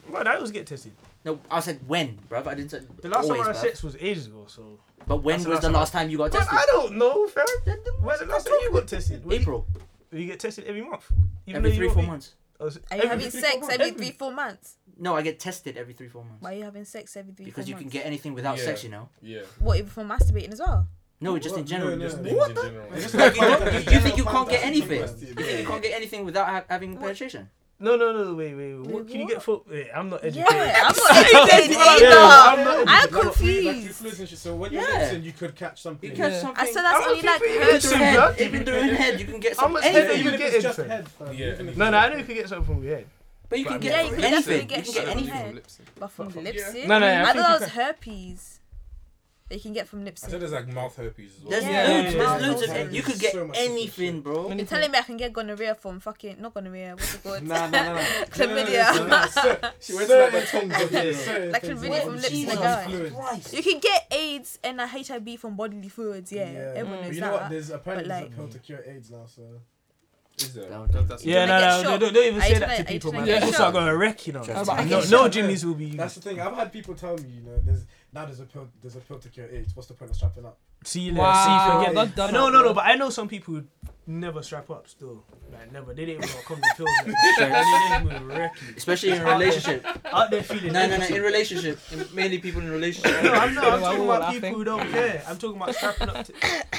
F: Well, I was get tested.
A: No, I said when, bruv. I didn't say
F: The last
A: always,
F: time I
A: bruv.
F: had sex was ages ago. So.
A: But when
F: That's the
A: was
F: last
A: the
F: time I-
A: last time you got
F: Man,
A: tested?
F: I don't know, fam. When's the last time you got tested?
A: April.
F: You get tested every month. Even
A: Every
F: though you
A: three,
F: don't
A: four
F: be-
A: months.
F: Oh, so-
D: Are you having
F: three,
D: sex
F: four
D: every
F: months?
D: three, four months?
A: No, I get tested every three, four months.
D: Why are you having sex every three,
A: Because
D: four
A: you can
D: months?
A: get anything without
E: Yeah.
A: sex, you know.
E: Yeah.
D: What, even from masturbating as well?
A: No, just in
G: What?
A: general.
G: No,
A: just-
E: Just
G: no.
E: things
F: What
E: in
F: the-
E: general.
A: Like, you, don't- you, you think you
G: General
A: can't get
G: fantasies
A: anything?
G: requested,
A: You think you
G: yeah.
A: can't get anything without ha- having penetration?
F: No, no, no, wait, wait. What
D: Wait,
F: can you
D: what?
F: get for? Wait, I'm not
D: Yeah,
F: educated.
D: I'm not educated either.
F: I'm not-
D: I'm
G: Like, like,
D: confused.
G: you fluid and shit, So when you're
A: Yeah.
G: mixing, you could catch something.
A: You
G: Even
A: catch
B: Yeah.
A: something.
D: I said that's
F: I'm
D: only like her.
F: confused.
A: Even doing
F: Listen,
A: head,
F: blood.
A: even doing head, you can get
F: How
A: some
F: much head are
A: anything.
F: you
G: if it's
F: getting?
G: just
F: fam?
G: head. fam,
E: Yeah,
G: even
E: and
G: if
F: No,
G: it's
F: no, I
G: just
F: know you can get something from your head.
A: But you can
E: But
A: get
D: Yeah, you can definitely
A: anything.
D: get
A: You can get
D: shit.
A: anything.
D: But from
E: From-
D: lipstick?
F: No, no, I
D: I
F: think you
D: thought that was
F: can-
D: herpes. That you can get from
E: I said
D: lipstick.
E: there's like mouth herpes as well.
A: There's
D: Yeah.
A: loads.
D: Yeah.
A: There's loads of.
G: Yeah.
A: You could get
G: So much
A: anything,
G: different
A: bro.
D: You're telling me I can get gonorrhea from fucking not gonorrhea. What's it called?
G: Nah, nah, nah, nah.
D: Chlamydia.
E: She went to like
G: Certain
E: the tongue.
G: things,
E: Yeah.
G: yeah, certain
D: Like from
G: things
D: really
G: are
D: from
G: just
D: lips to
G: fluid.
D: guy.
G: Fluid.
D: You can get AIDS and a HIV from bodily fluids. Yeah,
G: Yeah.
D: everyone
G: But
D: knows
G: you know what?
D: that.
G: There's apparently
D: But
G: there's a pill to cure AIDS now, so
E: Hmm. Is there?
F: Yeah,
D: Can I
F: no,
D: get
F: no,
D: shot?
F: don't, don't even
D: Are you
F: say
D: trying
F: that to
D: to- are you
F: people,
D: trying
F: man.
D: to get
F: People
D: shot?
F: start going to wreck, you know.
A: Just- I
F: No,
G: get
F: no
G: shot.
F: Jimmy's will be.
G: that's the thing. I've had people tell me, you know, there's now there's a pill there's a pill to cure AIDS. What's the point of strapping up?
F: See you later.
B: Wow,
F: See you
B: that's dumb,
F: forget. No, no,
B: bro.
F: no. But I know some people who never strap up still. Like never. They didn't even wanna come to film. Like, they didn't even wreck you.
A: Especially in a relationship.
F: Out there feeling.
A: No, no, no.
F: empty.
A: In relationship, in- mainly people in relationship.
F: No, I'm not. I'm
B: Why
F: talking
B: would I
F: about people
B: think?
F: who don't care. I'm talking about strapping up. To,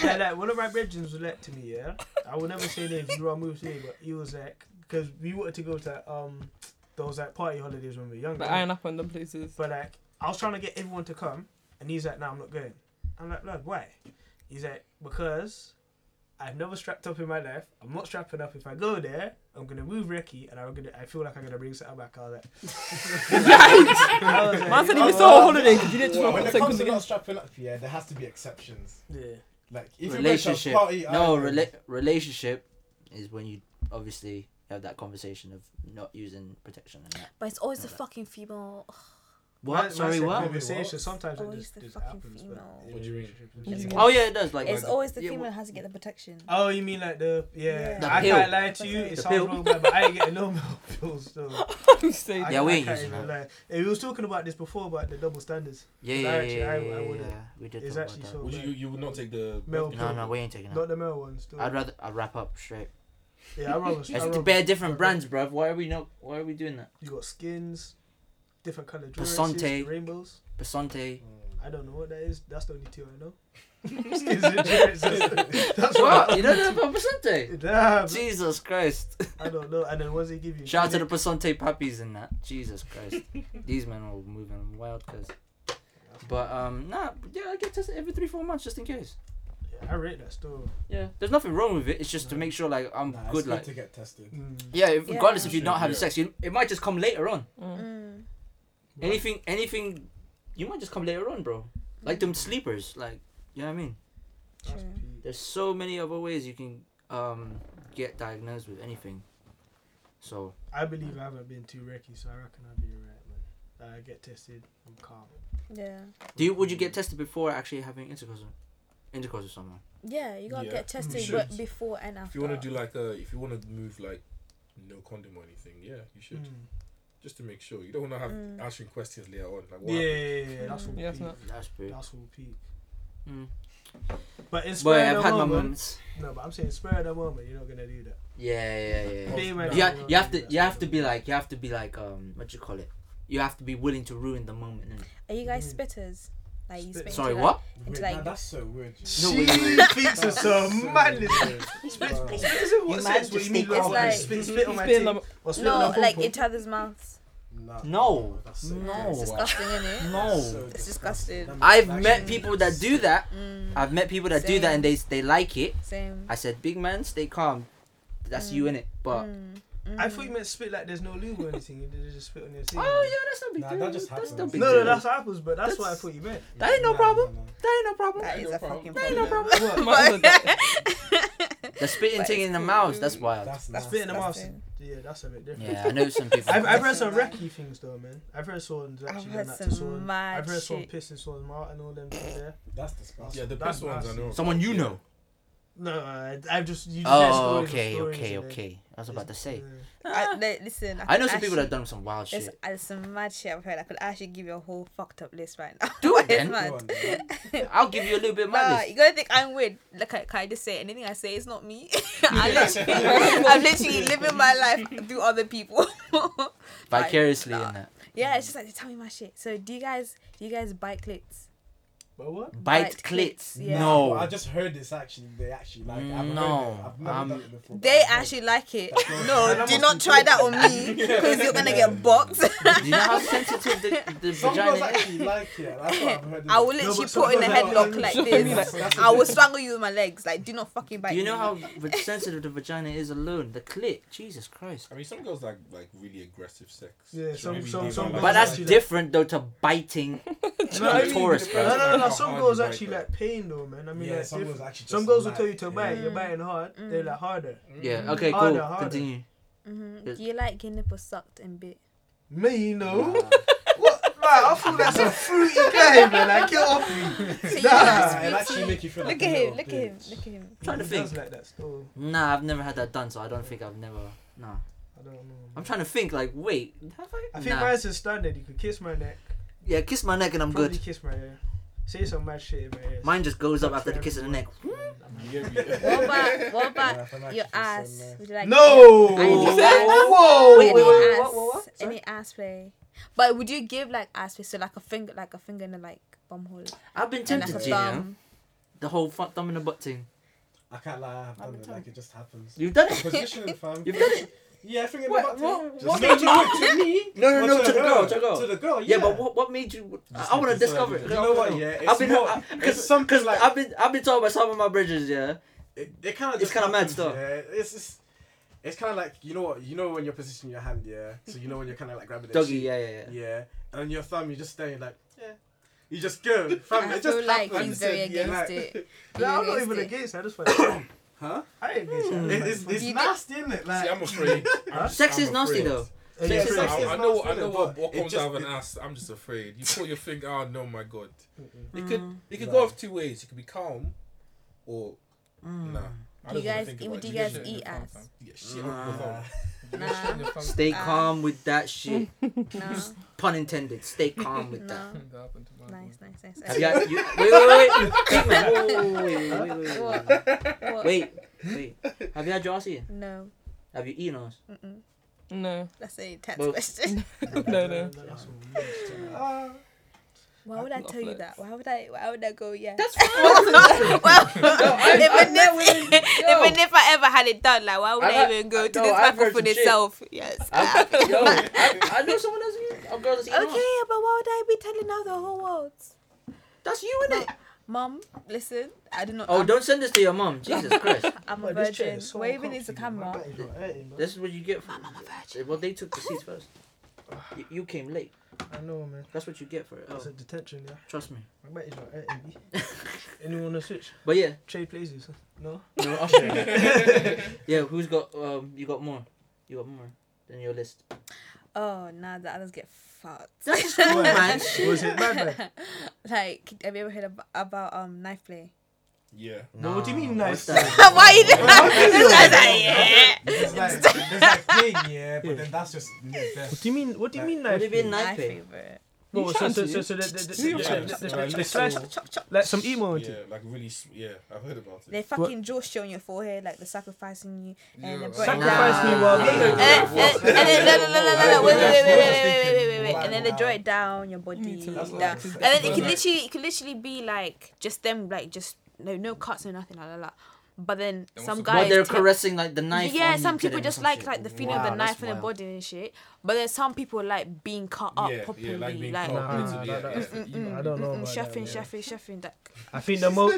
F: like, like one of my brethrens was like to me, yeah. I will never say names. You know, I moved today, but he was like, because we wanted to go to um those like party holidays when we were younger.
B: But eyeing up on them places.
F: But like, I was trying to get everyone to come, and he's like, "No, I'm not going." I'm like, "Lad, why?" He's like, "Because I've never strapped up in my life. I'm not strapping up. If I go there, I'm gonna move Reki, and I'm gonna. I feel like I'm gonna bring something back." I was like, I was like,
B: Man said he
F: "Oh,
B: missed all holiday because you didn't just
G: Well,
B: want
G: when
B: to
G: it
B: take
G: comes to
B: the
G: not strapping up, yeah, there has to be exceptions.
F: yeah."
G: Like if you went to a
A: relationship.
G: party,
A: No,
G: I-
A: rela- relationship is when you obviously have that conversation of not using protection and that.
D: But it's always the fucking female.
A: What?
F: My- my
A: Sorry,
F: same
A: what?
F: Conversation sometimes it
D: Always
F: just,
D: Oh, the
F: just
D: fucking
F: happens. but
D: female.
F: in
E: What do you mean?
F: relationships,
B: What do you
F: yeah.
B: mean?
A: Oh yeah, it does. Like
D: It's
A: like-
D: always the
A: yeah,
D: female
A: well,
D: has to get the protection.
F: Oh, you mean like the yeah?
D: The
F: I
A: pill.
F: can't lie to you. It
A: The
F: sounds
A: pill.
F: wrong, but I ain't getting no milk pills. So
B: I'm saying
F: I,
A: Yeah, we
F: I
A: ain't
F: can't
A: using
F: even lie. Hey, we was talking about this before about the double standards.
A: yeah,
F: Cause I
A: yeah, yeah,
F: actually- I-
A: yeah,
F: I
A: yeah,
F: wouldn't.
A: yeah. We did
F: It's
A: talk
F: actually
A: about
F: so-
E: Would you, you would not take the
F: Male
A: that.
F: so-
A: No, no, we ain't taking
F: Not
A: that.
F: the male ones. Still.
A: I'd rather I'd wrap up straight.
F: yeah, I rather. I
A: Let's
F: rather-
A: compare different brands, bruv. Why are we not? Why are we doing that?
F: You got skins, different colored dresses,
A: Asante.
F: rainbows.
A: Basante.
E: Mm.
F: I don't know what that is. That's the only two I know. skins and dresses. That's
A: What?
F: what.
A: You don't know about Basante?
F: Damn,
A: Jesus Christ!
F: I don't know. And then what does it give you?
A: Shout out to the Basante puppies in that. Jesus Christ! These men were moving wild, cause. But um, nah, yeah, I get tested every three, four months just in case.
F: Yeah, I rate that still.
A: Yeah, there's nothing wrong with it. It's just to make sure like I'm
G: Nah,
A: good,
G: it's
A: like.
G: to get tested.
F: Mm.
A: Yeah, if,
D: Yeah.
A: regardless if you're not
E: Shit,
A: having
E: yeah.
A: sex, you, it might just come later on.
D: Mm.
F: Right.
A: Anything, anything, you might just come later on, bro. Like them sleepers, like you know what I mean.
F: That's
D: True.
F: peak.
A: There's so many other ways you can um get diagnosed with anything. So
F: I believe I haven't been too recce, so I reckon I'll be alright, man. I get tested, I'm calm.
D: Yeah.
A: do you would you get tested before actually having intercourse, with- intercourse with someone?
D: Yeah, you gotta
E: Yeah.
D: get tested
E: should.
D: but before and after.
E: If you want to do like a, if you want to move like no condom or anything, yeah, you should
F: Mm.
E: just to make sure you don't want to have
D: Mm.
E: answering questions later on. Like, what happened?
F: Yeah, yeah, yeah, yeah, that's all
B: Yeah, it's
F: peak.
B: not-
A: That's big.
F: That's all peak.
A: Mm.
F: But in
A: Boy,
F: spare
A: I've
F: the
A: had my
F: moment,
A: moments.
F: no, but I'm saying spare the moment, you're not gonna do that.
A: Yeah, yeah, yeah.
F: Being recce,
A: You, ha-
F: you're not
A: you have
F: gonna
A: to
F: do that.
A: you have to be like you have to be like um what you call it. You have to be willing to ruin the moment. innit?
D: Are you guys
F: Mm.
D: spitters? Like you
F: Spit-
D: spit.
A: Sorry,
D: into,
A: what?
D: It's
G: Wait,
D: like-
G: nah, that's so weird.
A: No,
F: she thinks it's so madness.
G: Wow.
F: Spit is in
A: You
F: what
A: man
F: sense?
A: just
F: What you mean?
A: think
F: laugh?
D: it's like-
F: spit, spit on my
B: Mm. Spit
F: teeth.
B: in the-
F: or
D: Like,
F: spit on
D: no, like
F: my pom-pom?
D: each other's mouths.
G: Nah,
A: No.
G: that's so
A: No.
D: It's
A: Oh, wow.
G: weird.
D: disgusting, isn't it?
G: That's
A: No.
G: so
D: It's disgusting.
G: That
A: I've
G: makes-
A: met people that do that.
D: Mm,
A: I've met people that do that and they they like it.
D: same.
A: I said, "Big man, stay calm. That's you in it." But
D: Mm,
F: I
D: mm.
F: thought you meant spit like there's no lube or anything. You did just spit on your teeth.
A: oh yeah, that's not big
G: Nah,
A: deal.
G: that just
A: that's no
G: happens.
A: big
F: No,
A: deal.
F: no, that's what happens, but that's what I thought you meant.
A: that ain't no
G: Nah,
A: problem.
G: nah, nah.
A: That ain't no problem.
D: that is
H: no
D: a
H: problem.
D: fucking
H: That
D: problem.
A: no problem.
F: What?
B: Mother that-
A: The spitting
D: But
A: thing
D: it's
A: in the
D: cool.
A: mouth. That's wild.
G: That's
D: That's
F: Spit in the mouth.
D: disgusting.
F: Yeah, that's a bit different.
A: yeah, I know some people.
F: I've, I've heard
D: That's
F: some
D: alright.
F: recce things though, man. I've heard someone's
D: I've
F: actually
D: heard
F: done that
D: some
F: to someone.
D: mad
F: I've heard someone
D: shit.
F: piss in someone's mouth and all them things there.
G: That's disgusting.
E: Yeah, the
F: That's
E: best ones I
F: nasty.
E: know.
A: Someone you
E: Yeah.
A: know.
F: No, I, I've just you just hear
A: Oh,
F: stories of
A: okay,
F: stories
A: okay,
F: and then
A: okay. I was about to
F: it's-
A: say.
F: yeah.
D: I, li- listen,
A: I know
D: could
A: some people that have
D: actually-
A: done some wild
D: There's,
A: shit.
D: there's some mad shit I've heard. I could actually give you a whole fucked up list right now.
A: Do it
D: It's
A: then.
G: Go
D: mad.
G: on, man.
A: I'll give you a little bit of my
D: Nah,
A: list.
D: you gotta think I'm weird. Like, I, can I just say anything I say? It's not me. I literally, I'm literally living my life through other people.
A: Vicariously
D: nah.
A: in that.
D: yeah, it's just like they tell me my shit. So, do you guys, do you guys bite clits?
F: But what?
A: Bite
D: Bite clits,
A: clits.
D: yeah.
G: Nah, I
A: No.
G: just heard this actually. They actually like.
A: No,
G: I've Heard it. I've never
A: um,
G: done it before. but
D: They
G: I've heard
D: actually like it.
G: That's not-
D: No,
G: that
D: do
G: must
D: not
G: be
D: try
G: true.
D: that on me because you're gonna get boxed.
A: Do you know how sensitive the, the
G: Some girls
A: vagina is?
G: actually like it. That's what I've heard.
D: I will
G: it.
F: No,
D: literally
F: but
D: put in a
F: sometimes I-
D: headlock like this.
G: That's-
D: I will strangle you with my legs. Like, do not fucking bite
A: Do you know
D: me.
A: how v- sensitive the vagina is alone? The clit. Jesus Christ.
E: I mean, some girls like like really aggressive sex.
F: Yeah,
E: So
F: some-
E: maybe
F: some-
E: they
F: some
E: don't
F: girls
A: But that's
F: actually like-
A: different though to biting
F: No, I
A: a
F: mean- uh,
A: Taurus,
E: Yeah.
A: bro.
F: No, no, no, no.
E: How
F: Some
E: hard
F: girls
E: you bite
F: actually
E: that?
F: like pain though, man. I mean,
G: Yeah,
F: like,
G: some
F: different-
G: girls actually.
F: some
G: just
F: girls will
G: like
F: tell you to
G: it.
F: bite.
D: yeah.
F: You're biting hard. They're like harder.
A: Yeah. Okay. Cool.
F: Harder, harder.
A: Continue.
D: hmm
A: It's-
D: Do you like your nipples sucked and bit?
F: Me, you know.
G: Nah.
F: What? Like, I feel that's a fruity guy, man. Like, get off me.
D: So you
F: Nah,
D: guys
G: Nah,
D: be
G: it actually make you feel
D: Look
G: like
D: at
G: a
D: him,
G: little
D: look at him,
G: bitch.
D: look at him.
A: trying to
F: He
A: think.
F: does like that still.
A: Nah, I've never had that done, so I don't think I've never. Nah.
F: I don't know.
A: I'm
F: man.
A: trying to think. Like, wait. Have I?
F: I think
A: nah.
F: mine's is standard. You could kiss my neck.
A: Yeah. Kiss my neck and I'm
F: probably
A: good.
F: kiss my ear. Say some mad shit in my ear.
A: Mine just goes up after the kiss of the neck.
E: You get me?
D: What about what
G: Yeah,
D: about
G: if I like
D: your
G: it, it's so
D: ass?
G: nice.
D: Would you like
F: No.
D: I didn't
F: Whoa.
D: say that.
F: Whoa.
D: Wait, any
F: Oh, Wait, wait,
D: ass,
F: what, what, what?
D: any ass play? But would you give like ass play? So like a finger, like a finger in the like bum hole,
A: I've been
D: and like a
A: tempted, you know.
D: thumb.
A: The whole fu- thumb in the butt thing.
G: I can't lie. I've done it. Like it just happens.
A: You've done it.
G: Position, fam.
A: You've done it.
G: Yeah, I think in the
A: What?
G: butt.
A: What?
G: Just-
A: What
G: No,
A: made you?
G: no,
A: To me? No, no, no. To the girl. To the
G: To
A: girl.
G: the girl.
A: Yeah, but what, what made you? I, want to
G: Just
A: discover it.
G: You know what? Yeah, it's
A: I've been
G: more-
A: because
G: it's something like
A: I've been I've been talking about some of my bridges. Yeah,
G: it, it kind of
A: It's kinda mad stuff.
G: Yeah, it's it's, it's kind of like you know what you know when you're positioning your hand, yeah. So you know when you're kind of like grabbing the
A: doggy.
G: cheek,
A: Yeah, yeah, yeah.
G: yeah, and then your thumb you just staring like yeah, you just go. Fam,
D: I
G: it just
D: feel like
G: happens,
D: he's very
G: yeah,
D: against
G: like-
D: it.
F: Nah, I'm not
D: You're
F: even
D: against it.
F: against. it, I just find it.
G: Huh?
F: I ain't against. it, I just
G: It-
F: find it
G: it's
F: funny.
G: it's
D: You
G: nasty, isn't it? Like
E: See, I'm afraid.
F: Huh?
A: Sex
E: I'm
A: is nasty
E: afraid.
A: though.
F: Are you
G: Yeah,
F: serious?
G: sex
E: I,
G: is
E: I
G: not
E: know, what- I
G: feeling,
E: know what,
G: but
E: what
G: it
E: comes
G: just-
E: out of an
G: it-
E: ass. I'm just afraid. You put your finger out. No, my God.
F: Mm-mm.
D: Mm-hmm.
E: It could, it could
G: Nah.
E: go off two ways. You could be calm, or nah. I
D: Mm. Do you
E: don't wanna
D: guys-
E: think
D: do
E: about it.
D: you
E: get
D: guys
E: shit in
D: eat
E: your thumb,
D: ass?
E: fam. You get shit on your
G: Nah.
E: thumb.
D: Nah,
A: Stay
D: Uh,
A: calm with that shit.
D: nah.
A: Pun intended. Stay calm with that.
D: No.
H: That happened to my
D: Nice, nice, nice.
A: Have you, had- you, wait, wait, wait. Big man, whoa, wait, wait, wait, wait, wait.
D: What?
A: Wait, wait. Have you had your ass eaten?
D: No.
A: Have you eaten us?
D: Mm-mm.
B: No,
D: That's a tax
A: Well-
D: question.
B: no, no.
F: That's some weird stuff.
D: Why would I
B: Not
D: tell you
B: flex.
D: that? Why would I? Why would I go? Yeah.
B: That's fine.
D: well,
A: I've- I've
D: even,
A: met
D: if, even if I ever had it done, like why would
A: I've
D: i
A: had-
D: even go to
A: no,
D: this
A: I've
D: level
A: heard
D: for
A: some shit.
D: myself? Yes.
A: I've, yo, I, I know someone that's eaten. A girl that's eaten us.
D: Ah. Okay, but why would I be telling now the whole world?
A: That's you in it.
D: Mom, listen, I do not.
A: Oh,
D: I'm,
A: don't send this to your mom. Jesus Christ.
D: I'm a
F: Wait, this chair
D: virgin.
F: is so
D: Waving is the
F: uncomfortable.
D: camera.
F: My butt is not hurting, bro.
A: This is what you get. For,
D: I'm a virgin.
A: well, they took the seats first. You, you came late.
F: I know, man.
A: That's what you get for it. Oh,
F: It's a detention, yeah.
A: trust me.
F: My butt is not hurting. B. Anyone want to switch?
A: But yeah,
F: Trade places? No?
A: no, I'll show you. yeah. Who's got? Um, you got more. You got more than your list.
D: Oh, nah, the others get fucked.
A: That's cool, man.
F: Was it my bad?
D: like, have you ever heard ab- about um knife play?
E: Yeah.
F: No, what do you mean
A: what's
F: nice?
A: that?
D: Why you doing that?
F: It's like,
I: There's like thing, yeah, but then that's just the
F: what
I: best.
F: do you mean? What do you mean
A: Would
F: knife?
A: it be a
F: play?
D: My
A: knife play?
D: favorite.
B: You
F: Oh, so, so,
B: shanty?
F: so, so the, the, the, the,
B: Yeah,
F: the,
E: yeah.
F: the,
E: Yeah,
F: the, the
E: yeah.
F: slice, like some emo into
E: Yeah,
F: it.
E: like really. s- Yeah, I've heard about it.
D: They fucking jaw showing your forehead, like they're sacrificing you, and
H: Yeah,
D: they're
H: right.
D: breaking
F: Sacrifice me
D: down.
F: while
D: Eh, eh,
E: Yeah.
D: eh, and then no no no no no, no wait wait wait wait wait wait wait wait wait wait and then they draw it down your body
B: need to-
D: down.
B: that's
D: and
B: what I'm saying.
D: then it could literally it could literally be like just them like just no no cuts no nothing like that but then
H: Then
D: some
H: what's the-
D: guys
H: But
A: Well, they're
D: take-
A: caressing like the knife.
D: yeah
A: on
D: some
A: you to
D: people
A: them or
D: just
A: some
D: like
A: shit.
D: like the feeling of
A: Wow,
D: the
A: that's
D: knife and the
A: wild.
D: body and shit but then some people like being cut up
E: yeah,
D: properly
E: yeah, like being
D: like
E: caught
F: Nah,
E: mentally, yeah,
H: that-
E: yeah.
H: that's the evil.
F: I don't know.
D: mm,
F: about that,
D: chefing,
F: man.
D: chefing, chefing, that.
F: I think the more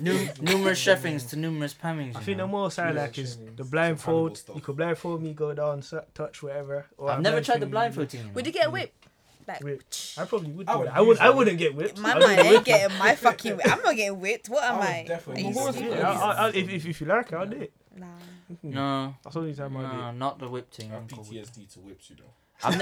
A: Nu- numerous chefings to numerous pammings.
F: I
A: you
F: think the
A: know?
F: more side like is the blindfold. You could blindfold me, go down, su- touch whatever. or
A: I've
F: I
A: never tried the
F: blindfold
A: blindfold thing. you know.
D: would you get whipped? Like,
F: you. Whip. I probably would.
I: I
F: do
I: would
F: that. I would.
I: use
F: I
I: that.
F: wouldn't get whipped.
D: my
F: I wouldn't
D: man
F: get
D: ain't
F: whipped.
D: getting my fucking. Whip. I'm not getting whipped. What am
I: I would
D: I?
I: definitely
D: Are you
H: use that.
D: serious?
F: Yeah, I, I, if, if, if you like, it, I'll do it.
D: Nah.
A: Mm. No,
F: That's the only time I'll do
A: no,
F: it.
A: not the whip thing.
E: I have
A: Uncle Whip.
E: PTSD to whips, you know.
A: I'm,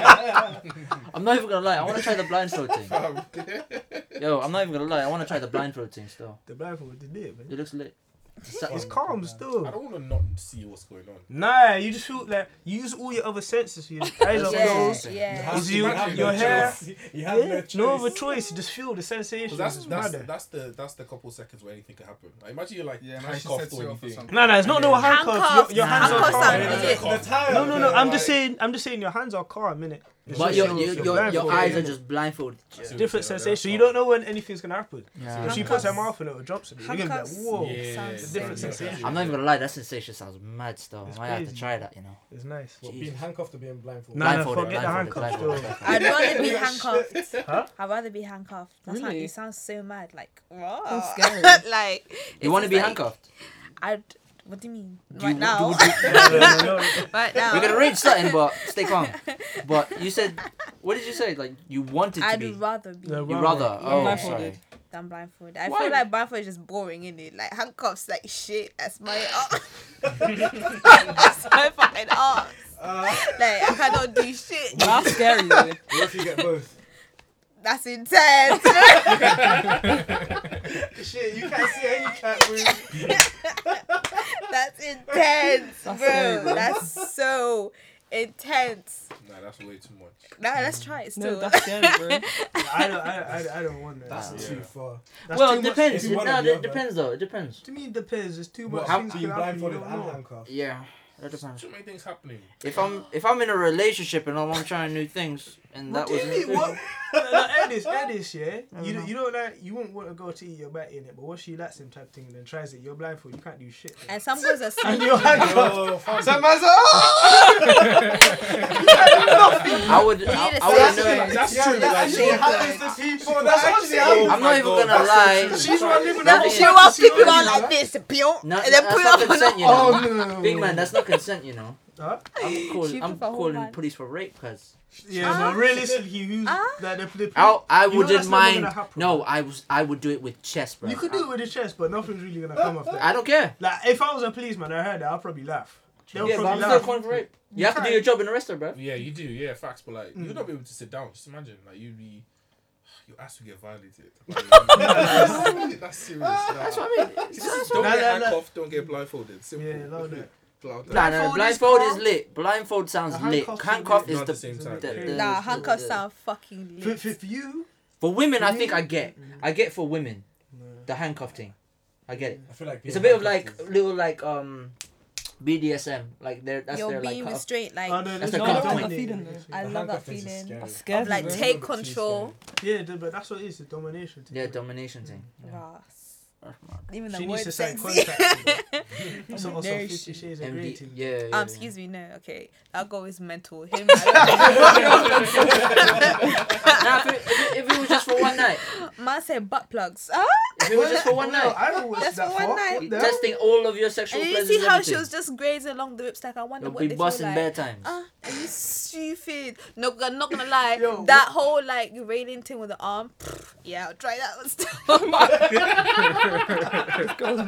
A: ne- I'm not even gonna lie. I want to try the blindfold thing. Yo, I'm not even gonna lie. I want to try the blindfold thing still.
F: The blindfold did it, man.
A: It looks lit. It's sa-
F: It's calm
E: I
F: still.
E: don't want to not see what's going on.
F: Nah, you just feel like you use all your other senses. Your eyes are
D: Yeah,
F: closed.
D: yeah.
F: Is you-
E: have
F: your
E: no
F: hair-
E: choice.
I: You have
F: Yeah, no
I: no
F: other
I: choice.
F: choice. You just feel the sensation.
E: 'Cause that's
F: it's
E: that's
F: mad.
E: that's the that's the couple seconds where anything could happen. Like, imagine you're like
H: Yeah, man, she
E: handcuffed
H: sets
E: or
H: you up or
E: anything.
H: something.
F: Nah, nah, it's not no handcuffs. Your, your
A: Nah.
F: hands are
D: Handcuffs
F: calm.
D: are
F: innit?
D: legit.
I: The time.
F: No, no, no.
I: yeah,
F: I'm
I: like-
F: just saying. I'm just saying. Your hands are calm, innit?
A: But your your, your, your
F: blindfolded,
A: eyes are
F: innit?
A: just blindfolded.
E: That's it.
F: different
E: Yeah,
F: sensation. You
E: that's
F: don't know when anything's gonna happen.
A: Yeah.
F: If she puts her
D: Handcuffs.
F: mouth in it or drops it, you're gonna be like,
D: Handcuffs.
F: whoa,
E: Yeah, yeah,
D: Sounds
E: yeah,
F: different
E: yeah,
F: sensation.
E: yeah.
A: I'm not even gonna lie. That sensation sounds mad still.
F: It's
A: I might have to
F: crazy.
A: try that. You know.
F: it's nice.
A: Jeez.
I: Being handcuffed or being blindfolded.
F: Nah, nah,
A: Blindfolded,
F: forget the
A: blindfolded,
F: handcuffs.
A: blindfolded.
F: though.
D: I'd rather be handcuffed.
F: Huh?
D: I'd rather be handcuffed. That's like,
B: Really?
D: it sounds so mad. Like, wow.
B: scary.
D: like, it's
A: You want to
D: just
A: be
D: like,
A: handcuffed?
D: I'd. What do you mean?
A: Do
D: Right
A: you-
D: now.
A: do- do-
F: No, no, no.
D: right now.
A: We're gonna reach something, but stay calm. But you said, what did you say? Like you wanted to
D: I'd
A: be.
D: rather be
F: No,
A: You
F: Well,
A: rather? Oh, sorry.
B: blindfolded.
D: than blindfolded. I
A: Why?
D: feel like blindfold is just boring, isn't it? Like handcuffs, like shit. That's my arm. that's my fucking arm. like I cannot do shit.
B: That's scary though.
I: What if you get both?
D: That's intense.
I: Shit, you can't see and you can't move.
D: That's intense,
B: That's
D: bro.
B: scary, bro.
D: That's so intense.
E: Nah, that's way too much.
D: Now let's try it still.
B: No, that's scary, bro.
F: I don't, I, I, I don't want that.
I: That's
F: What
I: too far.
F: That's
A: well,
F: too
A: it
F: much-
A: depends.
I: it's
A: No,
I: one or the
A: it
I: other.
A: depends though. It depends.
F: do you mean depends? There's too much
I: What,
F: things
I: being
F: can happen. You
I: blindfolded
F: don't
I: and
F: know.
I: handcuffed.
A: Yeah, that depends.
E: Too many things happening.
A: If I'm if I'm in a relationship and I'm trying new things and that
F: What do
A: was
F: you mean? What? no, no, add this, add this, yeah. You, don't- you don't like, you won't want a girl to eat your back in it, but once she likes him type thing and then tries it, you're blindfolded. You can't do shit.
D: And some girls are
F: And
D: sleep.
F: you're handcuffed.
I: Oh, fam.
A: I would I,
D: need a
A: I would
D: second.
A: know.
E: That's
I: Yeah,
E: true.
I: that
E: Like,
I: actually
E: she,
I: happens to people. Oh, That's actually
F: Oh
I: happens.
A: I'm not even gonna lie.
I: She's not living
A: That
I: up
A: is-
D: She will keep you on like this, pew,
A: No,
D: and then
A: that's
D: put
A: not
D: it up.
A: consent, you know. Big man, that's not consent, you know.
F: Oh, Huh?
A: I'm
D: She
A: calling, I'm
D: prefer whole
A: calling
D: man.
A: police for rape, cause
F: Yeah,
A: Ah.
F: but realistically, you
D: Ah.
F: like the flip.
A: I I
F: You know that's
A: wouldn't
F: never gonna
A: mind.
F: happen.
A: No, I was I would do it with chest, bro. Ah.
F: You could do it with the chest, but nothing's really gonna come of that.
A: I don't care.
F: Like if I was a policeman, I heard that I'd probably laugh. They'll
A: yeah, but I'm
F: probably
A: still
F: laugh.
A: calling for rape. You have to do your job in the restaurant, bro.
E: Yeah, you do. Yeah, facts. But like, you'd not be able to sit down. Just imagine, like, you'd be, your ass would get violated. Like, that's serious.
A: That's
E: nah.
A: what I mean.
E: Just don't
F: Nah,
E: get
F: nah, nah.
E: handcuffed. Don't get blindfolded. Simple.
F: Yeah, love that.
E: Love that.
A: Nah, no,
D: Blindfold is
A: blindfold is
D: calm.
A: lit. Blindfold sounds
F: A
A: lit.
F: handcuff
A: Handcuff
F: should be-
A: is
E: Not
A: the.
E: the same
A: the-
E: time,
A: the-
E: yeah.
A: the-
D: Nah, handcuffs
A: the-
D: sound fucking
F: For,
D: lit.
F: for, for you,
A: For women, I think I get.
F: Mm-hmm.
A: I get for women the handcuff thing. I get it.
I: I feel like
A: It's a bit of like little like um BDSM. Like they're that's
D: You're
A: their like. uh,
D: being
A: cut off.
D: restrained, like
F: oh, no,
A: That's
F: that's
A: the
F: no,
A: cut
F: I don't
A: point.
F: like feeling this.
D: I love that feeling.
B: That's
I: That's
B: scary.
D: like
B: man.
D: take control.
F: Yeah, dude, but that's what it is. The domination. thing.
A: Yeah, domination thing.
D: Ras.
A: That's mad.
D: Even the
F: She needs
D: word
F: to sign
D: sexy.
F: contracts. That's also
D: No,
F: Fifty
D: she-
F: Shades of Grey.
A: MD.
F: thing.
A: Yeah. yeah, yeah.
D: Um, excuse me, no, okay. That girl is mental. Him, I
A: Nah, if it, if, it, if it was just for one night,
D: don't- Man said butt plugs. Ah! Huh?
A: if it was just for one
F: Well,
A: night,
F: I don't watch
D: That's
F: that
D: for one
F: fuck.
D: night.
F: What the hell?
A: testing all of your sexual
D: And you
A: pleasures.
D: see how
A: everything.
D: she was just grazing along the whips, like I wonder
A: You'll
D: what
A: be
D: they feel
A: busting
D: like.
A: bare times.
D: Ah, are you stupid? No, I'm not gonna lie.
F: Yo,
D: that whole like railing thing with the arm. pff, yeah, I'll try that one still. But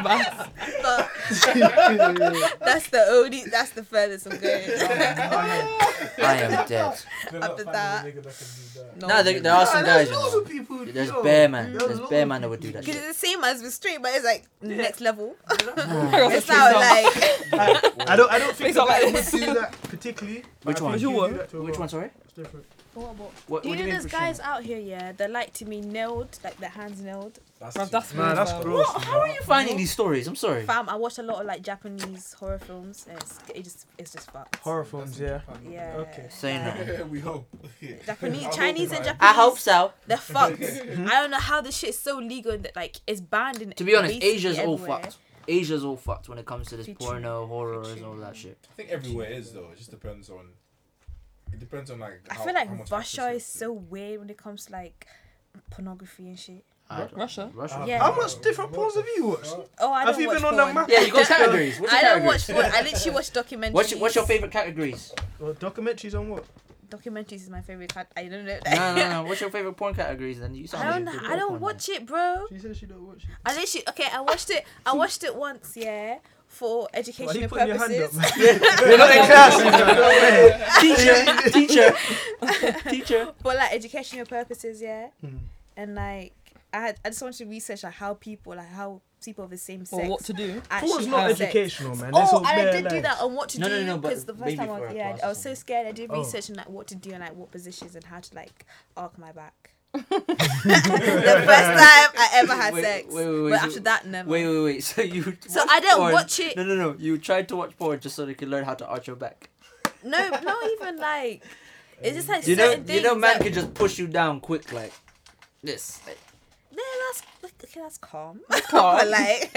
D: that's the only. That's the furthest I'm going.
A: I am dead.
D: After that. No.
A: Nah, there, there are some
F: Nah,
A: guys.
F: there's
A: You
F: lots
A: know.
F: of people.
A: There's
F: yo.
A: bear man.
F: Yo,
A: There's
F: lots
A: bear
F: of
A: man that would do
F: people.
A: that
D: Cause
A: shit.
D: it's the same as with straight, but it's like next level.
B: That's
D: It's
B: the
D: not
B: truth.
D: like
F: I, I don't. I don't think
B: Face up
F: that
B: like
F: would do that particularly. but
A: Which
F: I think
A: one?
F: you do
B: Which one?
F: that to a
A: Which
F: girl.
A: one? Sorry.
F: It's different.
A: What,
D: Do you
A: what do
D: know
A: you mean?
D: there's
A: for
D: guys
A: sure?
D: out here, yeah, they like to be nailed, like their hands nailed.
B: Bruv, that's
F: Nah,
B: mad,
F: that's
B: bruv.
F: gross.
A: How are you finding these stories? I'm sorry.
D: Fam, I watch a lot of like Japanese horror films. And it's it just it's just fucked.
F: Horror films, yeah.
D: Yeah.
F: Okay.
A: Saying
D: like,
A: that.
E: we hope. Yeah.
D: Japanese, Chinese, and Japanese.
A: I hope so.
D: They're fucked. I don't know how this shit is so legal and that like it's banned in.
A: To be honest,
D: basically
A: Asia's all
D: everywhere.
A: fucked. Asia's all fucked when it comes to this
D: Future.
A: porno, horror, and all that shit.
E: I think everywhere is though. It just depends on. It depends on like.
D: I
E: how-
D: feel
E: how much
D: like
E: access
D: Russia
E: you
D: is
E: have
D: so weird when it comes to like pornography and shit.
A: I don't-
B: Russia?
A: Russia.
D: Yeah.
F: How much different porns have you watched?
D: Oh, I don't
F: Have you
D: watch
F: been on
D: porn.
F: that map?
A: Yeah, you got categories. What's your
D: I don't
A: categories?
D: watch porn. I literally watch documentaries.
A: What's your, what's your favorite categories?
F: Well, documentaries on what?
D: Documentaries is my favorite. Cat- I don't know.
A: No, no, no. What's your favorite porn categories? Then you sound.
D: I don't.
A: like you
D: I don't watch it, bro.
F: She says she don't watch it.
D: I literally okay. I watched it. I watched it once, yeah, for
F: Why are
D: educational
F: you putting your hand up?
D: purposes.
F: You're not in class. you know.
A: Teacher, teacher, teacher.
D: for like educational purposes, yeah.
F: Mm.
D: And like, I had, I just wanted to research like how people, like how people of the same sex.
B: Or what to do?
D: actually
F: Porn's not
D: have sex.
F: educational, man. It's
D: Oh, and
F: all
D: I
F: bare
D: did do
F: lies.
D: that on what to
A: No, no,
D: do
A: no, but
D: because the first
A: maybe
D: time I
A: for
D: was,
A: a
D: yeah,
A: class
D: I
A: or
D: was so
A: something.
D: scared. I did
F: Oh.
D: research on like what to do and like what positions and how to like arc my back. the first time I ever had
A: Wait,
D: sex,
A: wait, wait, wait,
D: but
A: so-
D: after that, never.
A: Wait, wait, wait. So you.
D: So
A: watch
D: I don't
A: porn.
D: watch it.
A: No, no, no. You tried to watch porn just so they could learn how to arch your back.
D: No, not even like. It's just like
A: You know,
D: certain
A: you
D: things.
A: know, man
D: like-
A: can just push you down quick like this. Like,
D: No, that's like, okay. That's calm. but like,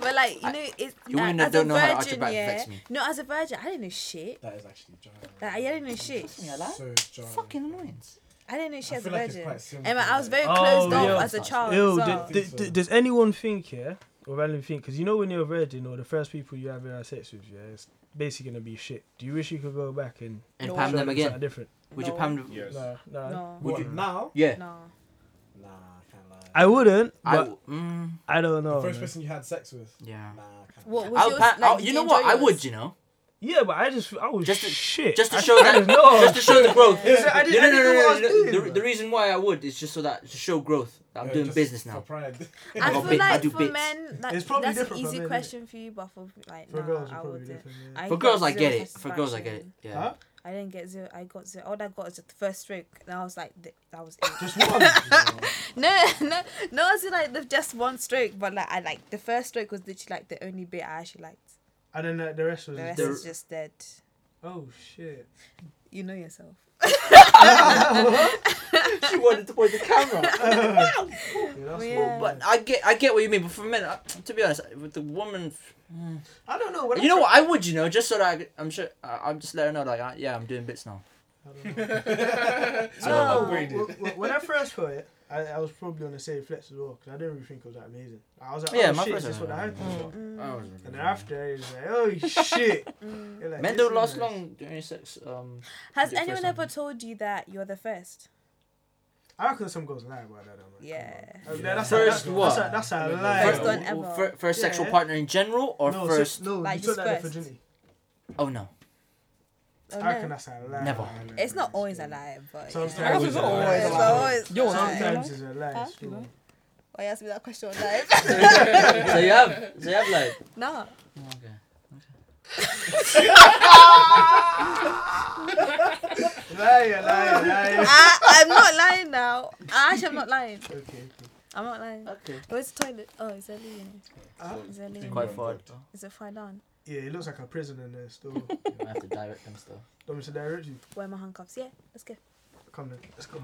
D: but like, you know, it's
A: You
D: like,
A: women that
D: as
A: don't
D: a
A: know how to arch your
D: virgin,
A: back
D: yeah.
A: vex me.
D: No, as a virgin, I didn't know shit.
I: That is actually jarring.
D: Like, I didn't know shit.
A: Yeah, that-
I: So jarring.
A: Fucking annoyance.
D: I didn't know shit
I: I
D: as a
I: feel like it's
D: virgin.
I: quite simple,
D: and like, I was very
F: like-
D: closed
F: Oh,
D: off
F: yeah.
D: as a child.
F: Yo,
D: as
F: d-
D: well.
F: d-
I: so.
F: d- does anyone think, yeah, or randomly think, because you know when you're a virgin or the first people you ever had sex with, yeah, it's basically going to be shit. Do you wish you could go back and
A: And
D: No.
A: pam
F: show
A: them
F: something
A: again.
F: different?
A: Would you
D: No.
A: pam them?
E: Yes.
F: Nah, nah.
D: no,
I: Would
E: What,
I: you now?
A: Yeah.
D: no.
I: Nah, I can't lie.
F: I wouldn't,
A: I
F: but
A: w- mm,
F: I, don't know.
I: the first
F: man.
I: person you had sex with.
A: yeah.
I: Nah, I can't.
D: What was
A: I'll
D: yours?
A: pa-
D: like,
A: I'll-
D: did
A: you know what?
D: enjoy
A: I
D: yours?
A: would. You know,
F: Yeah, but I just, I was
A: Just to-
F: shit.
A: just to
F: I-
A: show
F: I
A: that-
F: don't know.
A: just to show the growth.
F: Yeah, I didn't,
A: No,
F: I
A: no, no,
F: didn't know what I was
A: no, no,
F: doing.
A: no. The, the reason why I would is just so that to show growth. that I'm
I: Yeah,
A: doing
I: just
A: business
I: For
A: now.
I: pride.
D: I
A: I got
D: feel
A: bit- I
D: like
A: do
D: for
A: bits.
D: men, like,
F: It's probably
D: that's an
F: different for
D: easy
F: men,
D: question for you, but for like,
F: For
D: nah,
F: girls, it's
D: I
F: probably
D: wouldn't.
F: different. yeah.
D: I
A: For
D: got
A: girls, I
D: zero
A: get it. For girls, I
D: satisfaction.
A: get it. Yeah.
F: Huh?
D: I didn't get zero. I got zero. All I got is the first stroke, and I was like, th- that was it.
F: Just one.
D: No, no, no. I said like the, just one stroke, but like I like the first stroke was literally like the only bit I actually liked.
F: And then uh, the rest was.
D: The rest
A: There-
D: is just dead.
F: Oh shit!
D: You know yourself.
A: she wanted to point the camera.
F: Yeah, that's
D: Yeah.
F: weird.
A: but I get, I get what you mean. But for men, I, to be honest, with the woman,
F: I don't know. When
A: you
F: I
A: know what? I would, you know, just so that I, I'm sure. I, I'm just letting her know, like, I, yeah, I'm doing bits now.
F: So
D: Oh.
F: when I first got it, I, I was probably on the same flex as well because I didn't really think it was that amazing. I was like,
A: Yeah,
F: oh
A: my
F: shit, is
A: first
F: this what I
A: one.
F: had before?
D: Mm.
A: Oh.
F: And then
A: Men
F: after, it was like, oh shit. You're like,
A: don't
F: this
A: last
F: is nice.
A: long during sex. Um,
D: Has
A: Your first
D: anyone
A: time.
D: ever told you that you're the first?
F: I reckon some girls lie about that. though, man.
D: Yeah.
F: Come on. Uh, That's
A: First
F: a,
A: what?
F: That's a, that's a lie.
D: First
A: uh,
D: one
A: w-
D: ever.
A: fir- first sexual
F: Yeah.
A: partner in general, or
F: no,
A: first
F: So, no,
D: Like,
F: you
D: just
F: took that at
D: first.
F: virginity.
A: Oh no.
D: Oh,
F: I reckon
D: no.
F: that's a lie.
A: Never.
D: It's not always a lie, but.
F: Sometimes
D: yeah.
B: it's not always
D: It's
B: a
D: not
B: lie.
D: always a
B: Yours
D: lie.
F: Sometimes it's a
D: Huh?
F: lie. sure.
D: Why you asked me that question on live?
A: so you have, so you have like.
D: no.
A: Okay.
F: Liar, liar, liar.
D: I, I'm not lying now. I actually am not lying.
F: Okay, okay.
D: I'm not lying.
A: Okay.
D: Where's the toilet? Oh, is that leaving? Is that leaving?
A: Quite far.
D: Is it far down?
F: Yeah, it looks like a prison in there still.
A: I have to direct them still.
F: Don't miss direct you.
D: Where are my handcuffs? Yeah, let's go.
F: Come then, let's go.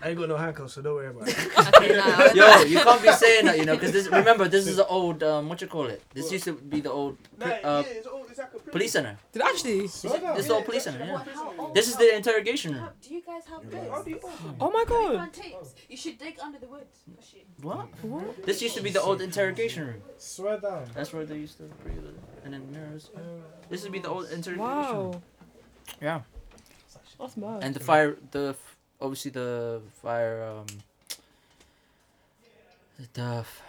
F: I ain't got no handcuffs, so don't worry about it.
D: Okay, now.
A: Yo, you can't be saying that, you know, because this. Remember, this is the old. Um, what you call it? This used to be the old uh,
E: it's all, it's like a prison.
A: police center.
B: Did I actually?
A: This is the old police center. Yeah.
J: How old?
A: This is the interrogation room.
J: Do you guys have
E: How do
J: this?
E: you open
B: Oh my god.
J: On tapes. You should dig under the wood. for shit.
A: What? This used to be the old interrogation room.
G: Swear down.
A: That's where they used to bring it in. and then mirrors. This would be the old interrogation room.
B: Wow.
A: Yeah.
B: That's mad.
A: And the fire, the f- obviously the fire. Um, the f-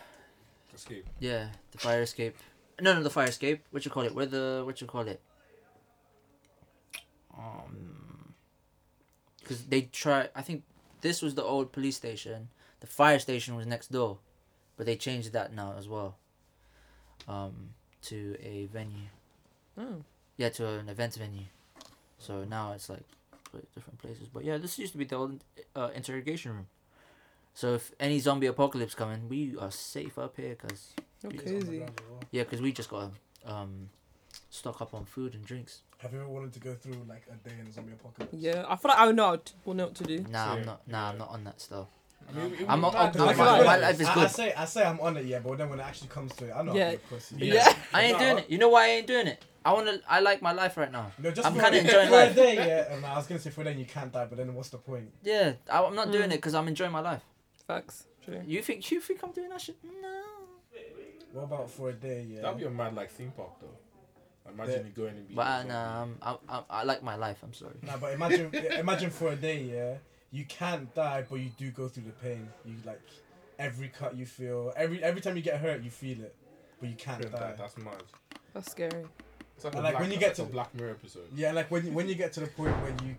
E: Escape.
A: yeah, the fire escape. No, no, the fire escape. What you call it? Where the what you call it? Um, because they try. I think this was the old police station. The fire station was next door, but they changed that now as well. Um, to a venue.
B: Oh.
A: Yeah, to an event venue. So now it's like pla- different places. But yeah, this used to be the old uh, interrogation room. So if any zombie apocalypse coming, we are safe up here because
B: You're crazy.
A: yeah, because we just got to um, stock up on food and drinks.
G: Have you ever wanted to go through like a day in a zombie apocalypse?
B: Yeah, I feel like I would know. I would- will know what to do.
A: Nah, I'm
E: So-
A: not. Nah, I'm not on that stuff.
E: I mean, it would
A: I'm
E: be
A: o-
E: mad
A: I'm-
E: if
A: my-
E: you-
A: my life is
G: I, I
A: good.
G: say I say I'm on it, yeah, but then when it actually comes to it, I know
B: Yeah.
G: I'm a pussy.
B: Yeah.
A: I ain't
G: No.
A: doing it. You know why I ain't doing it? I wanna. I like my life right now.
G: No, just
A: I'm
G: for-
A: kinda enjoying
G: for
A: life.
G: a day, yeah. And I was gonna say for then you can't die, but then what's the point?
A: Yeah, I, am not doing
B: Mm.
A: it because I'm enjoying my life.
B: Facts. True.
A: You think you think I'm doing that shit? No.
G: What about for a day, yeah?
E: That'd be a mad like theme park though. Imagine
G: Yeah.
E: you going and be.
A: But uh, nah, I'm, I'm, I'm, I like my life. I'm sorry.
G: Nah, but imagine imagine for a day, yeah, you can't die, but you do go through the pain. You like every cut you feel, every every time you get hurt, you feel it, but you can't
E: That-
G: die.
E: That's mad.
B: That's scary.
E: It's like,
G: And,
E: a
G: like,
E: black,
G: when you
E: that's
G: get
E: like
G: to-
E: a Black Mirror episode.
G: Yeah, like when you- when you get to the point where you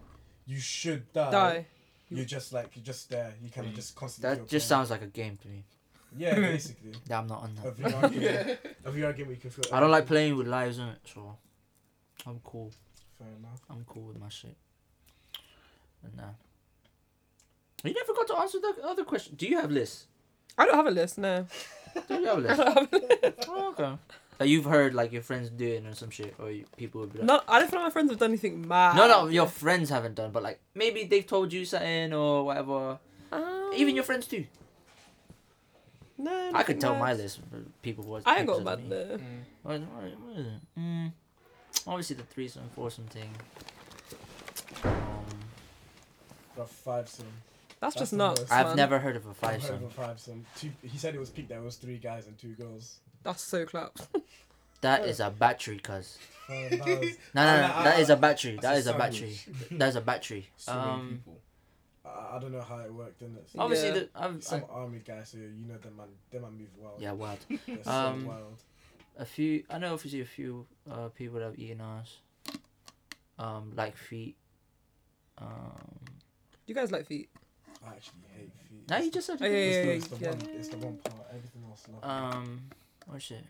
G: you should die,
B: Die.
G: you're just like you're just there. You kind
E: Mm.
G: of just constantly. feel
A: That just
G: pain.
A: sounds like a game to me.
G: Yeah, basically.
A: Yeah, I'm not on that.
G: A VR game. A VR game where you can feel.
A: I don't like
G: everything.
A: playing with lives in it, so I'm cool.
G: Fair enough.
A: I'm cool with my shit. But nah. You never got to answer the other question. Do you have lists?
B: I don't have a list. No.
A: Do you have
B: I
A: lists?
B: don't have a list.
A: oh, okay. That you've heard like your friends doing or some shit, or you, people would be like,
B: No, I don't feel like my friends have done anything mad.
A: no, no, your friends haven't done, but like maybe they've told you something or whatever.
B: Um,
A: Even your friends too.
B: No.
A: I could tell
B: no.
A: my list. but People was.
B: I ain't
A: pictures
B: got
A: of
B: bad
A: me.
B: there.
A: What, what, what is it? Mm, obviously the threesome, foursome thing. Um,
G: Got five some.
B: That's,
G: That's
B: just
G: the
B: nuts.
G: worst.
A: I've
B: man.
A: never heard of a
G: I've
A: five
G: heard
A: sum.
G: of a five some. Two. He said it was peaked. There was three guys and two girls.
B: That's so clapped.
A: That is a battery, cuz.
G: Fair enough.
A: No, no, no,
G: I-
A: that
G: I-
A: is a battery.
E: That's
A: That is a
E: sandwich.
A: battery. That is a battery.
E: So many
A: Um,
E: people.
G: I, I don't know how it worked in this.
B: Yeah.
A: obviously, the, I've,
G: Some
A: I,
G: army guy, so you know them man, them man move wild.
A: yeah, wild.
G: They're so
A: Um,
G: wild.
A: A few, I know obviously a few uh, people that have eaten ass, um, like feet. Um,
B: You guys like feet?
G: I actually hate feet.
A: now you just said.
B: Oh, yeah,
G: It's,
B: yeah,
G: the,
B: yeah, yeah.
G: it's, the one, it's the one part. Everything else. Love.
A: Um, oh shit.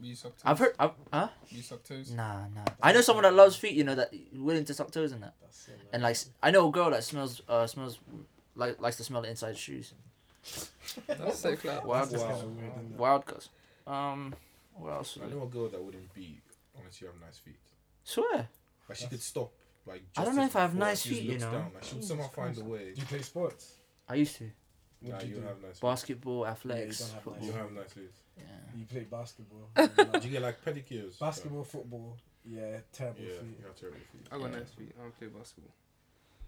C: You suck toes.
A: I've heard. I've, huh?
C: You suck toes.
A: Nah, nah. I know someone that loves feet. You know that willing to suck toes and that.
G: That's so
A: And like, s- I know a girl that smells, uh, smells, like likes to smell the inside shoes.
B: That's so clapped.
A: Wild,
G: That's just
A: wild,
G: kind of weird, isn't it?
A: wild, cuz. Um, what else?
E: I know a girl that wouldn't be unless you have nice feet.
A: Swear.
E: Like she could stop. Like
A: I don't
E: just
A: know
E: as
A: if I have
E: before,
A: nice
E: she just
A: feet, you
E: looks
A: know.
E: Down. Like she would somehow find a way.
G: Do you play sports?
A: I used to
G: What
E: Nah,
G: do you
E: you
G: do?
E: have nice. feet.
A: basketball, athletics,
G: don't have
A: football.
E: You have nice feet.
A: Yeah.
G: You play basketball.
E: Do you get like pedicures?
G: basketball, football. Yeah,
E: Like,
G: terrible
E: yeah,
G: feet.
E: you have terrible feet.
C: I got nice feet. I don't play basketball.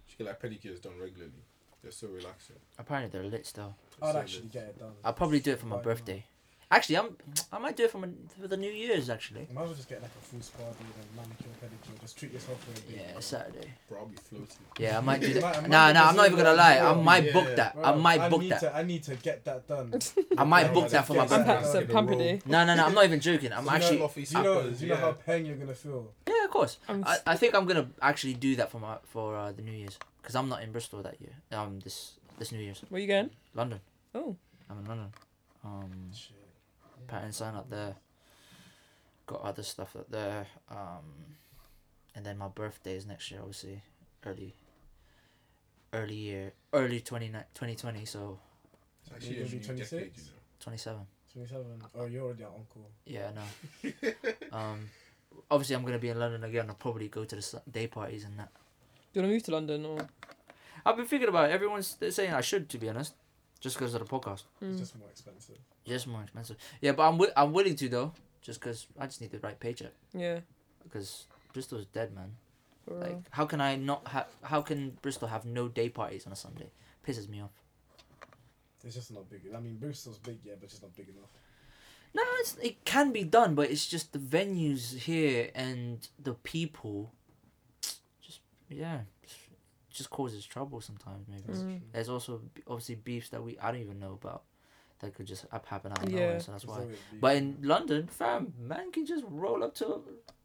E: She get like pedicures done regularly. They're so relaxing.
A: Apparently they're lit still.
G: I'd
E: So
G: actually
E: lit.
G: get it done.
A: I'll probably do it for my
G: Right now.
A: birthday. Actually, I'm. I might do it from a, for the New Year's. Actually.
G: Might as well just get like a full spa dude and manicure pedicure. Just treat yourself for a day.
A: Yeah, Saturday.
E: Bro, I'll be floating.
A: Yeah, I might do
G: Might-
A: that.
G: might
A: Nah, nah,
G: get the
A: I'm not
G: Zoom
A: even gonna
G: as
A: lie. I
G: well.
A: might
G: Yeah.
A: book that. I
G: Bro,
A: might book
G: need
A: that.
G: To, I need to get that done.
A: I might book
G: just
A: that for
G: get
A: my
G: that
A: birthday.
B: Pamper- so
G: done.
B: pamper day.
A: No, no, no. I'm not even joking. I'm
E: So you know
A: actually.
E: Lofi
G: Do you know?
E: Sappers,
G: Do you know
E: yeah.
G: how paying you're gonna feel?
A: Yeah, of course.
B: I'm
A: I, I think I'm gonna actually do that for my for uh, the New Year's because I'm not in Bristol that year. Um, this this New Year's
B: Where you going?
A: London.
B: Oh.
A: I'm in London. Um,
G: Shit.
A: pattern sign up there. Got other stuff up there. Um, and then my birthday is next year, obviously, early. Early year, early 20, 2020, so
E: It's actually
G: You're
E: a
G: gonna be
E: new decade,
G: 26?
E: you know.
A: twenty seven.
G: Twenty-seven. Oh, you're already at uncle.
A: Yeah, no. um, obviously, I'm gonna be in London again. I'll probably go to the s- day parties and that.
B: Do you want to move to London or?
A: I've been thinking about it. Everyone's they're saying I should, to be honest, just because of the podcast.
G: It's
B: Mm.
G: just more expensive.
A: Just more expensive. Yeah, but I'm wi- I'm willing to though, just because I just need the right paycheck.
B: Yeah.
A: Because Bristol's dead, man.
B: for
A: Like,
B: real.
A: how can I not have? How can Bristol have no day parties on a Sunday? Pisses me off.
G: It's just not big. I mean, Bristol's big, yeah, but it's just not big enough.
A: No, it's, it can be done, but it's just the venues here and the people. Just yeah, just causes trouble sometimes. Maybe
G: That's
B: Mm.
G: true.
A: there's also b- obviously beefs that we I don't even know about that could just up happen out of
B: Yeah.
A: nowhere. So that's
G: There's
A: why.
G: always beef.
A: But in London, fam, man can just roll up to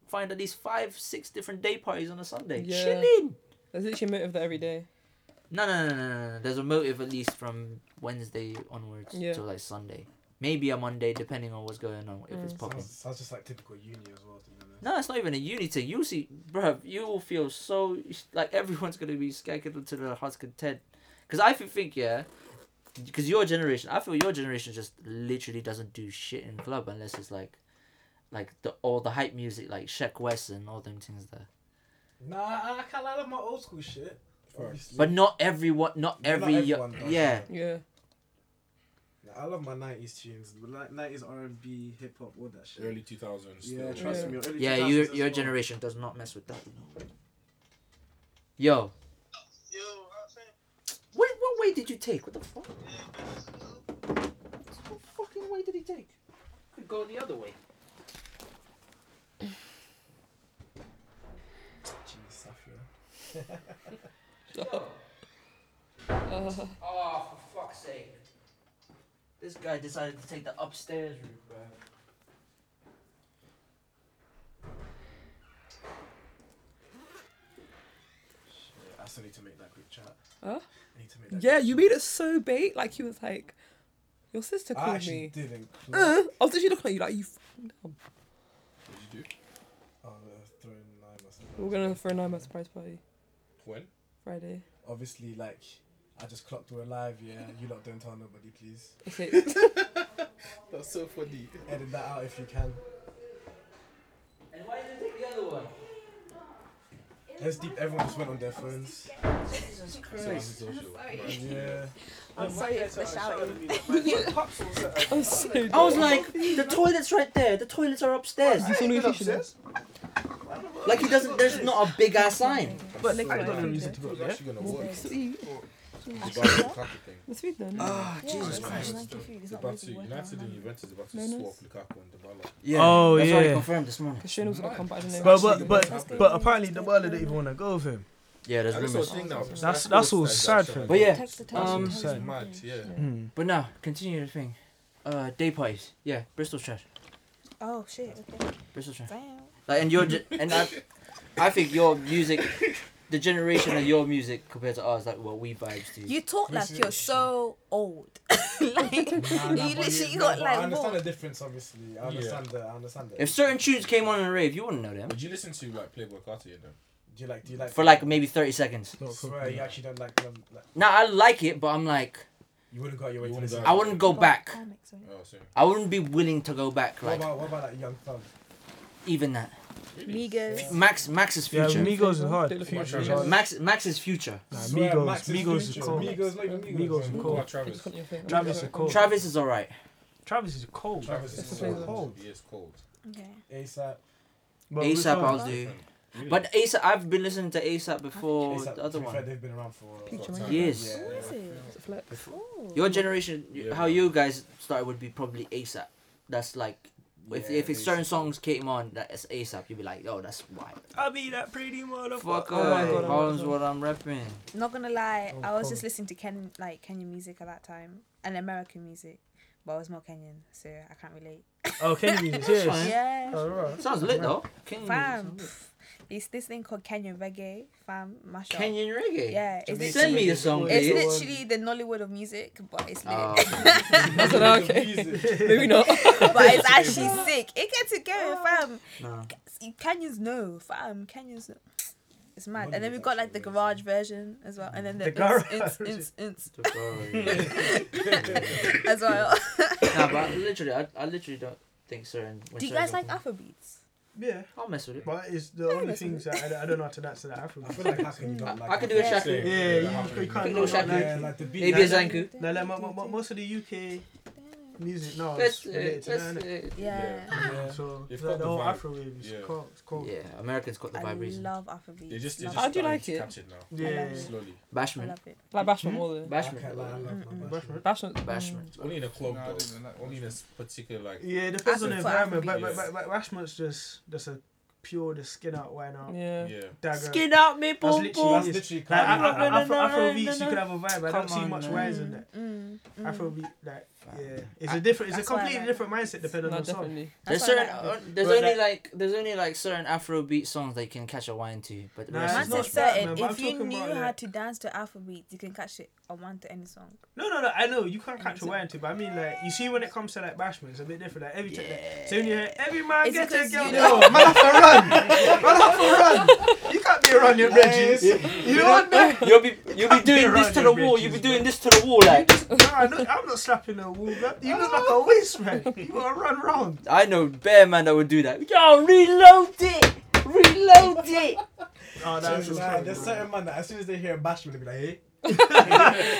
A: find at least five, six different day parties on a Sunday.
B: Yeah.
A: Chilling.
B: There's literally a motive there every day.
A: No, no, no, no, no, no. There's a motive at least from Wednesday onwards
B: Yeah.
A: till like Sunday, maybe a Monday depending on what's going on if it's
B: Mm.
A: popping.
G: sounds, sounds just like typical uni as well. To be honest.
A: No, it's not even a uni thing. You'll see, bruv, you will feel so like everyone's gonna be skanking to their heart's content. Cause I feel- think yeah, because your generation, I feel your generation just literally doesn't do shit in club unless it's like, like the all the hype music like Sheck West and all them things there.
F: Nah, I can't lie, I love my old school shit.
G: Obviously.
A: But not everyone, not
G: Not
A: every yo-
G: everyone does,
A: yeah.
B: Yeah.
K: Like, I love my '90s tunes, like '90s R&B, hip hop, all that shit.
E: Early 2000s.
K: Yeah,
E: still.
K: trust
B: Yeah.
K: me. Early
A: Yeah,
K: 2000s
A: your
K: as
A: your
K: well.
A: generation does not mess with that. Yo. What what way did you take? What the fuck? What fucking way did he take?
C: Could go the other way.
G: Jeez, Safia.
B: Uh,
A: Oh, for fuck's sake! This guy decided to take the upstairs route, bro.
G: Shit, I still need to make that group chat.
B: Huh?
G: I need to make that
B: yeah,
G: group
B: you
G: chat.
B: made it so bait. Like he was like, your sister
G: I
B: called
G: actually
B: me.
G: didn't.
B: Uh,
G: Clue.
B: I was literally looking at you like you. Fucking dumb.
E: What did you do?
G: Oh, uh, throwing nine myself.
B: We're gonna throw nine month surprise party
E: When?
B: Friday.
G: Obviously, like I just clocked we're live. Yeah, you lot don't tell nobody, please.
B: Okay.
E: That's so funny.
G: Edit that out if you can.
A: And why did you take the other one?
G: Let's deep. Everyone just went on their phones.
A: Jesus
E: So
A: Christ!
E: antisocial. Right.
G: Yeah.
K: I'm sorry if I shouted.
B: I'm so dumb.
A: I was like, the toilet's right there. The toilets are upstairs.
B: You saw me with you,
A: Like he doesn't. There's not a big ass sign.
B: But next
E: I
B: time.
E: don't
B: I
E: know
B: think
E: music
B: there-
E: to go there. actually gonna work. It's
B: Let's eat.
E: about to Lukaku thing.
B: Let's feed them.
F: Ah,
A: Oh, Jesus
D: yeah,
A: Christ.
D: Nike food, it's
E: It's
D: not
E: about
D: really
E: to
D: worth
E: United
D: our
E: and
D: money.
E: Juventus is about to
B: No, no.
E: swap Lukaku and Dybala.
A: Yeah.
F: Oh,
A: That's what I
F: yeah.
A: confirmed this morning.
B: Because Shane was gonna come back, I don't know.
F: But but
E: That's
F: but
E: good.
F: but apparently the baller didn't even want to go with him.
A: Yeah, there's
E: And that's all
A: rumors.
E: thing now. because
F: That's-
E: Lukaku
F: that's all
E: was
F: sad
E: that
F: for him.
A: But yeah,
D: Text the text.
A: um,
E: It's
F: Sad.
E: mad, yeah.
F: Hmm.
A: But now, continue the thing. Uh, day parties. Yeah, Bristol's trash.
D: Oh shit. Okay.
A: Bristol's trash.
D: Damn.
A: Like, and your ge- and I, I think your music, the generation of your music compared to ours, like what we vibes do.
D: You talk like you're so old. like
G: Nah, nah,
D: you
G: but
D: literally
G: no,
D: got
G: but
D: like
G: I understand
D: what?
G: the difference, obviously. I
E: Yeah.
G: understand the. I understand the.
A: If certain tunes came on in a rave, you wouldn't know them
E: Would you listen to like Playboy Carti and them?
G: do you like? Do you like?
A: for like maybe thirty seconds.
G: I swear, you actually don't like them. Like,
A: Now I like it, but I'm like,
G: you wouldn't go out your way
E: You
G: to
E: wouldn't
G: listen.
E: go
A: I wouldn't go back.
D: Oh, next one.
E: Oh, sorry.
A: I wouldn't be willing to go back.
G: What
A: Like
G: about what about like Young Thug?
A: even that.
D: Migos.
A: Max, Max is
F: Yeah,
A: future.
F: Migos is hard.
B: Taylor
E: Future.
F: Migos is hard.
A: Max, Max is future.
F: Nah,
G: Swear,
F: Migos-
G: Max
F: Migos is
G: future.
F: cold.
G: Migos, not even
F: Migos is
G: Migos.
E: What
F: cold.
E: about Travis?
F: Travis is cool.
A: Travis is alright.
F: Travis is cold.
G: Travis is
F: It's
G: cold.
F: so cold.
E: He is cold.
D: Okay.
G: ASAP.
F: But we
A: ASAP,
F: can't-
A: I'll do.
E: Really?
A: But ASAP, I've been listening to ASAP before
G: ASAP.
A: the other
G: to be fair,
A: one.
G: they've been around for.
E: Future man.
A: Years.
G: Yeah.
D: Who is it?
B: It's a flex.
D: Ooh.
A: Your generation,
E: Yeah.
A: how you guys started would be probably ASAP. that's like if
F: Yeah,
A: if it's certain songs came on that's ASAP, you'd be like, oh, that's why.
F: I be that pretty motherfucker.
A: Fuck
F: Oh my
A: up,
F: God, I'm
A: Harlem's
F: awesome.
A: what I'm repping.
D: Not gonna lie,
A: Oh,
D: I was
A: cool.
D: just listening to Ken like Kenyan music at that time and American music, but I was more Kenyan, so I can't relate.
F: Oh, Kenyan music,
D: That's
F: serious?
D: fine. Yeah.
F: Oh, right.
A: Sounds lit though. Kenyan music
D: Fam,
A: sounds lit.
D: pff, it's this thing called Kenyan reggae. Fam, mash up.
A: Kenyan reggae?
D: Yeah.
A: Send
D: it's
A: me the
D: literally-
A: song, please.
D: It's literally the Nollywood of music, but it's lit.
A: Oh.
B: I said, oh, okay. Maybe not.
D: but it's actually sick. It gets it going,
G: Ah.
D: fam.
A: Nah.
D: K- Kenyans know, fam. Kenyans know. It's mad. And then we've got like the garage version as well. And then the,
A: The garage
D: It's, it's, it's,
A: The garage.
D: as well.
A: nah, but I literally, I, I literally don't think certain. when
D: Do you
A: certain
D: guys like
A: people-
D: Afrobeats?
F: Yeah.
A: I'll mess with it.
F: But it's the only things that I, don't- I don't know how to dance to that Afro. I feel like how can you
A: not I- like I could do a Afro? Shaku.
F: Yeah,
A: Yeah, I
F: you,
A: can
F: you can't
A: do
F: not
A: a Shaku.
F: like
A: Yeah,
F: it.
A: like the beat. Maybe a Zanku.
F: No, like, mo- mo- mo- most of the UK music now
A: That's
F: is related
A: it,
F: to
A: that's
F: that, innit?
A: it.
D: Yeah.
F: Yeah, So
E: You've
F: the
E: got
F: the
E: the
F: whole
E: vibe.
F: Afro wave is
E: Yeah.
F: cool. It's cool.
A: Yeah, Americans got the
D: I
A: vibration.
D: love Afrobeats.
E: They just- they
D: Love
E: just
D: it.
E: started to catch it now.
F: Yeah.
D: I love it.
E: Slowly.
A: Bashment.
D: I love it.
B: Like Bashment more than
A: Bashment.
B: Bashment. Bashment.
A: Bashment.
E: Only in a club
H: Nah, I
E: though.
H: didn't
E: Only in a s- particular like.
F: Yeah, it depends on the
D: Afro-
F: environment. But,
E: Afrobeats.
F: but, but, but Rashmut's just that's a pure the skin out, why not?
B: Yeah.
E: Yeah.
F: Dagger.
B: Skin out, me
F: That's
B: pom
F: literally,
A: Oh,
B: pom.
F: that's
B: That's literally
F: literally like,
B: kind of-
F: Afro, Afro,
B: Na, na, na,
F: Afrobeats,
B: na,
F: you
B: na.
F: could have a vibe. I
A: Come
F: don't see
A: on,
F: much
A: man.
F: wise in that.
D: Mm, mm.
F: Afrobeat, like, yeah, it's
A: I-
F: a different, it's a
D: That's why I
F: completely
D: like
F: different mindset depending
B: No,
F: on the song.
B: definitely.
A: There's
D: That's
A: certain,
D: why I
A: uh,
D: like
A: there's
F: But
A: only
F: that-
A: like there's only like certain Afrobeat songs that you can catch a wine to, but the
F: Nah,
A: rest
F: it's
A: is
D: Man
F: not
D: said
A: like,
F: that, man,
D: certain,
F: but I'm
D: if you
F: talking
D: knew
F: about,
D: how
F: like-
D: to dance to Afrobeat, you can catch it on one to any song.
F: No, no, no. I know you can't catch a wine to, but I mean, like, you see, when it comes to like bashment, it's a bit different. Like every, time, like, so when you hear every man
D: It's
F: get a
D: because
F: girl,
D: you
F: yo,
D: know-
F: man have to run, man have to run. You can't be around your bridges. You know what? No,
A: you'll be you'll be
F: Can't be
A: doing this to
F: around
A: the
F: your
A: wall, you'll be
F: bridges,
A: doing this to the wall like.
F: I don't- I'm not slapping no wall. man. You look like a waste man. You gotta run round.
A: I know bear man that would do that. Yo, reload it, reload it.
F: Oh, that's
I: Nah, there's certain man that as soon as they hear a bashment, they'll be like, hey.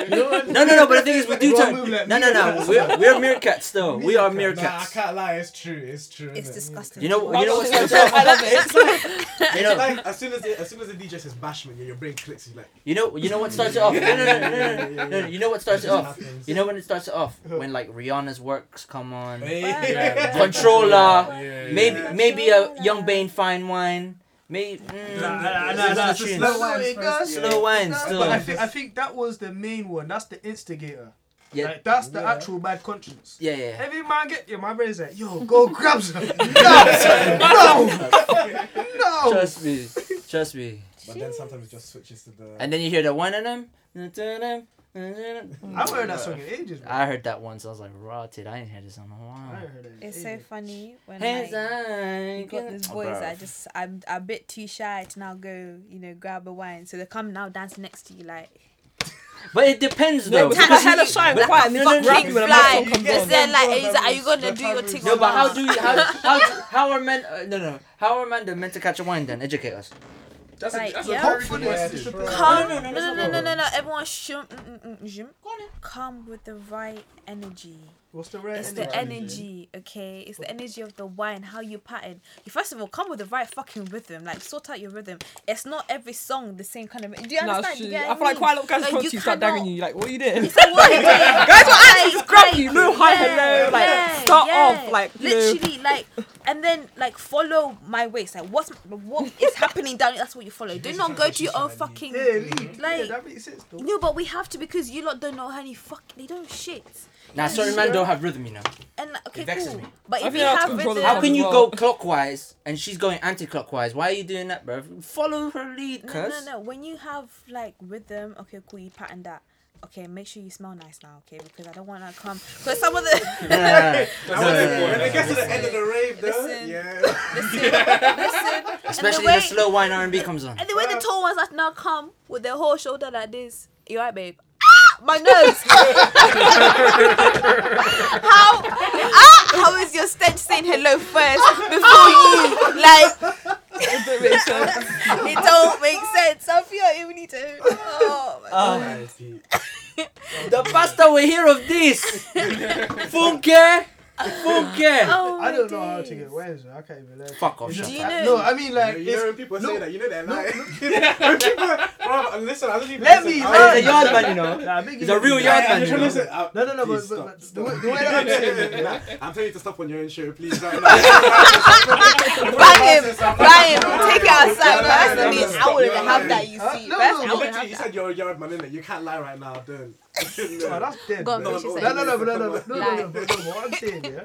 A: No, no, no. But the thing is, we do
I: Wrong
A: turn.
I: move, like,
A: No, no, no.
I: meerkats.
A: We're we're meerkats though. We are
I: Nah, I
A: meerkats.
I: can't lie, it's true, it's true.
D: It's
I: innit?
D: disgusting.
A: You know,
B: I
A: you know
B: love
A: what's
B: it.
A: so
B: I love it.
A: You know-
I: Like, as soon as it, as soon as the DJ says bashment, yeah, your brain clicks. You're like,
A: You know, you know what starts it off. No, no, no, no, no, no, no, no, You know what starts it
I: It just
A: off.
I: happens.
A: You know when it starts it off when like Rihanna's works come on.
I: hey.
D: Yeah.
A: Controller,
E: Yeah.
A: maybe
I: Yeah.
A: maybe a young Bane fine wine. mm, Maybe.
F: Nah, nah, nah, nah,
I: just
F: slow
I: slow
F: wine
I: wine
F: first,
A: Slow wine,
F: Nah,
A: still.
F: But I think, I think that was the main one. That's the instigator.
A: Yeah.
F: Like, that's the actual bad conscience.
A: Yeah, yeah.
F: Every man get yeah, my brain's like, yo, go grab some. no, no, no.
A: Trust me, trust me.
I: But then sometimes it just switches to the.
A: And then you hear the one of them. I
F: I've heard that song in ages. Man.
A: I heard that once. I was like, rotted. I ain't heard this song in a
F: I
A: while.
F: ain't heard that in
D: It's so
F: ages.
D: funny when
A: Hands
D: like,
A: I
D: you got this
A: Oh,
D: voice.
A: bruv.
D: I just I'm a bit too shy to now go, you know, grab a wine. So they come now dance next to you like
A: But it depends
B: No,
A: though.
B: but
A: because
B: I'm hella
A: you-
B: shy.
A: but-
B: Quiet, and
A: no,
B: they
A: no,
B: fuck
A: no,
B: rap
A: no,
D: fucking
B: me when I'm
D: fly.
B: not so
D: It's
B: confident.
D: there like,
I: That's
D: hey, is- are you gonna
I: how
D: do your
I: it
D: thing?
I: is.
A: No,
D: or
A: but how
D: not?
A: do you, how how do- how are men? Uh, no, no. How are men meant to catch a wine? Then educate us.
E: That's
D: Like,
E: a, that's
D: yeah.
E: a very good
F: Hopefully
E: question.
F: it's
I: true.
D: Come,
A: No,
D: no,
A: no, no,
D: no,
A: that's
D: no,
A: not
D: no, no,
A: what-
D: no, Everyone, shum, mm, mm, mm, shum. come with the right energy.
F: What's the rare
D: It's
F: energy?
D: the energy, okay? It's the energy of the wine, how you pattern. You first of all come with the right fucking rhythm, like sort out your rhythm. It's not every song the same kind of. Do you
B: Nah,
D: understand?
B: it's
D: Do
B: true.
D: you get
B: I
D: what
B: feel like
D: mean?
B: quite a lot of guys
D: Like,
B: approach you, start
D: cannot-
B: daggering you. Like, what are you doing?
D: It's like, what are you doing?
B: Guys will actually just grab you, no hi,
D: yeah,
B: hello, like
D: yeah,
B: start
D: yeah.
B: off, like you know.
D: literally, like, and then like follow my waist. Like, what's what is happening down? That's what you follow. Do not go to your own fucking.
F: Yeah, lead. yeah,
D: Like-
F: that makes sense though.
D: No, but we have to because you lot don't know how any fuck. They don't shit.
A: Now, certain men don't have rhythm, you know.
D: And like, okay,
A: It vexes
D: cool.
A: me.
D: But
B: I
D: if
B: think
D: you
B: that's
D: have
B: control
D: rhythm,
A: How can you
B: Well-
A: go clockwise and she's going anti-clockwise? Why are you doing that, bro? Follow her lead,
D: No,
A: cuz.
D: no, no. When you have like rhythm, okay, cool. You pattern that. Okay, make sure you smell nice now, okay? Because I don't want to come. Because some of the
A: No, no, no, no, no, no, no, no,
G: When
A: no,
G: it gets
A: no,
G: to
A: no.
G: the end of the rave, though,
D: Listen.
G: yeah.
D: listen, listen,
A: Especially
D: and the way,
A: the slow wine R&B comes on.
D: and the way the tall ones like now come with their whole shoulder like this. You right, babe? Ah, my nose. how? Ah, how is your stench saying hello first before you like?
B: It don't make sense.
D: it don't make sense. I feel like we need to. Oh,
A: Uh,
D: my God.
A: The pastor will hear of this. Funke, Full gear.
F: Oh, I don't know how to get wins. I can't even. Learn.
A: Fuck off,
F: It's
A: shut
F: just-
A: up.
F: No, I mean like.
G: You know, you know
F: it's-
G: when people say
F: look,
G: that, you know they're
F: look,
G: lying.
F: look.
G: When people- Bro, listen, I don't even
F: Let
G: listen.
F: me.
G: I
F: learn.
G: don't-
F: Nah, Biggie
G: He's
F: doesn't do that.
G: I'm trying to listen. Uh,
F: No, no, no,
G: please
F: but, but, but the
G: stop, stop.
F: way- the way that I'm saying it,
G: Nah, I'm telling you to stop on your own show, please. Right now.
D: Bang him, bang him. Take it outside. That's the mean. I wouldn't have that. You see, that's I
G: I
D: wouldn't
G: went to,
D: have
G: you
D: that.
G: said you're a yard man, innit? You can't lie right now, then.
F: Oh, that's dead.
D: Go on,
F: bro.
D: finish your
F: no, no, no,
G: sentence.
F: but no, no, no, no, no, no,
D: Lie.
F: but no, but What I'm saying, yeah.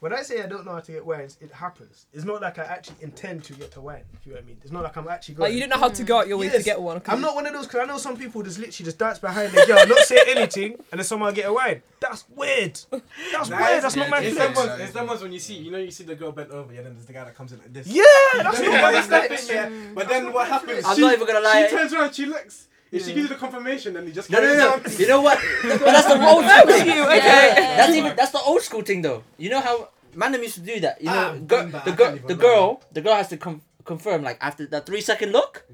F: When I say I don't know how to get wines, it happens. It's not like I actually intend to get to wine. If you know what I mean. It's not like I'm actually going.
B: Like, you don't know how to go out your way to get one, 'cause
F: I'm
B: you-
F: not one of those because I know some people just literally just dance behind the girl, not say anything, and then somehow get a wine. That's weird. That's
G: Nah,
F: weird.
G: it's-
F: That's not my
G: It's
F: thing.
G: them ones- it's them ones when you see, you know, you see the girl bent over, yeah, then there's the guy that comes in like this.
F: Yeah, that's
G: You know,
F: what
G: but
F: my
G: that's the
F: flex.
G: thing, yeah. But then what happens?
A: I'm
G: she-
A: not even gonna lie.
G: She turns around, she looks. If she gives you the confirmation, then you just
A: No, no,
G: carries
A: no.
G: on.
A: You know what? But that's the old school thing.
G: You,
A: Yeah,
G: okay.
A: That's even that's the old school thing though. You know how Mandem used to do that. You know,
G: Ah,
A: go,
G: remember,
A: the
G: I
A: girl,
G: can't even
A: the girl, the girl has to com- confirm like after that three second look.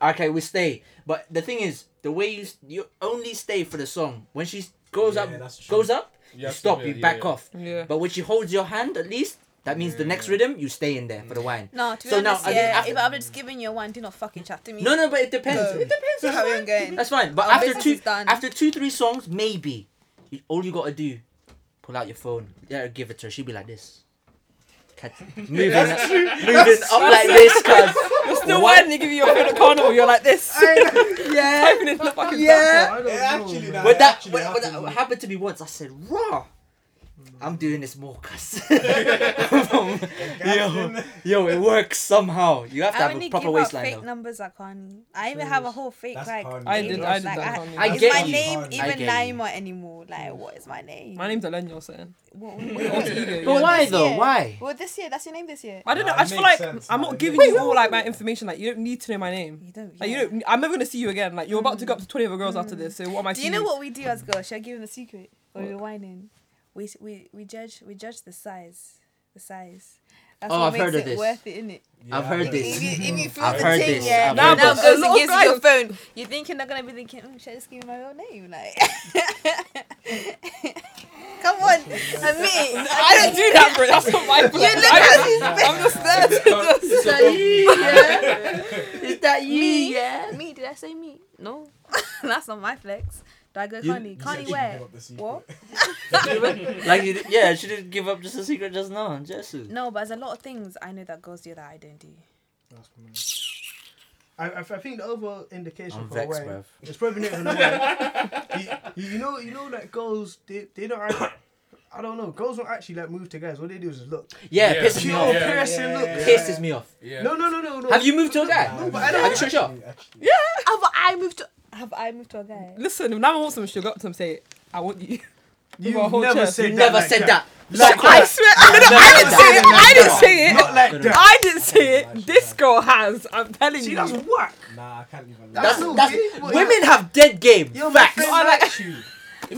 A: Okay, we stay. But the thing is, the way you s- you only stay for the song when she goes up, goes up,
H: You
A: you,
H: have to
A: stop,
H: be-
A: you
H: yeah,
A: back
H: yeah.
A: off.
B: Yeah.
A: But when she holds your hand, at least that means the next rhythm you stay in there for the wine.
D: No, to be
A: So now,
D: honest,
A: I think
D: yeah.
A: after-
D: if I've just given you one, do not fucking chat to me.
A: No, no, but it depends.
D: No, it depends on how you're going.
A: That's fine. But
D: Our
A: after
D: business
A: two,
D: is done.
A: after two, three songs, maybe you, all you gotta do, pull out your phone, let her give it to her. She'll be like this. Cat- Moving,
B: That's true.
A: moving
B: That's-
A: up
B: that's-
A: like this, cuz.
B: You're still
A: What?
B: whining, they give you your phone at carnival, you're like this.
A: Yeah.
B: Typing in the fucking
A: Yeah.
B: background.
G: Actually, nah,
A: But
G: it
A: that,
G: actually
A: but, but that
G: happened.
A: happened to me once. I said, raw. I'm doing this more, cuz. yo, yo, it works somehow. You have to
D: I
A: have a
D: only give
A: proper
D: out
A: waistline.
D: fake
A: though.
D: numbers at Carney. I even have a whole fake
A: That's
D: like.
A: Carney.
B: I did-
D: name,
B: I did
D: like,
B: that Carney.
A: I
D: is
A: get
D: my
A: you.
D: name
A: Carney. I
D: even
A: get you.
D: Naima anymore? Like, what is my name?
B: My name's Alen, you're saying.
D: What,
A: But why
D: this
A: though?
D: year.
A: Why?
D: Well, this year, that's your name this year.
B: I don't know. I just feel like I'm not giving you all like my information. Like you don't need to know my name. You
D: don't.
B: Like you don't. I'm never gonna see you again. Like you're about to go up to twenty other girls after this. So what am I?
D: Do you
B: seeing
D: know what we do as girls? Should I give them the secret? Or
B: What?
D: we're whining? We, s- we, we judge we judge the size. The size. That's
A: Oh,
D: what
A: I've
D: makes
A: heard
D: it
A: of this.
D: worth it, innit?
A: I've heard this.
D: If you, if you feel
A: I've
D: the
A: heard
D: thing,
A: this.
D: yeah,
A: I've
D: now
A: heard
D: now
A: this.
D: goes
B: A lot of
D: against
B: guys-
D: your phone. You think you're not gonna be thinking, mm, should I just give you my real name? Like, come on, admit it.
B: I don't do that, bro. That's not my
D: You look
B: I-
D: at his face.
B: I'm just there to
D: Is that you? Yeah. Is that you? Me? Yeah. Me? Did I say me? No. That's not my flex. Do I go
A: You-
D: Connie?
A: you
D: Connie
A: actually
D: where?
A: gave up the
D: What?
A: like, you, yeah, she didn't give up just a secret just now, Jesu.
D: No, but there's a lot of things I know that girls do that I don't do.
F: I, I, I think the overall indication
A: I'm
F: for
A: vexed,
F: a
A: bruv.
F: wine, it's probably not even a wine. you, you know, you know that girls they, they don't. act- I don't know. Girls don't actually like move to guys. What they do is just look.
A: Yeah, Yeah. pisses me
F: Pure
A: off. Yeah,
F: Piercing
A: yeah,
F: look.
A: yeah, Pisses yeah. me off. Yeah.
F: No, no, no, no, no.
A: Have you moved to a
F: No,
A: guy?
F: No, but I don't.
A: Have you shut up?
D: Yeah. Have I moved to? Have I moved to a guy?
B: Listen, if Nama wants someone, she'll go up to him and say, "I want you."
F: You
B: With her whole
F: never
B: chest.
F: said You that never like said that. that. Like
B: I
F: that.
B: swear, no, no,
F: Never
B: I didn't
F: said
B: say it. I didn't say
F: that.
B: it.
F: Not like that.
B: I didn't say it. This girl has. I'm telling you.
F: See, that's whack.
I: Nah, I can't even.
B: That's
A: That's,
B: so
A: that's,
B: gay, boy.
A: women have dead game.
B: Yo, my
A: Facts. Oh,
B: friend likes
F: you.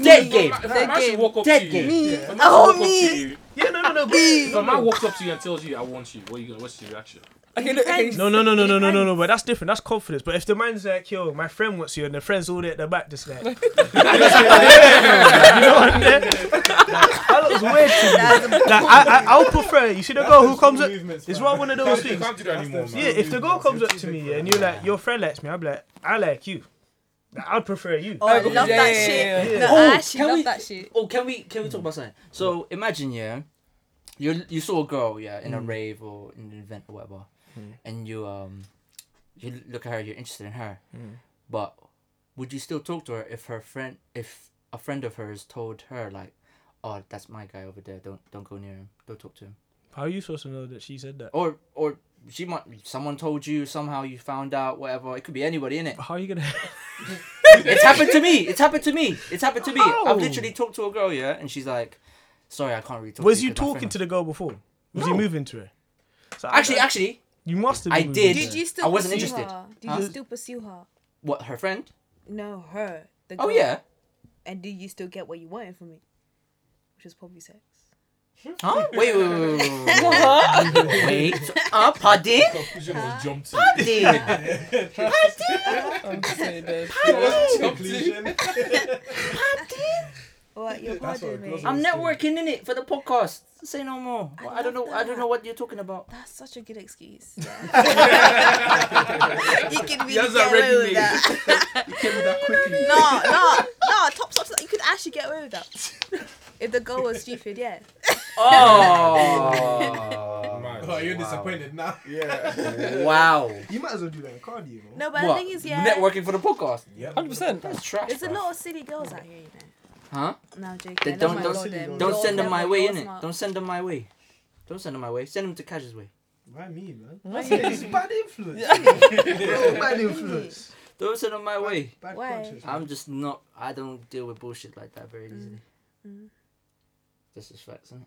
A: Dead game.
H: If a
A: Dead
H: man should
A: game.
H: walk up
A: Dead
H: to
A: game.
H: you,
A: Me.
H: if a man should
A: Oh,
H: walk up
A: me.
H: to you-
F: Yeah, no, no, no.
H: If a man walks up to you and tells you, "I want you," what are you gonna? What's your reaction?
B: Okay, look, okay.
F: No, no, no, no, no, no, no, no. But that's different. That's confidence. But if the man's like, yo, my friend wants you, and the friend's all there at the back, just like, you know what I'm saying? Like, That looks weird to me. Like, I, I, I'll prefer. You see the girl who comes up. It's one one of those
E: You
F: things.
E: can't do that anymore, man.
F: Yeah, if the girl comes up to me yeah, and you're like, your friend likes me, I'm like, I like you. Like, I'd prefer you.
D: Oh, I love that shit. No, I actually
A: Oh, can
D: love
A: we,
D: that shit.
A: Oh, can we can we talk about something? So imagine yeah, you you saw a girl yeah in a rave or in an event or whatever, and you um you look at her, you're interested in her, but would you still talk to her if her friend if a friend of hers told her like, oh that's my guy over there, don't don't go near him, don't talk to him,
F: How are you supposed to know that she said that?
A: or or she might someone told you somehow you found out whatever it could be anybody in it.
F: How are you gonna?
A: it's happened to me. It's happened to me. It's happened to me.
F: How?
A: I've literally talked to a girl, yeah, and she's like, "Sorry, I can't really talk."
F: Was
A: to you
F: you
A: 'cause my
F: talking
A: friend-"
F: to the girl before? Was you
A: No.
F: moving to her? So I
A: Actually,
F: don't-
A: actually,
F: you must have.
A: I
F: been moving
A: did.
F: to her.
D: Did you still
A: I wasn't
D: pursue
A: interested.
D: Her? Did
A: Huh?
D: you still pursue her?
A: What her friend?
D: No, her. The
A: Oh,
D: girl.
A: yeah.
D: And did you still get what you wanted from it? Which was probably sex.
A: Huh? Wait, wait, wait, wait, wait, wait, wait. wait. So- Uh, pardon?
H: Conclusion was jumped to.
A: Pardon?
H: Pardon?
A: Pardon?
D: What you're
A: That's
D: pardon me.
A: I'm networking in it for the podcast. Say no more.
D: I
A: Well, I, don't know.
D: love
A: I don't know what you're talking about.
D: That's such a good excuse.
A: You
D: you can really
A: He has
D: get
A: that
D: away
A: ready-made.
D: with that.
A: You came with that quickly.
D: No, no, no. Top stuff. You could actually get away with that. If the girl was stupid, yeah.
I: Oh, you're disappointed now.
A: Yeah. Wow.
F: You might as well do that in cardio.
D: No, but the
A: What?
D: thing is, yeah.
A: Networking for the podcast.
I: Yeah.
A: Hundred percent. That's trash.
D: There's a
A: bruv.
D: lot of silly girls out here, you know.
A: Huh?
D: No, I'm joking.
A: They
D: I love
A: don't
D: my
A: don't,
D: girl,
A: send-
D: them.
A: don't
D: Girls
A: send them
D: never
A: my way,
D: girls
A: innit?
D: smart.
A: Don't send them my way. Don't send them my way. Send them to Cash's way.
F: Why me, man?
D: Why
F: That's
D: you?
F: it's bad influence.
A: Yeah.
F: bad influence.
A: Don't send them my way.
F: Bad
D: Why?
F: conscience.
A: I'm just not. I don't deal with bullshit like that very easily.
D: Mm.
A: This is facts, isn't it?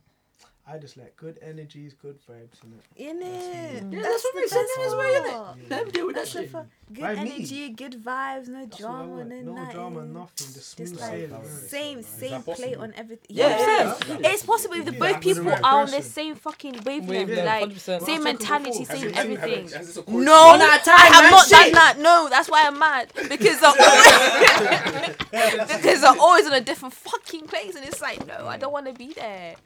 F: I just like good energies, good vibes, and that.
D: In it.
A: Yeah, that's what makes sense in his way, innit? Let him deal with that
D: That's the
A: shit.
D: fu- Good
F: Why me?
D: energy, good vibes, no
F: That's what I
D: drama,
F: want.
D: no,
F: No
D: nothing.
F: drama, nothing. Just smooth
D: Just like
F: sailing.
D: same, same play on everything.
A: Yeah,
D: Yeah,
A: yeah.
D: it's possible if the
F: Yeah,
D: both
F: I'm with the
D: people
F: right
D: are on the
F: person.
D: same fucking wavelength,
B: Wavelength,
D: like
B: 100%.
D: same
E: Well, I've talked
D: mentality, same
E: before. Has it- has it-
D: everything.
E: has it- has it-
D: No,
A: One at a time,
D: I have
A: man,
D: not done
A: shit.
D: that. No, that's why I'm mad because I'm always, because I'm always in a different fucking place, and it's like no, I don't want to be there.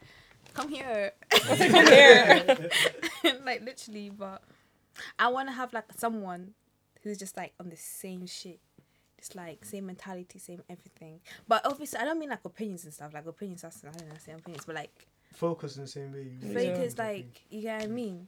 D: Come here, come here. like literally, but I want to have like someone who's just like on the same shit. It's like same mentality, same everything. But obviously, I don't mean like opinions and stuff. Like opinions, that's I don't know, same opinions. But like
F: Focus in the same way. you-
D: Focus, like, you get what I mean?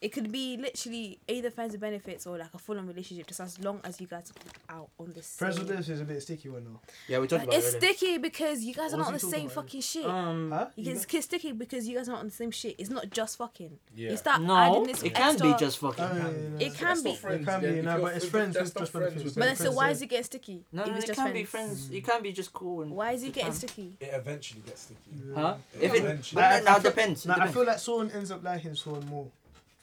D: It could be literally either friends with benefits or like a full on relationship, just as long as you guys are out on the same.
F: Friends with benefits is a bit sticky one though.
A: Yeah, we talked about
D: It's
A: it. earlier.
D: sticky because you guys are
F: What
D: not on the
F: was he
D: same
F: talking about?
D: fucking shit.
A: Um,
F: Huh?
D: You guys- it's sticky because you guys are not on the same shit. It's not just fucking.
E: Yeah.
D: You start
A: no,
D: adding this
A: it can be
D: extra-
A: just fucking.
F: Uh,
D: It can be.
F: It can be, no, but it's friends with just benefits.
D: But then, so
F: Friends,
D: why
F: yeah.
D: is it getting sticky?
A: No,
D: if
A: no,
D: it's
A: it can
D: just
A: be friends. It can be just cool. And
D: Why is it getting
A: can.
D: sticky?
I: It eventually gets sticky.
A: Huh? If it,
I: Eventually.
A: but then, now
F: feel-
A: depends. it
F: Nah, I
A: depends.
F: feel like someone ends up liking someone more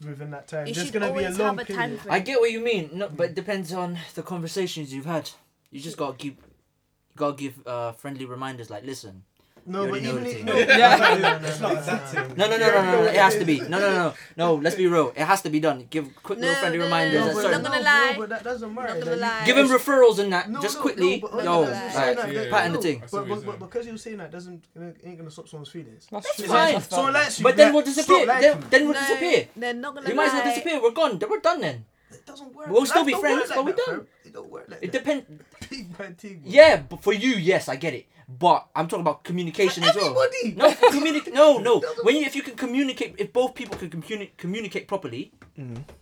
F: within that time.
D: You
F: There's
D: should
F: gonna be a
D: always
F: long
D: have a time
F: period.
D: frame.
A: I get what you mean, no, but it depends on the conversations you've had. You just gotta keep, you gotta give uh, friendly reminders like, listen.
F: No,
A: You
F: but
A: already know
F: even
A: the
F: if
A: thing.
F: no,
I: Yeah.
F: no, no, no,
I: It's
F: no,
I: not
F: no,
I: that
F: no,
I: thing.
A: No, no, no,
I: You
A: no,
I: already know
A: no, no.
I: what
A: It has
I: it
A: to be. No, no, no, no, no. Let's be real. It has to be done. Give quick little
D: No,
A: friendly
D: no, no,
A: reminders.
D: no,
A: at
D: no,
A: certain-
D: not gonna lie.
F: but that doesn't matter.
D: Not gonna
F: like,
D: lie.
A: Give him referrals and that.
F: No,
A: just
F: no,
A: quickly. No,
F: no, but- but
D: you're
A: like,
F: saying that,
E: yeah,
A: patting the
F: no,
A: thing.
E: I see what
F: But, but,
E: you're
F: but
E: saying.
F: because you're saying that doesn't ain't gonna stop someone's feelings.
B: That's
A: fine.
F: Someone likes you,
A: But then
F: like,
A: we'll disappear.
F: stop
A: Then,
F: liking
A: then
D: No,
A: we'll disappear.
D: They're not gonna
A: We might as well
D: lie.
A: disappear. We're gone. Then We're done. Then
F: It doesn't work.
A: We'll still
F: Life
A: be
F: don't
A: friends,
F: work like
A: but we
F: that,
A: don't.
F: bro. It don't work like
A: it
F: that.
A: depends.
F: Big man thing. bro.
A: Yeah, but for you, yes, I get it. But I'm talking about communication as well.
F: Everybody.
A: No, communicate. No, no. When you, if you can communicate, if both people can communi- communicate properly,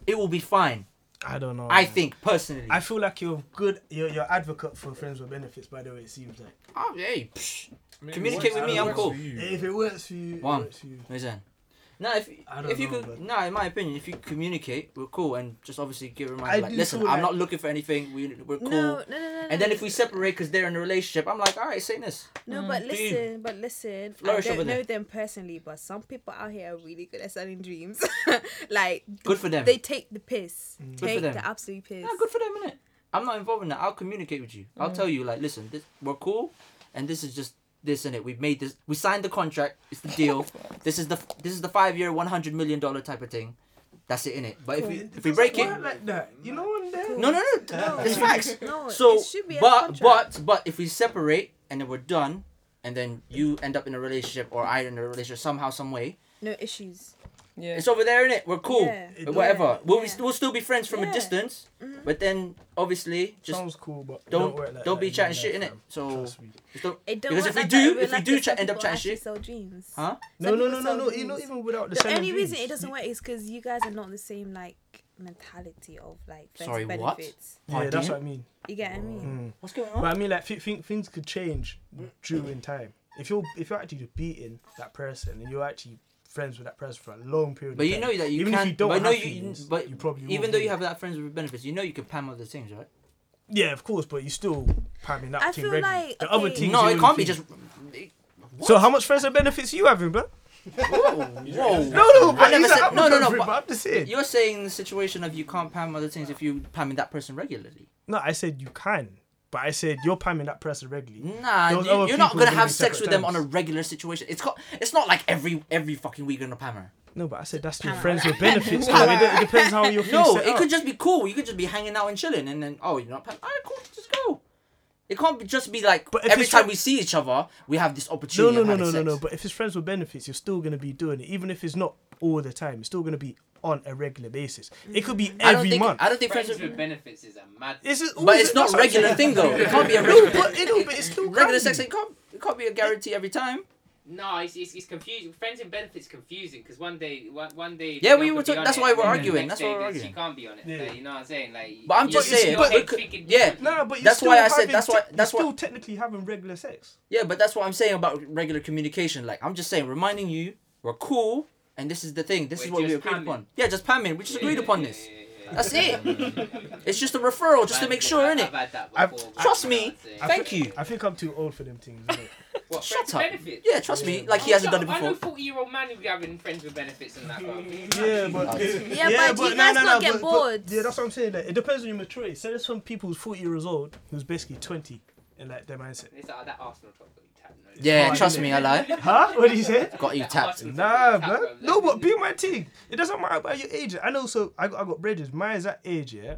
A: it will be fine.
F: Mm-hmm. I don't know.
A: I
F: man.
A: think personally.
F: I feel like you're good. You're you're advocate for friends with benefits. By the way, it seems like
A: oh, hey, psh.
E: Maybe
A: Communicate with
E: once
A: me,
E: it
A: I'm
E: works
A: cool.
E: for you.
F: if it works for you, it
A: One.
F: works for you.
A: Listen. No, if
F: I don't
A: if you
F: know,
A: could,
F: but-
A: no, in my opinion, if you communicate, we're cool, and just obviously give a
F: I
A: reminder like,
F: do
A: listen,
F: feel
A: I'm
F: like-
A: not looking for anything. We we're cool.
D: No, no, no, no.
A: And
D: no.
A: then if we separate because they're in a relationship, I'm like, all right, say this.
D: No, but
A: Do you-
D: listen, but listen.
A: Mm,
D: I
A: Flourish
D: don't
A: over
D: know
A: there.
D: them personally, but some people out here are really good at selling dreams. like
A: Good for them.
D: they take the piss,
F: Mm.
A: for
D: take
A: them.
D: the absolute piss.
A: No, good for them, innit? I'm not involved in that. I'll communicate with you. I'll
D: Mm.
A: tell you, like, listen, this, we're cool, and this is just this, innit? We've made this. We signed the contract. It's the deal. this is the this is the five year, one hundred million dollar type of thing. That's it, innit? But if we if we
F: doesn't
A: break it,
F: work like that, you know what? Then
A: no, no, no, it's facts.
D: No,
A: So,
D: it should be a
A: but
D: contract.
A: but but if we separate and then we're done, and then you end up in a relationship or I in a relationship somehow, some way,
D: no issues.
B: Yeah.
A: it's over there, innit? We're cool.
D: Yeah.
A: But Whatever.
D: Yeah,
A: We'll,
D: yeah.
A: be, we'll still be friends from
D: Yeah.
A: a distance,
D: Mhm.
A: but then obviously just
F: sounds cool, but it
A: don't-
F: work like
A: don't
F: that
A: be
F: in
A: chatting
F: real
A: shit,
F: life,
A: innit?
F: fam.
A: So-
F: Trust me.
A: just don't
D: It don't
A: Because
D: work
A: if we
D: like
A: do-
D: that in real
A: if we
D: life,
A: do
D: 'cause
A: chat-
D: some
A: end up
D: people
A: chatting
D: actually
A: shit-
D: Sell dreams.
A: Huh?
F: no,
D: Some
F: no,
D: people
F: no, no,
D: sell
F: no. e-
D: dreams.
F: Not even without the,
D: The
F: selling
D: only
F: dreams.
D: reason it doesn't work is because you guys are not on the same like mentality of like friends
A: Sorry,
D: with
A: what?
D: benefits.
F: Yeah, that's
A: Pardon?
F: what I mean.
D: You get what I mean?
F: Mm.
A: What's going on?
F: But I mean, like, th- think things could change during time. If you're if you're actually beating that person and you're actually friends with that person for a long period,
A: But
F: of
A: you
F: time,
A: know that you
F: even
A: can.
F: if you don't
A: but
F: have
A: no, you,
F: feelings,
A: but
F: you probably
A: even
F: won't
A: though
F: be.
A: you have that friends with benefits, you know you can pam other things, right?
F: yeah, of course, but you still pamming that
D: I
F: thing
D: feel
F: regularly.
D: like,
F: the other
D: okay-
F: things
A: No,
F: you
A: it
F: only
A: can't be
F: think-
A: just.
F: So how much friends and benefits you having, bro?
A: Whoa,
F: No, no, but
A: never
F: he's
A: said-
F: like,
A: no,
F: no,
A: no, no,
F: But,
A: but-
F: I'm just saying.
A: You're saying the situation of you can't pam other things if you pamming that person regularly.
F: No, I said you can, but I said you're pamming that person regularly.
A: Nah,
F: Those
A: you,
F: other
A: you're not
F: people
A: gonna
F: are
A: have
F: be
A: sex with
F: separate
A: them on a
F: times.
A: regular situation. It's got, It's not like every every fucking week you're gonna pam her.
F: No, but I said that's your friends with benefits. though. it, de- it depends how your things
A: No,
F: set
A: it
F: up.
A: could just be cool. You could just be hanging out and chilling, and then oh, you're not pam. Alright, cool, just go. It can't be- just be like
F: But if
A: every
F: it's
A: time
F: fr-
A: we see each other, we have this
F: No,
A: opportunity.
F: no,
A: of
F: no,
A: having
F: no, no,
A: sex.
F: no. But if it's friends with benefits, you're still gonna be doing it, even if it's not all the time. It's still gonna be on a regular basis. It could be
A: I don't
F: every
A: think-
F: month.
A: I don't think
C: Friends with benefits is a mad.
F: It's just-
A: But it's not
F: That's what I'm
A: regular
F: saying.
A: thing though. It can't be a
F: No,
A: regular.
F: but it- no, but it's still
A: regular
F: random.
A: sex. It can't. It can't be a guarantee every time.
C: No, it's, it's, it's confusing. Friends and benefits confusing because one day, one, one day.
A: Yeah,
C: the
A: we
C: girl
A: were
C: could be
A: talk-
C: on
A: that's
C: it,
A: why we're
C: and then the
A: arguing,
C: next
A: that's why
C: day
A: we're
C: that
A: arguing.
C: She can't be on it. like, you know what I'm saying? Like,
A: But I'm
C: you-
A: just
C: you're
A: saying.
C: not
A: it could-
C: thinking
A: yeah.
F: No, but you're
A: that's
F: still
A: why I said.
F: having
A: That's why.
F: te-
A: That's
F: you're
A: why.
F: still technically having regular sex.
A: Yeah, but that's what I'm saying about regular communication. Like I'm just saying, reminding you, we're cool, and this is the thing. This is
C: We're
A: what we
C: just
A: agreed
C: pamming.
A: upon. Yeah, just pamming. We just
C: Yeah,
A: agreed
C: yeah,
A: upon
C: yeah,
A: this.
C: yeah, yeah, yeah.
A: That's it. it's just a referral, just to
C: I've
A: make
C: had-
A: sure,
C: I've
A: innit?
C: had that
A: I've-
C: before,
A: Trust
C: you know
A: me.
C: what I'm saying?
F: I
A: Thank
F: think-
A: you.
F: I think I'm too old for them things. innit?
C: What,
A: Shut
C: friends
A: up.
C: with benefits?
A: Yeah, trust me. Like he
C: I'm
A: hasn't
C: not-
A: done it
C: I know
A: before.
C: 40 year old man who be having friends with benefits and that, bro.
F: Yeah, but
D: Yeah, but do you guys not get bored?
F: yeah, that's what I'm saying. Like, it depends on your maturity. So there's some people who's 40 years old who's basically 20 in like their mindset.
C: It's like that Arsenal club that you tapped, no?
A: Yeah,
F: hard,
A: trust
F: innit?
A: me, I lie.
F: Huh? What did you say?
A: Got you tapped.
F: Nah, bro. No, but be my team. It doesn't matter about your age. I know. So I got, I got bridges. Mine's that age, yeah,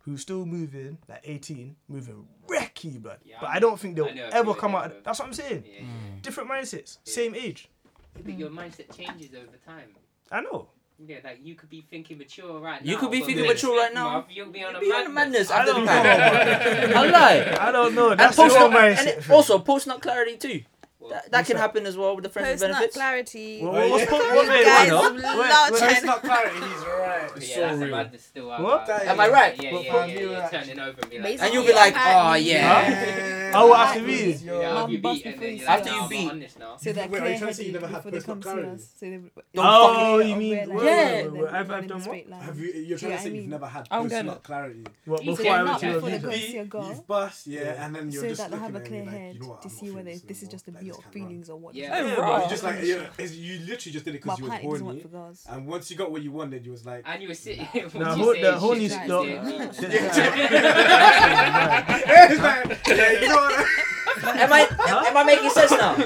F: who's still moving like 18, moving wrecky, bro. but I don't think they'll
C: I know a few
F: ever
C: of
F: come
C: them,
F: out.
C: bro.
F: That's what I'm saying.
C: Yeah,
A: Mm.
C: yeah.
F: Different mindsets, same age.
C: But your mindset changes over time.
F: I know.
C: Yeah, like you could be thinking mature right now.
A: You could be
C: but
A: thinking
C: next
A: mature right now.
C: month You'll be on a
A: Be on the
C: madness.
A: madness after the
F: don't
A: pack.
F: know.
A: I lie.
F: I don't know.
A: And
F: That's
A: post
F: your
A: not, and
F: mindset.
A: it- also post not clarity too. That, that
F: What's
A: can
F: that?
A: happen as well with the friends with
D: Post nut
A: benefits.
D: clarity.
F: Well, what's po-
D: You
F: what- wait,
D: guys
F: wait,
D: love
L: It's
D: China.
L: not clarity. He's right.
C: Yeah,
L: It's
C: that's
L: so
C: a
L: real.
C: madness still. out
F: What?
C: there.
L: That
A: Am I right?
C: Yeah,
L: But
C: yeah,
L: for
C: yeah.
L: you,
C: yeah.
L: like-
C: Turning over and be like,
D: Basically,
A: And you'll be like, oh
D: apparently-
A: yeah.
F: I will
L: Yeah.
F: after me.
C: yeah, you
D: Boss
C: beat and then
D: before you
C: you're
D: see
C: like,
A: After
C: nah,
A: you
C: I'm
A: beat.
C: on this now.
D: So they're
L: Wait, are you
D: clear
L: trying to say you
D: headed
L: never had
D: before they
L: personal
D: come see
L: clarity?
D: us. So they,
A: Don't
F: Oh, you mean- wait,
D: yeah?
F: wait, wait, wait, I've- I've done what?
L: Have you? You're trying
D: Yeah,
L: to
D: I
L: say you've
D: mean-
L: never had
D: I'm
L: personal
D: gonna-
L: clarity.
F: What,
C: You
F: before
C: said
F: I
C: not
F: went
C: before
F: to
D: they
F: your
D: go
F: visa.
D: see a girl.
L: You've bust, yeah, and then you're
D: So
L: just
D: that they
L: looking at
D: have a
L: it and
D: clear
L: you're like,
D: head
L: you know what,
D: to
L: I'm not
D: see
L: feeling
D: whether this is
L: anymore.
D: just a
L: Like, this
D: your
L: can't run.
D: feelings or what.
C: Yeah.
F: Hey,
C: Yeah,
F: bro.
L: But you just like you you literally just did it
D: My
L: because you were
D: party doesn't work
L: horny,
D: for girls.
L: and once you got what you wanted, you was like,
C: And you were sitting. what
F: Nah,
C: you
F: ho-
C: say
F: the
C: is
F: horny
C: shit, like,
F: dog-
C: yeah.
L: It's like, yeah, you know what?
A: Am I am I making sense now? No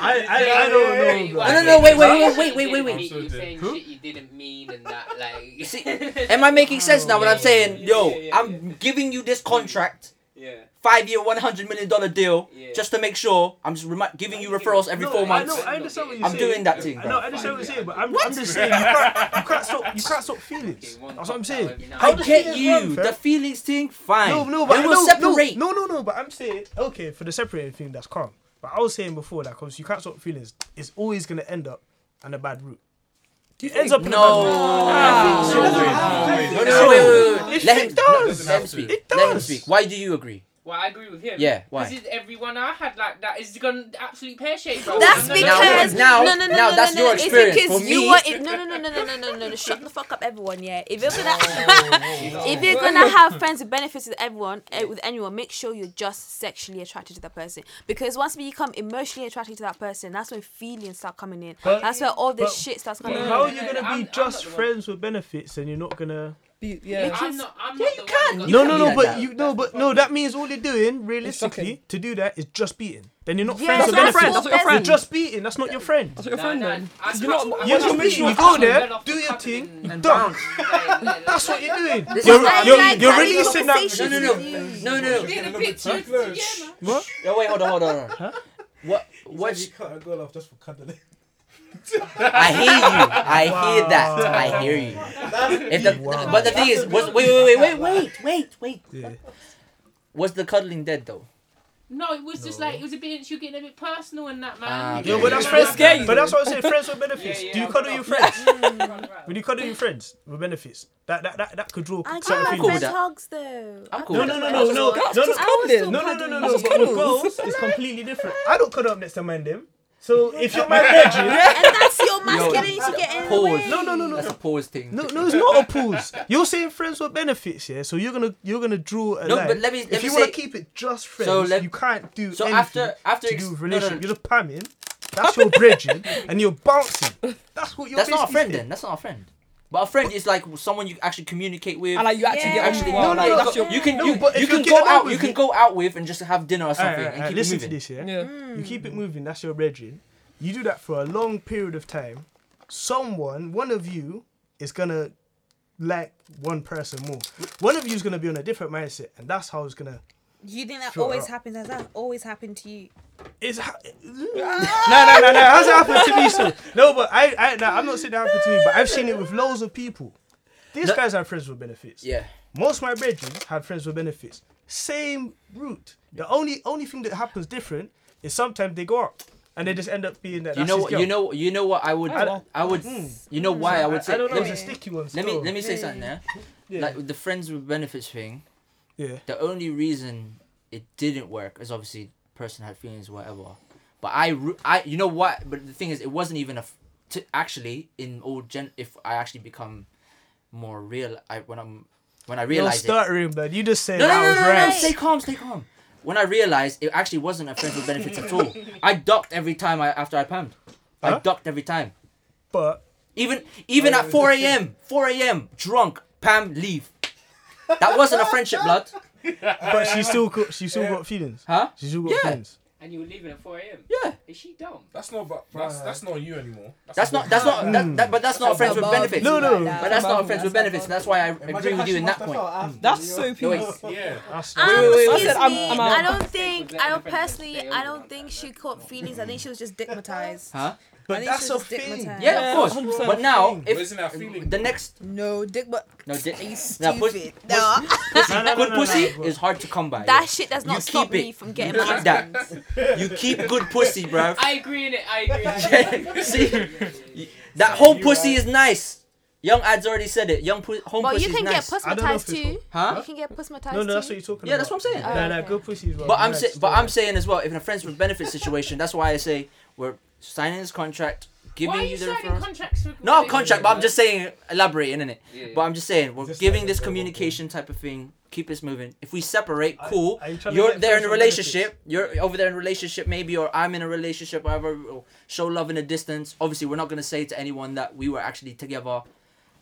F: I, I, I don't know. Bro.
A: no no wait wait wait wait wait wait wait.
C: You're
H: wait.
C: saying
F: Who?
C: shit you didn't mean and that, like.
A: See, Am I making sense now when I'm saying,
C: Yeah,
A: yo,
C: yeah, yeah,
A: I'm giving you this contract,
C: Yeah.
A: five year, one hundred million dollar deal,
C: Yeah.
A: just to make sure I'm just remi- giving you referrals every
F: No,
A: four
F: I
A: months.
F: know, I understand what you're
A: I'm
F: saying.
A: doing that thing,
F: I know,
A: bro.
F: I understand what you're saying, but I'm, I'm just saying you can't, you can't stop, you can't stop feelings. That's what I'm saying.
A: I
F: does
A: get
F: feelings
A: you.
F: run, fam?
A: The feelings thing, fine.
F: No, no, but
A: we
F: I
A: will
F: know,
A: separate.
F: No, no, no, no, but I'm saying okay for the separating thing. That's calm. But I was saying before that because you can't stop feelings, it's always gonna end up on a bad route. It ends up in
A: No.
F: a bad route.
A: No, no, no, wait, wait, wait, wait.
F: It
A: Let him,
F: does.
A: let him speak.
F: It
A: Let him
F: does.
A: speak. Why do you agree?
C: Well, I agree with him.
A: Yeah, why?
C: This is everyone I had like that is gone absolute pear shaped.
D: That's
A: Now-
D: because
A: now-
D: no, no, no,
A: now
D: no,
A: that's
D: no,
A: your
D: no.
A: experience.
D: It's because
A: For
D: you
A: me-
D: were it, no, no, no, no, no, no, no, no, no. Shut the fuck up, everyone. Yeah, if you're
A: Oh,
D: gonna if you're gonna have friends with benefits with everyone eh, with anyone, make sure you're just sexually attracted to that person. Because once we become emotionally attracted to that person, that's when feelings start coming in.
F: But-
D: that's where all this
F: but-
D: shit starts coming in.
F: How are you
C: no,
F: gonna
C: I'm- I'm
F: be
C: not
F: just
C: the one.
F: friends with benefits and you're not gonna?
B: Be- yeah.
C: I'm not. I'm yeah, not you the
A: can.
C: One who got
A: You
F: No,
A: can't
F: no,
A: be
F: no,
A: like
F: but
A: that.
F: you no, but no. That means all you're doing realistically
B: fucking.
F: to do that is just beating. Then you're not
D: Yeah,
F: friends
B: that's
F: with
B: not your friend.
F: benefits.
B: That's not your
F: You're
B: friend.
F: just beating. That's not your friend.
B: That's what your
C: No,
B: friend
C: no,
B: then.
C: I-
B: You're not.
C: I-
F: You're
C: That's
F: just
C: what
F: beating.
C: we-
F: You go
C: Well
F: there,
C: off
F: do
C: the
F: your
C: cuff
F: thing,
C: and-
F: you're
C: and
F: done.
C: Like, like,
F: That's what you're doing.
A: This
F: You're,
A: is why I
F: you're,
A: like
F: you're
A: having
F: releasing that.
A: No, no, no, no, no, no.
C: Get a picture. Yeah, man.
F: What?
A: Yo, wait, hold on, hold on. Hold on. What? What?
L: You cut a girl off just for cuddling.
A: I hear you. I hear that. I hear you. If the,
F: Wow.
A: But the thing is, was, wait, wait, wait, wait, wait, wait, wait.
F: Yeah.
A: Was the cuddling dead though?
C: No, it was just like it was a bit. You getting a bit personal in that
A: Ah,
C: man.
A: okay.
F: No, but that's
B: Yeah.
F: friends.
B: Risque.
F: But that's what I say. Friends with
C: Yeah,
F: benefits.
C: yeah,
F: Do you
C: I'm
F: cuddle
C: not-
F: your friends?
C: Right, right.
F: When you cuddle your friends with benefits, that that that, that could draw
D: I
F: certain
A: I'm
D: got
A: cool
D: my
A: with
D: friend
F: feelings.
A: that.
D: hugs though.
A: I'm
D: I
A: cool
F: No,
A: with
F: no,
A: that.
F: no, no,
A: I'm
F: no,
B: That's
F: no,
B: just
F: no.
B: cuddling.
F: No, no, no, no, no.
B: Just
F: But with
B: cuddles.
F: girls, it's completely different. I don't cuddle up next to man them. So if you're my virgin,
D: And that's your masculinity
A: that's-
D: getting in the
A: pause.
D: way.
F: no, no, no, no.
A: That's a pause thing.
F: No, no, it's not a pause. You're saying friends with benefits, yeah. So you're gonna you're gonna draw a
A: No,
F: line.
A: but let me-
F: if
A: let me
F: you want
A: say-
F: to keep it just friends,
A: So let-
F: you can't do
A: so
F: anything
A: after- after
F: to
A: ex-
F: do with
A: no, no, no.
F: relationship. You're just pamming. That's your bridging, and you're bouncing. That's what you're.
A: That's not a
F: basically
A: friend
F: saying.
A: then. That's not a friend. But a friend is like someone you actually communicate with.
B: And like you actually
D: Yeah.
B: get
A: actually
B: actually
A: no,
B: well.
A: like,
B: Like
A: you
B: that's
A: go-
B: your.
A: you can
F: No,
A: you,
F: but if
A: you
F: you're
A: can go
F: getting
A: out
F: out
A: you
F: with
A: can
F: it-
A: go out with and just have dinner or something
F: Alright,
A: and
F: alright,
A: keep it
F: listen
A: moving.
F: to this, yeah?
B: Yeah.
F: You keep it moving, that's your brethren. You do that for a long period of time. Someone, one of you, is gonna like one person more. One of you is gonna be on a different mindset, and that's how it's gonna
D: You think that
F: Shut
D: always
F: up.
D: happens? Has that always happened to you?
F: It's ha- no, no, no, no. How's it happened to me? So no, but I, I, no, I'm not saying that happened to me, but I've seen it with loads of people. These guys have friends with benefits.
A: Yeah.
F: Most of my brethren had friends with benefits. Same route. The only only thing that happens different is sometimes they go up and they just end up being that.
A: You
F: that's
A: know
F: his
A: what?
F: girl.
A: You know. You know what? I would.
F: I don't-
A: I would.
F: Mm.
A: You know why I
F: I-
A: would
F: I
A: say.
F: don't know,
A: let
F: it's
A: me,
F: a sticky one
A: Let me
F: still.
A: let me say
F: Yeah.
A: something there.
F: Yeah.
A: Like with the friends with benefits thing.
F: Yeah.
A: The only reason it didn't work is obviously the person had feelings, whatever. But I, ru- I, you know what? But the thing is, it wasn't even a. F- to actually, in old gen, if I actually become more real, I when I'm when I
F: You're
A: realize it,
F: stuttering, man. You just said
A: No, no,
F: I
A: no,
F: was
A: no, no,
F: right.
A: stay calm, stay calm. when I realized it actually wasn't a friend with benefits at all. I ducked every time I after I pumped. I ducked every time.
F: But
A: even even
F: Oh,
A: at 4 a.m. 4 a.m. drunk, Pam leave. That wasn't a friendship, blood.
F: But she still got, she still got feelings.
A: Huh?
F: She still got
A: Yeah.
F: feelings.
C: And you were leaving at 4 a.m.
A: Yeah.
C: Is she dumb?
E: That's not about. That's, that's not you anymore.
A: That's not that's not that, that, but that's not
C: That's
A: friends with
C: above
A: benefits.
C: you No, no. like that.
A: But that's not
C: Above
A: friends
C: you.
A: with benefits. and That's why I agree with you in that point.
B: That's so
A: No, wait.
B: peace.
A: Wait,
E: Yeah.
D: Um,
A: wait, wait,
D: excuse
A: wait.
D: me, I don't think, I don't personally, I don't think she caught feelings. I think she was just stigmatized.
A: Huh?
D: But I think that's she was a just thing.
A: Yeah,
D: stigmatized. Yeah,
A: of course.
D: 100%
A: But now,
D: thing.
A: if
D: But isn't that feeling?
A: the next
D: No, dick, but
A: no, di-
D: Are you
A: no, pus-
D: stupid?
A: pus-
D: No.
A: pussy,
D: No, no, no,
A: good
D: no, no,
A: pussy
D: bro.
A: is hard to come by.
D: That
A: yeah.
D: shit does
A: you
D: not stop
A: keep
D: me
A: it.
D: from getting
A: you
D: my
A: keep that. you keep good pussy, bruv.
C: I agree in it. I agree.
A: See, that whole pussy is nice. Young ads already said it. Young pu- home
D: But
A: pussy
D: you can
A: is nice.
D: get pusmatized too.
A: Huh?
D: You can get pusmatized
F: No, no, that's
D: too.
F: what you're talking
A: Yeah,
F: about.
A: that's what I'm saying.
F: Nah, nah, good pussy as well.
A: But I'm
F: Nice.
A: say- but I'm saying as well, if in a friends with benefits situation, that's why I say we're signing this contract, giving
C: Why are you
A: you the
C: signing
A: referrals.
C: contracts with
A: No contract, but I'm just saying elaborating in it.
C: Yeah, yeah.
A: But I'm just saying we're
C: Just
A: giving
C: like
A: this
C: a verbal
A: communication type of thing. Keep this moving. If we separate, cool.
F: are you trying to
A: You're
F: get
A: there in a
F: friends with benefits?
A: relationship. You're over there in a relationship, maybe, or I'm in a relationship. Whatever. Or show love in a distance. Obviously, we're not gonna say to anyone that we were actually together,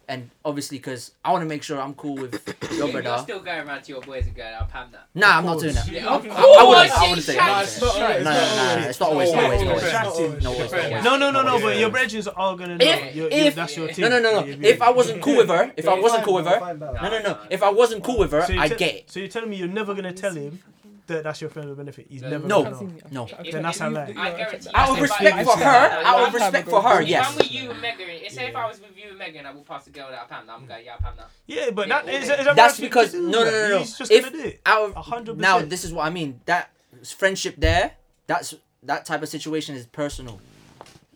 A: and obviously, because I want to make sure I'm cool with your
C: You're, you're
A: brother.
C: still going around to your boys and going, I'll pam that.
A: Nah, I'm not doing that.
C: Yeah,
A: I-
C: of
A: I wouldn't-
C: course
A: I
C: you
A: wouldn't say
C: chat
A: that.
C: shit.
A: No, no, no, no, no, it's not always, not always, not always. No always, not always.
F: No, no, no, no.
A: Always.
F: But your brethren's are gonna know.
A: If,
F: You're- you're-
A: if
F: that's your team.
A: no, no, no, no.
F: Yeah, yeah.
A: If I wasn't cool with her, if I
F: Yeah,
A: wasn't
F: fine,
A: cool with
F: we'll
A: her,
F: find
A: no,
F: out.
A: no, no. If I wasn't cool with her,
F: So you're
A: I
F: tell-
A: get it.
F: So you're telling me you're never gonna tell him that that's your friend with benefit? He's never.
A: No,
F: gonna know.
A: no.
F: Then that's a lie.
C: I guarantee
A: Out of
C: you, if I-
A: respect for her,
C: if
A: out
C: I'm-
A: of respect for her,
C: If I'm
A: yes.
C: with you and Megan, say if I was with you and Megan, I will pass a girl that I pam that. I'm going, yeah, I pam that.
F: Yeah, but
C: Yeah,
F: that
C: all
F: is,
C: day.
F: is that
A: That's
F: what you
A: because
F: do,
A: no, no,
F: man?
A: no, no.
F: He's just
A: if
F: gonna do it.
A: out of-
F: 100%.
A: now, this is what I mean. That friendship there, that's that type of situation is personal.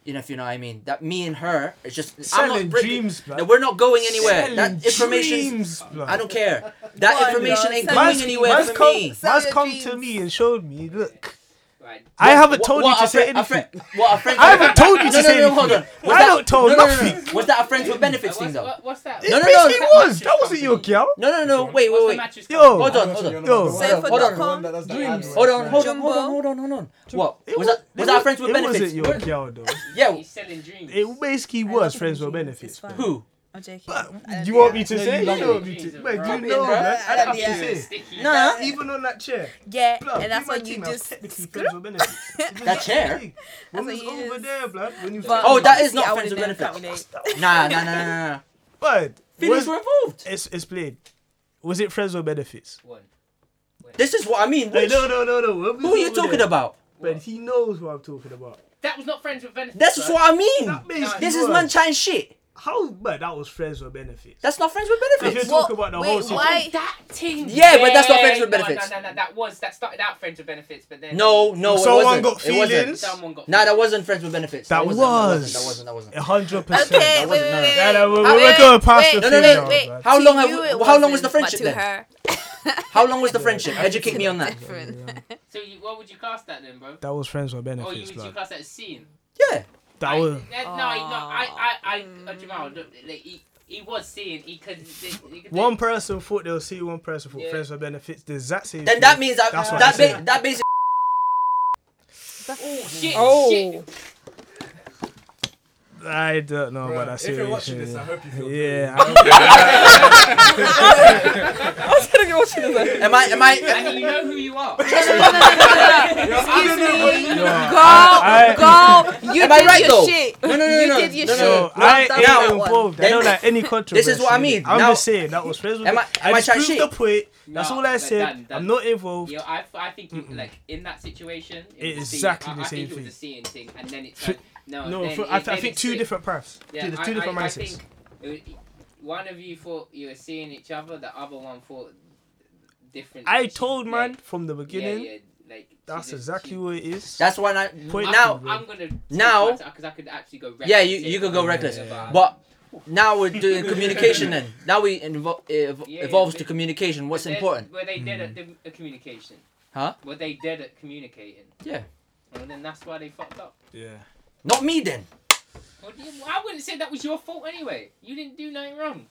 A: You know, if you know what I mean. That me and her, it's just I'm
F: Selling
A: not, bring-
F: dreams, blood.
A: No, we're not going anywhere.
F: Selling
A: That information,
F: dreams, blood.
A: I don't care. That information ain't going
F: Man's-
A: anywhere
F: man's
A: for
F: come,
A: me.
F: man's come to me and showed me. Look,
C: Right.
F: I haven't
A: What-
F: told
A: what
F: you
A: a
F: to say
A: friend- a
F: anything.
A: friend- What a friend.
F: I haven't told you
A: no,
F: to
A: no,
F: say
A: no, hold on.
F: anything.
A: Was
F: I
A: that-
F: don't told
A: no, no, no, no.
F: nothing.
A: Was that a friends with benefits thing though?
C: What, Uh, what's that?
A: No, no,
F: Yes,
A: no.
F: it was. That wasn't your girl.
A: No, no, no. Wait, wait,
C: What's the
A: wait.
C: mattress
F: Yo.
C: called?
A: Hold on, hold on.
F: Yo.
A: Hold on, hold on.
I: One that does the ad words,
A: Hold on,
I: man.
A: hold on, hold on, hold on, hold on. What? Was that was that friends with
F: it
A: benefits?
F: wasn't your girl though.
A: Yeah.
C: He's selling dreams.
F: It basically was friends with benefits.
D: fine.
A: Who?
D: I'm joking.
F: Do you want me to
I: No,
F: say?
I: you
F: You
I: love
F: know
I: it.
F: what me to-
C: Jesus,
F: Wait,
C: bro.
F: do you
D: Fucking
F: know,
D: bro.
F: man? I don't
D: Yeah.
F: have to say.
C: Sticky.
A: No.
F: Even on that chair.
D: Yeah,
F: Blood,
D: and
F: me
D: that's
F: my
D: when you
F: team, I was
D: just
F: technically friends with benefits. It was
A: That chair?
F: big.
D: That's
F: When was
D: what you
F: over
D: just-
F: there, blood? When you
D: But-
A: Oh, that is
D: Yeah,
A: not
D: I
A: friends with
D: wouldn't know.
A: benefits. Nah, nah, nah, nah, nah, nah.
F: Bud,
A: Feelings
F: was,
A: were involved.
F: it's, it's played. Was it friends or benefits?
C: One.
A: This is what I mean.
F: No,
A: Which,
F: no, no, no, no. When we
A: who are you
F: over
A: talking
F: there-
A: about?
F: But he knows who I'm talking about.
C: That was not friends with benefits.
A: That's just
C: bro.
A: what I mean.
F: That
A: This
F: basically
A: is
F: was.
A: man chatting shit.
F: How? But that was friends with benefits.
A: That's not friends with
F: If you're
A: benefits.
F: talking about the
D: wait,
F: whole
D: why-
F: situation,
C: That team.
A: Yeah, but that's not friends with
C: no,
A: benefits.
C: No, no, no, that was that started out friends with benefits, but then
A: No, no, it
F: Someone
A: wasn't.
F: got
A: It wasn't.
F: feelings?
C: someone got.
A: Nah, that wasn't friends with benefits.
F: That
A: wasn't,
F: was.
A: That wasn't. That wasn't. That
F: a hundred percent.
D: Okay, wait, wait,
A: wasn't
D: wait,
A: none of
D: wait.
F: that. No, no,
D: wait,
F: we're- we're
D: wait,
F: going past
D: wait,
F: the
A: No, no,
F: thing
A: no,
F: now,
A: wait.
F: bruh.
A: How
D: To
A: long have
D: you
A: we-
D: it
A: how long was
D: wasn't,
A: the
D: but
A: friendship
D: to
A: then?
D: her,
A: wasn't. How long was the friendship? Educate me on that.
D: different.
C: So you, what would you class that then, bro?
F: That was friends with
C: Oh, you
F: benefits,
C: would you
F: blood.
C: class that as scene?
A: Yeah.
F: That
C: I,
F: was.
C: that- no, no, I, I, I, uh, Jamal, look, like, he, he was seeing, he could, he could
F: One person thought they'll see one person thought
C: Yeah.
F: friends with benefits. The exact same.
A: Then
F: thing.
A: that means that
F: That's what
A: that ba-
F: I said.
A: that basic.
C: Oh shit!
B: Oh.
C: shit.
F: I don't know
I: Bruh,
F: about that
I: if
F: series.
I: you're watching this, I hope you feel
F: Yeah.
I: good.
B: I was telling you watching this. Like,
A: Am I- am I-
C: And you know who you are.
A: Excuse me.
F: Yo,
A: Go, Oh
F: I- I-
A: go. You Am I right though? No, no, no, no. no, no,
F: So
A: no.
F: I
A: Now-
F: ain't involved. I
A: then-
F: don't like any controversy.
A: This is what I mean.
F: I'm
A: Now-
F: just saying that was Fred's.
A: Am I- am I
F: just
A: chat
F: proved
A: shit?
F: the point. That's
C: No,
F: all I
C: that-
F: said.
C: that- that-
F: I'm not involved.
C: Yo, I, I think you, like in that situation,
F: It
C: was
F: is
C: a scene.
F: exactly
C: I-
F: the
C: I
F: same
C: think It was a seeing thing, and then it's like, no,
F: No,
C: then
F: for-
C: it-
F: I th- I
C: then
F: think
C: it
F: two
C: switched.
F: different paths. Two- two different
C: I, I
F: mindsets.
C: think it was- one of you thought you were seeing each other, the other one thought different.
F: I
C: She-
F: told man from the
C: yeah,
F: beginning.
C: yeah, like, she
F: That's
C: just-
F: exactly what it is.
A: That's why I
F: Point
A: now.
C: I'm gonna
A: now-
C: because I could actually go.
A: Yeah, you,
C: reckless
A: you
C: here,
A: could go
C: but-
A: reckless, but now we're doing communication. Then now we invo- eh, ev-
C: Yeah, yeah,
A: evolves
C: but-
A: to communication. What's
C: but they-
A: important?
C: Were they
F: Hmm.
C: dead at the, the communication?
A: Huh?
C: Were they dead at communicating?
A: Yeah.
C: And then that's why they fucked up.
F: Yeah.
A: Not me then.
C: Well, you- well, I wouldn't say that was your fault anyway. You didn't do nothing wrong.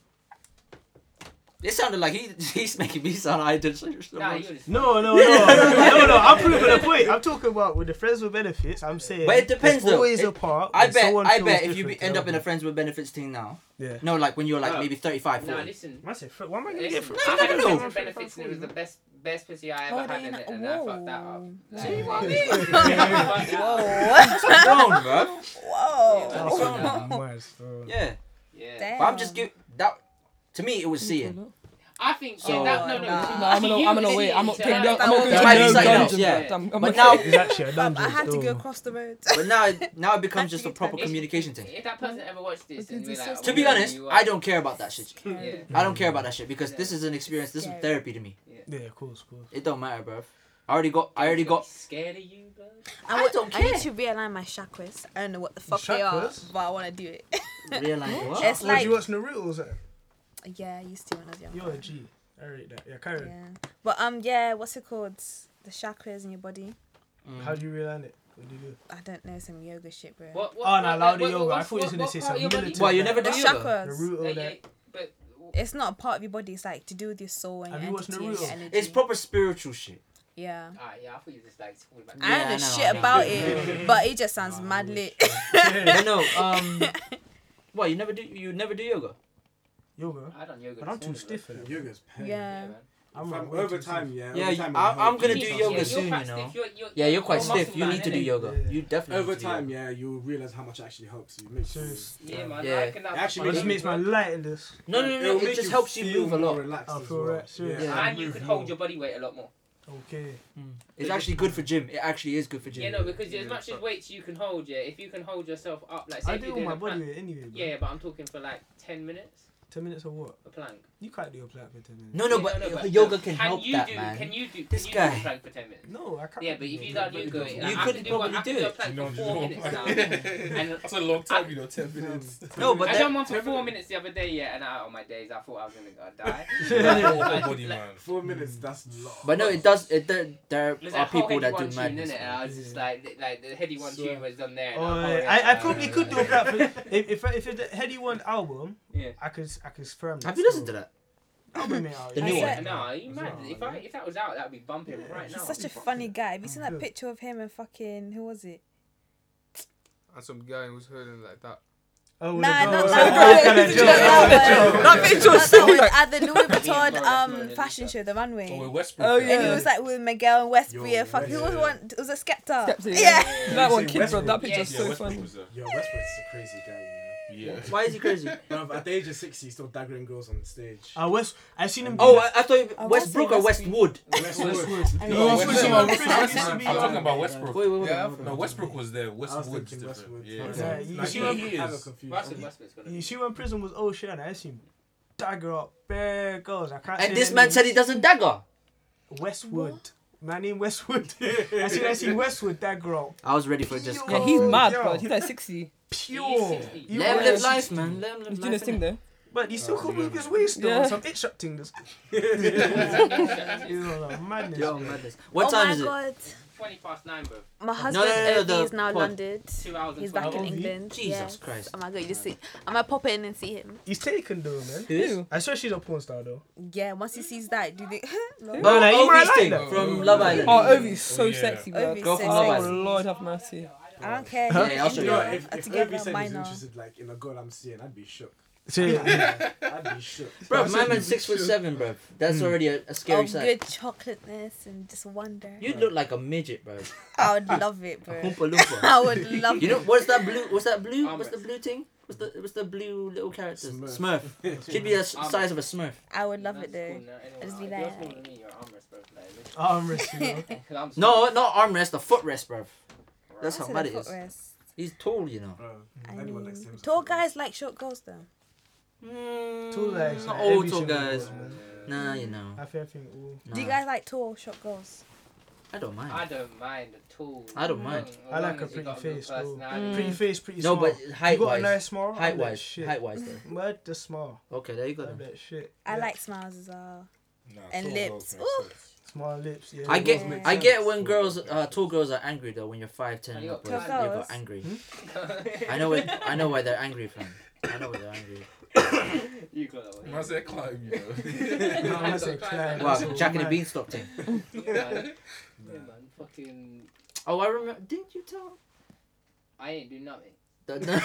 A: It sounded like he, he's making me sound I did so so
C: Nah,
A: much.
C: you just-
F: No, no, no, no, no. I'm proving a point. I'm talking about with the friends with benefits. I'm saying.
A: But it depends
F: there's
A: though.
F: Always
A: It-
F: a part.
A: I
F: when
A: bet.
F: someone
A: I
F: feels
A: bet if you
F: different
A: be,
F: to
A: end
F: the
A: up in a
F: other.
A: friends with benefits team now.
F: Yeah.
A: No, like when you're like
C: No.
A: maybe 35,
C: No,
A: 40.
C: listen.
F: I said, "Fuck, why am I gonna get
C: Listen,
F: from
C: I
A: No, no,
C: had a
A: no.
C: friend with benefits and it was the best best pussy I ever
D: Hold
C: had and, and
D: on,
C: I fucked that up.
D: whoa.
C: See what I mean?
D: Whoa.
A: bro?
D: Whoa.
A: Yeah.
C: Yeah.
A: But I'm just give that. To me, it was seeing.
C: I think
A: So-
C: yeah, that, no, no,
B: Nah, I'm gonna- I'm gonna wait. I'm not taking- I'm not going
A: There
B: to
A: might be
B: no
A: something else.
B: dungeon,
A: Yeah.
B: but I'm- I'm
A: But
B: okay.
A: now,
F: It's actually a
D: Fam,
F: dungeon.
D: I had to go
F: door.
D: across the road.
A: but now, it- now it becomes just a
D: Actually,
A: proper
D: it's-
A: communication thing.
C: If that person ever watched this, then we're
D: Because it's
C: like,
D: so
A: To be
C: well,
A: honest,
C: you are-
A: I don't care about that shit.
C: Yeah.
A: I don't care about that shit because this is an experience. This is therapy to me.
F: Yeah, of course, of course.
A: It don't matter, bruv. I already got. I already got.
C: Scared of you, bro?
D: I,
A: I
D: want,
A: don't
D: I need
A: care.
D: to realign my chakras. I don't know what the fuck they are,
F: Chakras?
D: but I want to do it.
A: Realize what?
D: It's
F: Or do
D: like,
F: you watch Naruto's?
D: yeah, I used to when I was
F: You're
D: young.
F: a G. I rate that. Yeah, Karen.
D: Yeah. But um, yeah, what's it called? The chakras in your body.
F: How
A: mm.
F: do you realign it? What do you do?
D: I don't know some yoga shit, bro.
C: What, what,
F: Oh, no,
C: what-
F: Lauda
C: what-
F: Yoga. I
C: what-
F: thought you was
C: what-
F: gonna
C: what
F: say
C: part of your body-
F: something military.
A: Why you never
D: The
A: did yoga?
D: chakras.
F: Naruto,
C: Yeah,
F: that.
C: yeah, But
D: It's not a part of your body. It's like to do with your soul and
F: Have
D: your
F: you watched
D: entity and your
F: Naruto?
D: energy.
A: It's proper spiritual shit.
D: Yeah.
C: Ah, yeah, I thought you just like talking about.
A: Yeah,
D: I don't know
A: I know, I
D: shit
A: know.
D: about it, but it just sounds mad lit.
A: But no. Um. What you never do? You never do yoga?
F: Yoga.
C: I don't yoga.
F: But I'm
C: this
F: too
C: morning, bro.
F: stiff for that.
L: Yoga's pain.
D: yeah.
F: I'm
L: Fam,
F: like, way
L: over
F: too
L: time,
F: stiff.
L: yeah.
A: Yeah,
L: over
A: you-
L: time it
A: I'm-
L: helped.
A: I'm gonna do
C: Yeah,
A: yoga
C: you're
A: soon,
C: quite
A: you know.
C: stiff, you're- you're-
A: Yeah, you're quite
C: a muscle
A: stiff. You
C: man,
A: need to do
C: innit?
A: yoga.
F: Yeah.
A: Oh, You definitely.
L: Over
A: need to do
L: time,
A: yoga.
L: yeah, you'll realize how much it actually helps you. Make sure you-
F: Serious.
C: Yeah, man.
A: Yeah.
C: I can
L: It actually
F: It just makes my light in this.
A: No, no, no.
L: It'll
A: no it
L: make
A: just
L: you
A: helps you
L: feel
A: move a
L: more
A: lot.
L: Relaxed
F: I
L: as
F: feel
L: well.
F: right, serious.
A: Yeah.
C: And you
L: Move
C: can
L: more.
C: hold your body weight a lot more.
F: Okay.
A: It's actually good for gym. It actually is good for gym.
C: Yeah, no, because as
L: Yeah,
C: much as
L: but-
C: weights you can hold, yeah, if you can hold yourself up, like say
F: I
C: if
F: do
C: you're
F: all
C: doing
F: my
C: a
F: body
C: plank,
F: weight anyway. Bro.
C: yeah, but I'm talking for like ten minutes
F: Ten minutes or what?
C: a plank.
F: You can't do a plank for ten minutes.
A: No, no,
C: Yeah,
A: but yoga can help
C: you
A: that,
C: do,
A: man.
C: Can you do? Can
A: This
C: you do
A: guy.
C: a plank for ten minutes?
F: No, I can't.
C: Yeah, but if you don't yoga,
A: You
C: like, I
A: could
C: can do one- I
A: probably
C: can
A: do
C: do a
A: it.
C: plank for
E: No,
C: four
E: no.
C: minutes now. and
E: That's a long time, you know, 10 minutes.
A: No, but
C: I
A: that-
C: done one for four minutes the other day, yeah, and out of my days, I thought I was gonna go die.
E: Whole body, man.
L: Four minutes, that's long.
A: But no, it does. It there, there
C: There's
A: are
C: that whole
A: people
C: heady
A: that
C: one
A: do
C: tune,
A: madness.
C: innit? And I was just like, like the heady one tune was done there. and
F: Oh,
C: I was like,
F: I, I,
C: yeah,
F: probably
C: yeah,
F: could
C: yeah.
F: do a plank. For, if if if the Heady One album,
C: Yeah.
F: I could I could sperm.
A: Have you listened to that?
F: I'll bring it out.
A: The
F: yeah.
A: new
D: I
A: one.
D: said-
C: No, you mad? If I if that was out, that'd be bumping right now.
D: He's such a funny guy. Have you seen that
F: Good.
D: picture of him and fucking who was it?
M: And some guy was holding like that.
F: Oh, with
D: Nah, not
F: the girls.
D: that
F: Oh,
D: one.
F: kinda
D: Not
F: joke.
D: that one.
B: That picture was
D: Not that
B: so
D: one.
B: like-
D: At the Louis Vuitton
C: Yeah,
D: um
C: yeah.
D: fashion show, the runway.
E: Oh, we're Westbrook.
B: Oh
D: And he
B: yeah.
D: was like with Miguel and Westbury
L: Yo,
D: and fuck. Who was
L: yeah.
D: one? Was it Skepta?
B: Skepta,
D: yeah.
B: yeah.
L: You
B: That one
L: say
B: kid, bro.
L: Westbrook.
B: That picture's
C: Yeah,
B: so
E: Westbrook
B: funny.
E: was there.
L: Yo, Westbrook's a crazy guy, you
E: Yeah.
A: Why is he crazy?
L: know. Bruv, at the age of 60, he's still daggering girls on stage.
F: Uh, West, I've seen him. do
A: Oh,
F: that.
A: I, I thought
D: I
A: it-
D: was
A: Westbrook or
D: saying
A: Westwood.
L: Westwood.
D: I
E: No,
D: mean,
E: Westwood.
F: Westwood.
E: Westwood.
F: Westwood.
E: I'm talking about Westbrook.
A: Wait, wait, wait.
E: Yeah,
A: wait,
E: no,
A: wait.
E: Westbrook was there. Westwood's
L: thinking
E: different.
L: Westwood.
E: Yeah,
F: Yeah, you
E: Like,
F: see
E: yeah,
F: him-
E: he
L: I'm
E: is.
L: confused.
C: Russell Westbrook's
A: uh,
C: gonna.
F: You
C: be-
F: see when prison was oh shit, I seen dagger up bare girls. I can't. say
A: And this
F: their
A: man
F: names.
A: said he doesn't dagger.
F: Westwood. My name Westwood. I seen I seen Westwood dagger up
A: I was ready for just.
B: Yeah,
F: Yo.
B: he's mad,
F: Yo.
B: bro. He's like 60.
F: pure.
C: 60.
F: You
A: Let him
F: were-
A: live life, man. Let him live
B: He's
A: life.
B: doing his thing
A: innit?
B: though.
F: But he still could move his waist though.
B: Yeah.
F: Some itch up thing. This. madness.
A: Yo, madness. What
D: oh
A: time
D: my
A: is it?
D: god,
C: Twenty past nine, bro.
D: my
A: no,
D: husband
A: no, no,
D: Ovi
A: the
D: is now
A: pod.
D: landed.
C: Two hours and
D: He's back in
F: Ovi?
D: England.
A: Jesus
D: yes.
A: Christ.
D: Oh my god, you just see. I'm gonna pop in and see him.
F: He's taken though, man.
A: Who?
F: I swear she's a porn star though.
D: Yeah, once he sees that, do they? no.
A: Oh,
F: no, you might
A: Ovi's
F: like
A: thing
F: that.
A: from Love
B: Oh,
A: Island.
B: Ovi's so
E: yeah.
B: sexy, bro.
D: Ovi's
A: Go
D: so
A: for
B: Oh
A: Ovi.
D: sexy.
B: Lord have mercy.
D: I don't care.
G: Huh?
D: You're
G: Yeah, I'll show you.
D: Indian,
G: If,
D: I'm
G: if
D: together,
G: Obi said he's
D: mine are-
G: interested like in a girl I'm seeing, I'd be shook.
F: Seriously?
G: Yeah, I'd be shook.
A: Bro, my man's six foot seven, bro. That's
F: Mm.
A: already a, a scary
D: of
A: sight.
D: oh, good chocolateness and just wonder.
A: You'd look like a midget, bro.
D: I would love it, bro.
A: A Hoompa Loompa.
D: I would love
A: You know
D: it.
A: what's that blue? What's that blue? What's the blue thing? What's the what's the blue little character? Smurf.
C: Smurf.
A: She'd be the s-
C: Armor.
A: size of a Smurf.
D: I would love it
C: That's cool,
D: though.
C: no, anyway,
D: I'd just be
C: if you're smaller
D: like,
C: than me, you're armrest, bro, like,
A: Oh,
F: Armrest, you know.
C: literally. 'Cause I'm small.
A: No, not armrest, a footrest, bro. That's how
D: That's a
A: bad it is.
D: footrest.
A: He's tall, you know.
D: I mean, tall guys like short girls though.
F: Two legs.
A: Not
F: like,
A: all
F: every
A: tall
F: single
A: guys.
F: one.
A: Nah, you know.
F: I feel I think all.
D: Do you guys like tall short girls?
A: I don't mind.
C: I don't mind at all.
A: I don't mind.
F: I like a pretty face. though. Mm. Pretty face, pretty
A: No,
F: small.
A: but
F: you got
A: height-wise-
F: a nice small. I'm
A: height-wise-
F: like, shit.
A: height-wise though.
F: Word the small.
A: Okay, there you go.
F: I'm
A: then.
F: like, shit.
D: I
F: yeah.
D: like smiles as well.
E: Nah,
D: and
E: tall
D: lips.
E: girls make
D: Ooh.
F: Small lips. Yeah.
A: I get,
D: Yeah.
A: I get when girls, uh, tall girls are angry though. When you're five ten,
C: And
A: and
C: you
A: up,
C: got
A: bro,
C: tall
A: they
D: girls.
A: got angry. I know it. I know why they're angry from. I know why they're angry.
C: You got that one.
E: Man said climb, you know.
F: No, I said climb.
A: Wow,
F: That's
A: Jack and the
F: mad.
A: Beanstalk thing.
C: Yeah, man. Yeah, man. Fucking.
A: Oh, I remember. Didn't you tell?
C: I ain't do nothing.
A: the- the-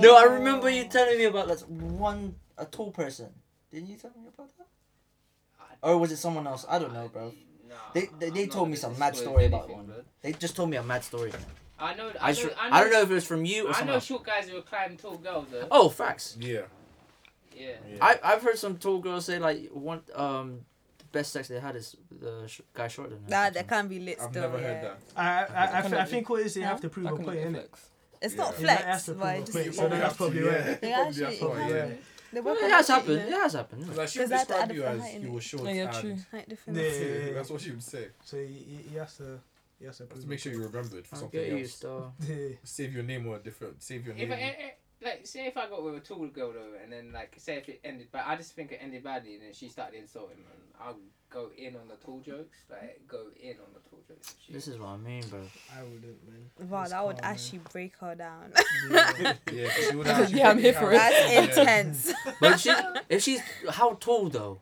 A: no, I remember you telling me about that one a tall person. Didn't you tell me about that? Or was it someone else? I don't know, bro.
C: Nah,
A: They they, they
C: I'm not
A: told me
C: gonna
A: some mad
C: disclose
A: story about
C: anything,
A: one.
C: blood.
A: They just told me a mad story.
C: I know. I,
A: I,
C: know,
A: just-
C: I, know,
A: I don't know if it was from you or
C: I
A: someone
C: know
A: else.
C: short guys who are climbing tall girls though.
A: Oh, facts.
E: Yeah.
C: Yeah.
A: I I've heard some tall girls say like one um the best sex they had is the sh- guy shorter than her.
D: Nah, that can't be lit still. yeah.
F: I I, I,
D: That
F: I
D: cannot
F: think what is they
D: Huh?
F: have to prove a point, innit?
D: It's not
F: Yeah, that
D: flex,
F: has to prove
D: but
F: a
D: it
F: point,
D: just
F: so that's probably right.
D: They actually.
E: probably, yeah.
D: They
A: Well,
D: work
A: it
D: on
A: has
D: that shit, you
A: happened.
D: know?
A: It has happened. yeah.
E: Like she
D: Does
E: would
D: that add
E: describe
D: up
E: you
D: to
E: as
D: height,
E: you
D: innit?
E: were short.
D: Oh, yeah,
E: and-
D: true. Height difference.
E: Yeah,
F: Yeah, yeah, yeah.
E: That's what she would say.
F: So you, you, you have to you have to
E: Just
F: prove.
E: to make sure you remembered for
A: I'll
E: something
A: get you,
E: else.
A: star.
F: it.
E: Save your name or a different. Save your
C: If I, eh,
E: name.
C: eh, like, say if I got with a tall girl though, and then like, say if it ended, but I just think it ended badly, and then she started insulting, man. I'll go in on the tall jokes, like go in on the tall jokes. and shit.
A: This is what I mean, bro.
F: I wouldn't, man.
D: Wow,
F: It's
D: that would
F: calm, man.
D: actually break her down.
E: Yeah, 'cause she would actually
B: Yeah, I'm here
E: freak
B: for
E: out.
B: it.
D: That's intense.
A: But if she if she's how tall though?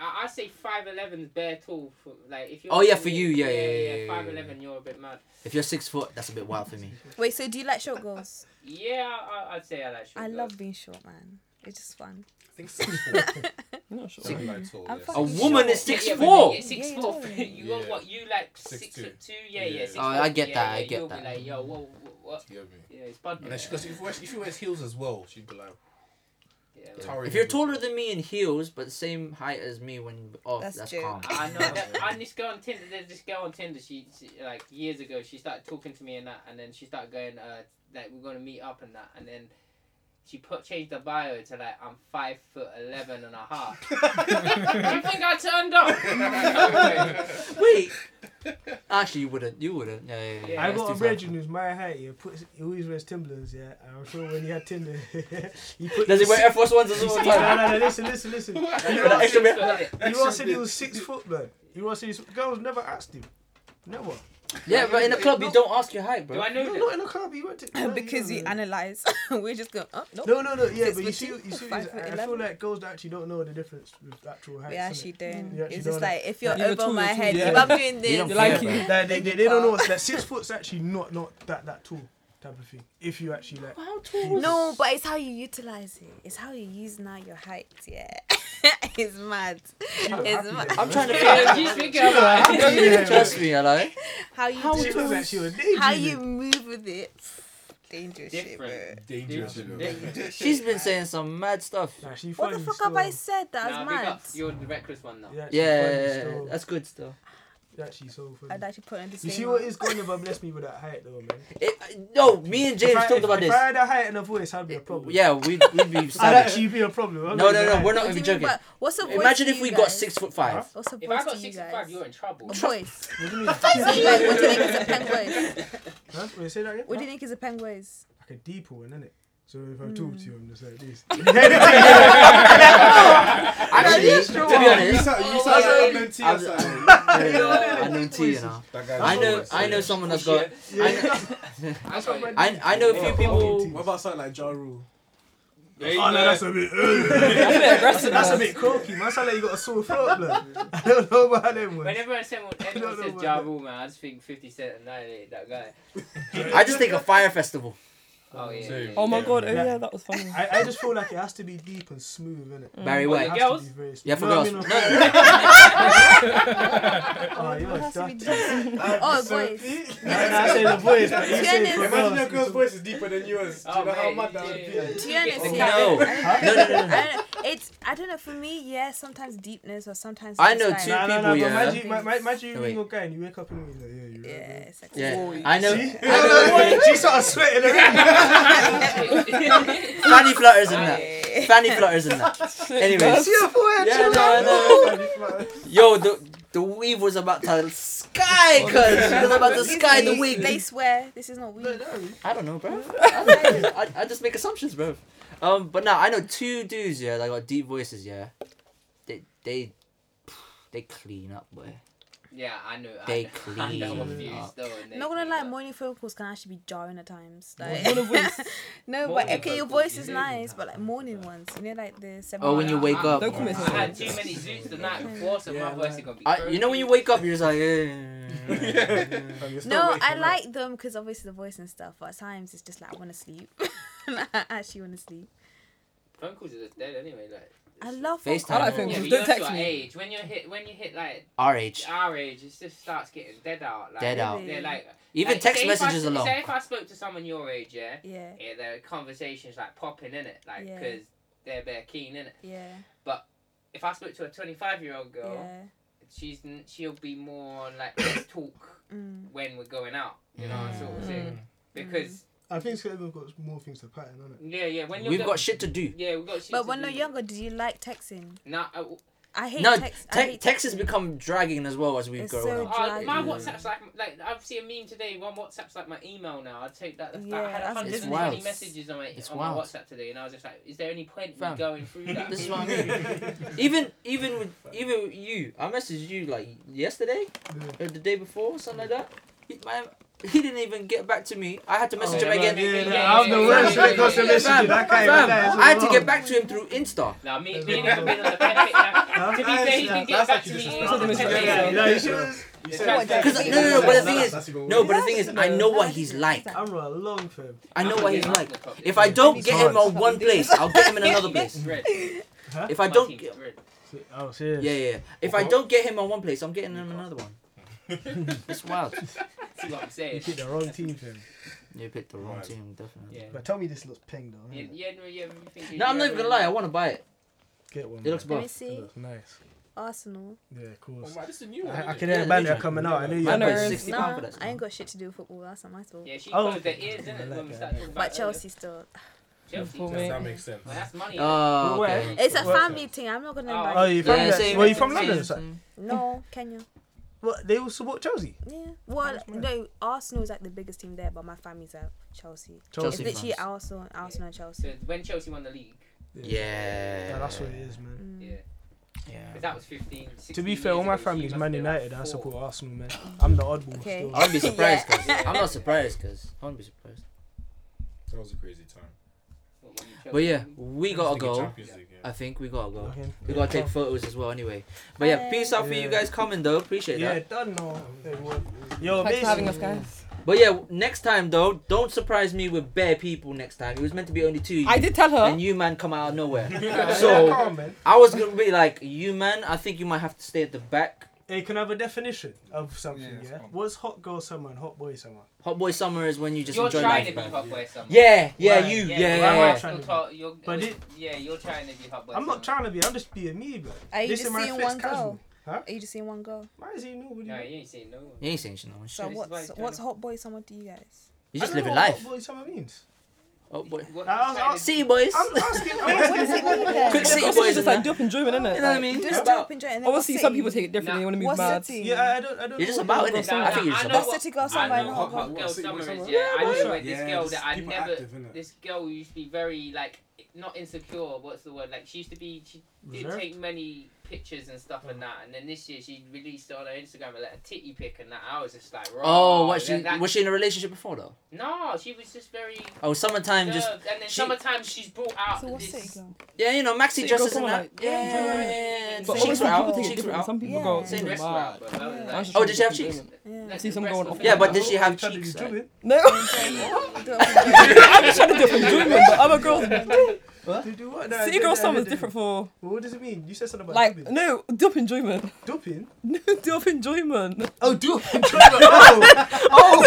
C: I, I say five eleven's bare tall for like if you're.
A: Oh, yeah, for you, yeah, yeah, yeah, yeah,
C: Five
A: yeah,
C: eleven, you're a bit mad.
A: If you're six foot, that's a bit wild for me.
D: Wait, so do you like short girls?
C: Yeah, I, I- I'd say I like short
D: I
C: girls.
D: love being short, man. It's just fun.
E: I think six foot.
B: Not sure.
E: Something like tall,
D: I'm
E: yeah.
A: A
D: fucking
A: woman
D: short.
A: is six
C: yeah,
A: four.
C: Yeah, six
D: Yeah,
C: four.
D: you're tall.
C: you got
E: Yeah.
C: what? You like
E: Six
C: six,
E: two.
C: foot two? Yeah,
E: Yeah.
C: yeah. six
A: Oh,
C: foot.
A: I get
C: yeah,
A: that,
C: yeah,
A: I get
C: you'll
A: that.
C: Be like, yo, what, what,
E: You get me?
C: Yeah, it's bud.
E: And then she goes, if, you wear- if she wears heels as well, she'd be like,
C: Yeah,
E: towering
A: If you're
E: over
A: taller than me in heels but the same height as me when off,
D: That's
A: that's, calm.
D: joke.
C: I know. that- I this girl on Tinder. There's this girl on Tinder. She, she like years ago. She started talking to me and that, and then she started going, uh, like we're gonna meet up and that, and then she put changed the bio to like I'm five foot eleven and a half. Do you think I turned up?
A: Wait. Actually, you wouldn't. You wouldn't. Yeah, yeah, yeah.
C: Yeah,
F: I
A: that's
F: got a
A: too far.
F: virgin who's my height. He puts he always wears Timberlands. Yeah, And I'm sure when he had Tinder, he put.
A: Does he wear Air Force Ones
F: he
A: as
F: said-
A: well?
F: No, no, no, Listen, listen, listen. You
A: that
F: all
A: extra
F: said,
A: bit.
F: you all said he was six foot, man. You all said he was, girls never asked him. Never.
A: Yeah, but in a club, you don't ask your height,
C: Do
A: bro.
C: I know
F: No,
C: that?
F: not in a club. He went to no,
D: because you
F: know,
D: analyze. We're just going, oh, no.
F: No, no, no. Yeah,
D: Six
F: but you
D: foot
F: see,
D: two,
F: you see,
D: five foot
F: I feel
D: 11.
F: like girls actually don't know the difference with actual height.
D: We actually don't.
F: You actually
D: It's just
F: don't know.
D: like, if you're
B: you're
D: over
B: tall,
D: my
B: you're tall,
D: head,
F: yeah.
D: if I'm doing
A: You
D: this,
A: don't
B: They like
A: care,
B: you.
A: bro.
F: Like, they, they,
D: you
F: they don't know
D: can't.
F: what's that six foot's actually not not that that tall type of thing. If you actually like,
A: How tall? is-
D: No, but it's how you utilize it. It's how you use now your height. Yeah, it's mad. It's mad.
A: I'm trying to
C: Yeah,
A: figure.
C: she's bigger, like-
A: I'm trying
F: Yeah,
A: to trust me, hello.
D: How you
A: How
D: do
F: she was
D: it.
F: actually a daydreamer.
D: How you move with it. Dangerous shit, bro.
C: Different.
E: Dangerous, you know.
C: Different.
A: She's been saying some mad stuff.
F: Nah, she
D: What the
F: funny
D: fuck
F: still.
D: have I said? That's
C: Nah, big
D: mad.
C: ups. You're the reckless one now.
F: Yeah, she funny
A: Yeah,
F: still.
A: that's good still.
F: You're actually so
D: I'd
F: funny.
D: actually put on this.
F: You see what is going about? Bless me with that height though, man.
A: It, no, me and James
F: if I,
A: talked
F: if,
A: about
F: if
A: this.
F: I had a height and a voice, I'd be a problem.
A: Yeah, we'd, we'd be
F: I'd
A: savage.
F: actually be a problem. I'm
A: No,
F: not
A: no,
F: gonna
A: no, we're
F: lie.
A: not even joking.
D: What's the voice?
A: Imagine
D: to
A: if
D: you
A: we
D: guys?
A: got six foot five.
D: What's the voice
C: If I got
D: to you
C: six
D: guys?
C: foot five, you're in trouble.
D: A voice.
F: What do you mean?
D: what do you think is a penguin?
F: Huh? Wait, say that again.
D: What do you think is a penguin?
F: Like a deep one, innit? So if I talk to you, I'm just like this.
A: Actually, to be honest,
E: You
A: I
E: sound
A: know-
E: like
A: I've- I know
E: Unknown Tea or something.
A: tea, you know.
E: That guy's
A: I know,
E: always
A: I know
E: saying-
A: someone that's
F: Oh,
A: got. I know,
C: I got
A: I, I know a few people.
G: What about something like Ja Rule?
M: There you
F: oh,
M: go.
F: no, that's a bit.
M: That's a bit aggressive,
F: That's a
M: man.
F: bit croaky, man. Sound like you got a sore throat, blood. I don't know about them ones.
C: Whenever I say anyone says Ja Rule, man, I just think 50 Cent annihilated that guy.
A: I just think a fire festival.
C: Oh, yeah.
B: Oh my god, oh yeah, that was funny.
F: I, I just feel like it has to be deep and smooth, innit?
B: Mm. Barry White.
F: It has to
B: Girls?
F: be very smooth.
A: Yeah, for
F: No, I
A: girls.
F: mean,
A: Oh,
F: oh, you're
A: it has to be
F: dirty.
A: deep.
F: That'd
A: Oh,
F: be so-
A: boys.
F: No, no, I say the boys, but you say for
G: Imagine
F: girls.
G: your girl's voice is deeper than yours.
E: Oh,
G: Do you know how mad that would be?
D: To be honest,
A: No.
D: yeah,
A: No,
D: I
A: no,
D: don't
A: no, no, no.
D: know. I don't know. It's I don't know. For me, yeah, sometimes deepness or sometimes
A: I
D: it's
A: know
D: like-
A: two No, no, people, no, but yeah.
F: Imagine, ma- ma- imagine you
A: Wait.
F: being a guy and you wake up in the morning, like, yeah, you're
D: yeah, it's like,
A: Yeah,
F: Whoa,
A: I know-
F: See?
A: I know-
F: She started sweating. already.
A: Fanny flutters in that. Fanny flutters in that. Anyways.
F: See her forehead,
A: Yeah,
F: she was
A: no,
F: like,
A: no,
F: "Whoa."
A: no. Yo, the the weave was about to sky, cuz. She was about to sky the wig.
D: They swear this is not weed.
A: I don't know, bro. I, don't know. I, I just make assumptions, bro. Um, but now I know two dudes, yeah, that got deep voices, yeah. They they they clean up, boy.
C: Yeah, I know.
A: They
C: I, I know a
A: clean
C: few
A: up.
C: still. and they-
D: Not gonna lie, morning phone calls can actually be jarring at times. Like,
A: Morning voice.
D: no,
C: Morning
D: but okay, your
C: phone calls,
D: voice is
C: you
D: nice, but like morning ones, you know, like the seven.
A: Oh, when you wake up.
C: I had too many zoots the night before, so my voice is gonna be.
A: I, you know when you wake up, you're just like. eh.
D: No, I like them because obviously the voice and stuff. But at times it's just like I want to sleep. I actually want to sleep.
C: Phone calls are just dead anyway. Like.
D: I love phone
A: FaceTime. I like phone
C: Yeah,
A: calls.
C: but
A: Don't
C: you
A: text
C: also
A: me.
C: Age when you hit when you hit like
A: Our age.
C: our age, it just starts getting dead out. Like,
A: Dead out.
C: They're like
A: Even
C: like,
A: text
C: say if I
A: messages
C: s-
A: alone.
C: Say if I spoke to someone your age, yeah,
D: Yeah.
C: yeah, their conversations like popping in it, like
D: Yeah.
C: because they're they're keen in it.
D: Yeah.
C: But if I spoke to a twenty five year old girl,
D: Yeah.
C: she's n- she'll be more on like let's talk
D: Mm.
C: when we're going out, you know, sort of thing.
B: Mm.
C: Because
F: I think it's 'cause we've got more things to pattern, isn't it?
C: yeah, yeah, when you're
A: We've
C: go-
A: got shit to do.
C: Yeah, we've got shit.
D: But
C: to
D: when
C: do.
D: you're younger, did you like texting?
C: Nah, uh, I,
D: I hate
A: No,
D: text. I
A: te-
D: hate
A: text has become dragging as well as we
D: It's
A: grow
D: so
A: up.
C: Oh, my
A: Yeah.
C: WhatsApp's like like I've seen a meme today. One WhatsApp's like my email now. I take that. That's
D: Yeah,
C: like, I had
D: that's-
A: It's
C: 120
A: wild.
C: messages on my
A: It's
C: on my
A: wild.
C: WhatsApp today, and I was just like, is there any point in
A: Fam.
C: going through that?
A: This is what I mean. even even with even with you, I messaged you like yesterday or the day before, something like that. He, my, he didn't even get back to me. I had to message
C: Oh, yeah,
A: him again.
C: yeah, yeah, yeah, yeah, I'm the yeah, worst yeah, when it comes to yeah, yeah. messaging.
A: Fam,
C: I can't even
A: fam,
C: lie, it's
A: I had to
C: wrong.
A: get back to him through Insta.
C: Nah, me, me and him have been on the pen. Like, to be fair, he didn't get back to me. on the pen-
F: Yeah, no, you should-
C: The
F: you said-
C: transfer-
A: Because no, no, no. But the thing is,
F: That's even
A: no.
F: worse.
A: But the thing is, I know what he's like.
F: I'm a long film.
A: I know what he's like. If I don't get him on one place, I'll get him in another place.
C: Red.
F: Huh?
A: If I don't get,
F: Oh, serious.
A: yeah, yeah. If I don't get him on one place, I'm getting him another one. it's wild.
C: See what I'm
F: You
C: saying?
F: picked the wrong team, film.
A: You picked the wrong
F: Right.
A: team, definitely.
C: Yeah.
F: But tell me this looks pink, though.
C: Yeah,
F: innit?
C: yeah, no, yeah, you think you-
A: No, I'm not
C: yeah,
A: even gonna
C: yeah.
A: lie. I want to buy it.
F: Get one.
A: It looks
D: Let me
A: buff.
D: see.
F: nice.
D: Arsenal.
F: Yeah, of course.
H: Wow, this is a new one.
F: Oh, I, I
H: isn't
F: can
H: it?
F: hear a banner coming out. I knew you
A: Man,
F: had
A: it's
F: that.
A: 60
D: Nah,
A: pound for that.
D: I ain't got shit to do with football. That's not my fault.
C: Yeah, uh, she
F: Oh.
C: closed her ears, didn't it, when we started talking about
D: But
C: earlier?
D: Chelsea still.
C: Chelsea.
B: For
C: Well,
B: me.
E: That makes sense.
C: that's money.
A: Oh,
F: Where?
A: okay.
D: It's a
F: Well-
D: family thing. I'm not gonna.
C: Oh.
D: invite
F: Oh, you from
A: Yeah,
F: there?
A: same-
F: Well, you from
A: same-
F: London?
A: same-
F: so-
D: No, Kenya.
F: What? They all support Chelsea.
D: Yeah. Well, no, Arsenal is like the biggest team there, but my family's at Chelsea.
A: Chelsea
D: it's literally
A: fans.
D: Arsenal, Arsenal and
C: So
D: Chelsea.
C: when Chelsea won the league,
A: Yeah.
F: Yeah, that's what it is, man.
C: yeah,
A: Yeah.
C: 'Cause that was 15.
F: To
C: 16
F: be
C: years
F: fair, all my
C: ago, she
F: family's
C: must
F: Man
C: be like
F: United. I
C: four.
F: support Arsenal, man. I'm the oddball.
D: Okay.
F: Still.
A: I wouldn't be surprised.
D: Yeah.
A: 'cause- I'm not surprised because I wouldn't be surprised.
E: That was a crazy time.
C: Well, when you
A: But
C: Chelsea-
A: yeah, we gotta
E: Thinking
A: go.
E: Champions League, yeah.
A: I think we gotta go.
F: Okay.
A: We gotta take photos as well, anyway. But yeah, peace out for you
F: Yeah.
A: guys coming though. Appreciate
F: Yeah,
A: that.
F: done now. everyone. Yo,
B: Thanks for having us,
F: basically-
B: guys.
A: But yeah, next time though, don't surprise me with bare people next time. It was meant to be only two. of you,
B: I did tell her.
A: And you man come out of nowhere.
F: Yeah,
A: so
F: come on, man.
A: I was gonna be like, you man, I think you might have to stay at the back.
F: Hey, can I have a definition of something?
M: Yeah,
F: Yeah.
M: it's fun.
F: What's hot girl summer and hot boy summer?
A: Hot boy summer is when you just
C: You're
A: enjoy
C: trying
A: life.
C: to be
A: man.
C: hot boy somewhere.
A: Yeah, yeah,
F: Right.
A: you, yeah,
C: Yeah, you're
A: yeah.
F: why am I
A: yeah.
F: trying to
C: still tall- you're-
F: But it-
C: yeah, you're trying to be hot boy.
F: I'm not
C: somewhere.
F: trying to be. I'm just being me, bro.
D: Are you
F: This
D: just
F: is my
D: seeing
F: flex
D: one
F: casual.
D: girl?
F: Huh?
D: Are you just seeing one girl?
F: Why is he new? What do you
C: No,
F: mean?
C: you ain't seen no one.
A: You ain't saying shit, no one.
D: So
A: Shit.
C: This is why
D: what's
C: it's
D: what's
C: done.
D: hot boy summer to you guys?
A: You just
F: I don't
A: living
F: know
A: life.
F: What hot boy summer means?
A: Oh boy.
C: What-
F: I was
C: trying to-
A: City boys.
F: I'm asking. I'm asking
D: does it mean then?
A: Quick city
B: Obviously,
A: boys.
B: it's just like dope enjoyment, innit?
A: You know what I mean?
D: Just
A: About-
D: jump and join. and then what
B: Obviously, some
D: city?
B: people take it differently.
C: Nah.
B: They want to move
D: What
B: mad.
D: city?
F: Yeah, I I don't. I don't.
A: You're just
F: know
A: about
F: what
A: it.
F: hot girl
A: I think you
C: I
A: just
C: know
A: about-
C: what-
D: City girl
C: I
D: somewhere,
C: know what
D: not hot
C: hot
D: girl.
C: girl
L: City girl
C: summer is,
L: somewhere.
C: yeah. I
L: Yeah,
C: know
L: right.
C: it. this
L: Yeah,
C: girl
L: just
C: that I
L: keep it
C: never,
L: active, innit?
C: this girl used to be very like, not insecure. What's the word? Like she used to be, she didn't
F: Reserved?
C: take many pictures and stuff and that. And then this year she released on her Instagram a like, a titty pic and that. I was just like, raw.
A: Oh, what she
C: Then that-
A: was she in a relationship before though?
C: No, she was just very.
A: Oh, summertime just-
C: reserved. And then
A: she-
C: summertime she's brought out this.
A: Yeah, you know, maxi
C: So you go
A: dresses
C: from
A: and that.
C: like-
A: yeah, yeah,
C: Yeah, yeah,
A: yeah,
C: yeah.
A: yeah.
C: But
A: Cheeks
C: obviously
A: were
C: people
A: out,
C: take it
A: cheeks were
C: different.
A: out.
C: Some people go,
A: Same dress.
C: "Breasts were out," but I was like-
A: Oh, did she have cheeks?
B: See some going off.
A: Yeah, but did she have cheeks? like-
B: No. I'm just trying to do it from Julian, but other girls.
F: What? Do, do what? No,
B: City
F: I-
B: girl
F: I- I
B: summer is
F: didn't.
B: different for.
F: Well, what does it mean? You said something about
B: like
F: doping.
B: no dope enjoyment.
F: Doping.
B: No dope enjoyment.
F: Oh, dope enjoyment. Oh.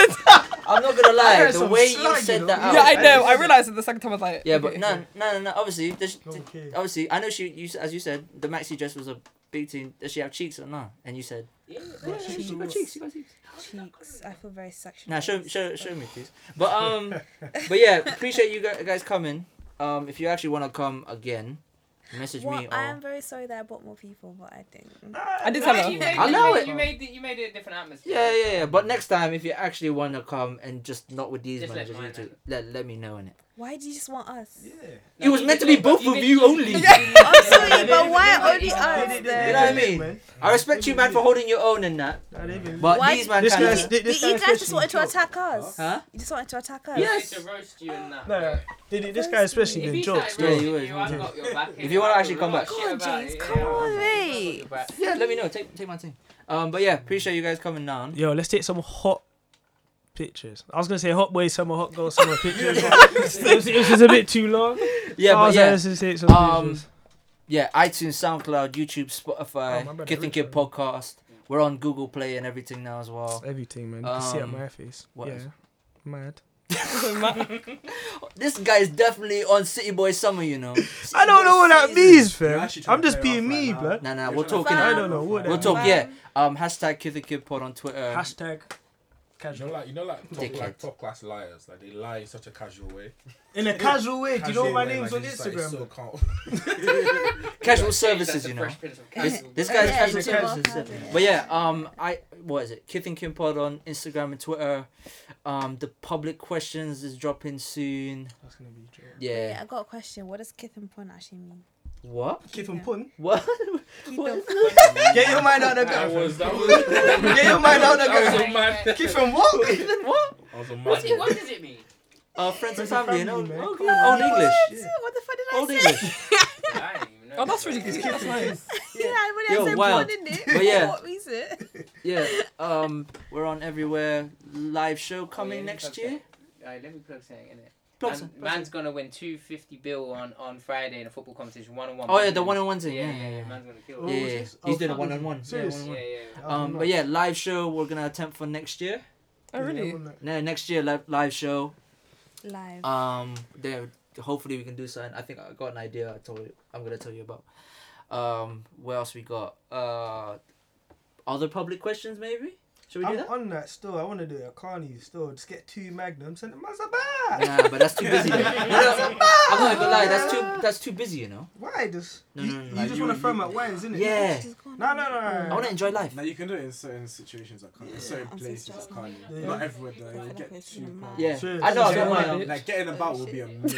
A: I'm not gonna
B: I
A: lie,
B: heard
A: the
B: some
A: way you
B: slang, you
A: said
B: know?
A: that out.
B: Yeah, I know. I realized it the second time. I was like,
A: Yeah, but
B: okay.
A: no, no, no, no. Obviously, does, obviously, I know she. You s- as you said, the maxi dress was a big thing. Does she have cheeks or not? And you said,
C: yeah,
A: yeah, she got cheeks. She got cheeks.
D: Cheeks. I feel very sexual.
A: Now show show show me please. But um, but yeah, appreciate you gu- guys coming. Um, if you actually want to come again, message
D: Well,
A: me.
D: I
A: Or...
D: am very sorry that I brought more people, but I didn't.
B: I did tell
C: Well, You
B: her.
C: made,
A: I
C: you
A: know
C: made-
A: it.
C: You made, the, you made it a different atmosphere.
A: Yeah, yeah, yeah. But next time, if you actually want to come and just not with these
C: Just let
A: managers, you two, let let me know in it.
D: Why do you just want us? Yeah.
A: it was meant to be both of you only.
D: I'm sorry, but why only us?
A: You know what I mean? I respect you, man, for holding your own and that. But
D: Why-
A: these man
F: This
A: kind
F: guy's-
A: of.
F: thi-
D: You
F: this
D: you
F: guy's
D: guys just
F: fishing
D: wanted to
F: joke.
D: attack us.
A: Huh?
D: You just wanted to attack us.
C: Yes. To roast you and that.
F: No, no. Did, this guy especially did jokes.
A: Yeah, you would.
C: I've got your back.
A: If you want to actually come back.
D: Come on, James. Come on, mate.
A: Yeah, let me know. Take take my team. Um, but yeah, appreciate you guys coming down.
F: Yo, let's take some hot pictures. I was gonna say hot boys, summer hot girls, summer pictures. but it, was, it was a bit too long.
A: Yeah,
F: I
A: but
F: was
A: yeah.
F: like, let's just take some
A: um,
F: pictures.
A: yeah, iTunes, SoundCloud, YouTube,
F: Oh,
A: Spotify,
F: my bad, I
A: Kid and Kid podcast. We're on Google Play and everything now as well.
F: Everything, man. You can see it on
A: Um,
F: my face.
A: What
F: yeah,
A: else?
F: mad.
A: This guy is definitely on City Boy Summer, you know.
F: I don't know what that means, fam.
A: actually
F: I'm just being me, blood.
A: Nah, nah, we'll talk.
F: I don't know what that
A: We'll talk.
F: means.
A: Yeah. Um, hashtag Kid the Kid Pod on Twitter.
F: Hashtag
E: You know, like you know, like top,
A: Dickhead.
E: like top class liars, like they lie in such a casual way.
F: In a casual way, do you know
E: Casual
F: my
E: way,
F: name's
E: like,
F: on
E: it's just like,
F: Instagram?
E: so calm.
A: casual
E: Like,
A: services,
E: that's
A: you
E: the
A: know.
E: Fresh Prince of
A: This,
E: Casual.
A: this guy's
E: Yeah,
A: casual
E: it's a casual
A: services.
E: habit, yeah.
A: But yeah, um, I what is it? Kith and Kim Pod on Instagram and Twitter. Um, the public questions is dropping soon.
F: That's gonna be
A: Yeah.
D: Wait, Um, I got a question. What does kith and pun actually mean?
A: What?
F: Kith and pun.
A: What?
F: Get your mind out of the gutter.
E: That was- that was-
F: Get your mind out of the
E: That was
F: gutter.
E: a mad-
F: Kith and what?
A: Kith and what?
E: I was a mad
C: What's it, what does it mean?
A: Uh, friends and family. you know,
F: man.
A: old
F: Come on.
A: English.
D: What the fuck did
A: Old English.
B: Oh, that's really good. That's nice.
D: Yeah, when
A: Yo,
D: I said
A: wild.
D: pun, didn't it?
A: But yeah.
D: What reason?
A: Yeah. Um, we're on everywhere. Live show coming
C: Oh, yeah,
A: next
C: that's
A: year.
C: Alright, let me plug something in it.
A: Plug
C: Man-
A: something, plug
C: man's gonna win two fifty bill on, on Friday in a football competition, one on one.
A: Oh yeah, the one on ones thing.
C: Yeah,
A: Yeah,
C: yeah,
A: yeah.
C: Man's gonna kill.
F: Oh,
A: Yeah,
C: it.
A: yeah, yeah. he's doing a one on one. Yeah,
C: Serious?
A: one on one.
C: Yeah, yeah, yeah.
A: Um, but yeah, live show we're gonna attempt for next year.
B: Oh, really?
A: No, next year live live show.
D: Live.
A: Um, there. Hopefully we can do something. I think I got an idea. I told you. I'm gonna tell you about. Um, what else we got? Uh, other public questions maybe. Should we do
F: I'm
A: that?
F: on that still. I want to do it at Carney's still. Just get two magnums and a Mazabah.
A: Nah, but that's too busy. though. No, no, I'm not gonna lie. That's too that's too busy. You know.
F: Why just?
A: No,
F: you,
A: no, no,
F: you
A: like,
F: just
A: you-
F: want to throw
A: you-
F: them at wines, innit?
A: Yeah.
F: No, no, no.
A: I wanna enjoy life.
G: Now you can do it in certain situations, I can't. Certain places, I can't.
F: Yeah.
G: Not everywhere though. You get too calm.
A: Yeah, I know. I don't mind.
G: Like getting about would be a mess.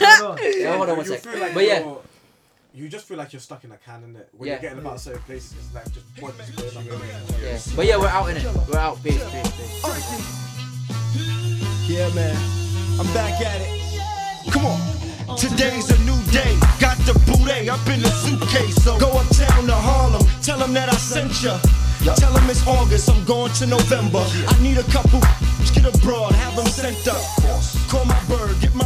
A: Yeah. Yeah, hold on
G: You
A: one sec.
G: feel like
A: But yeah.
G: you're- You just feel like you're stuck in a can, innit? When
A: Yeah.
G: you're getting about certain places, it's like just bodies going up.
A: Yeah. But yeah, we're out in it. We're out. Peace, peace, peace.
N: Yeah, man. I'm back at it. Come on. Today's a new day. Got the booty up in the suitcase. So go uptown to Harlem. Tell them that I sent ya. Tell them it's August. I'm going to November. I need a couple. Get abroad. Have them sent up. Call my bird. Get my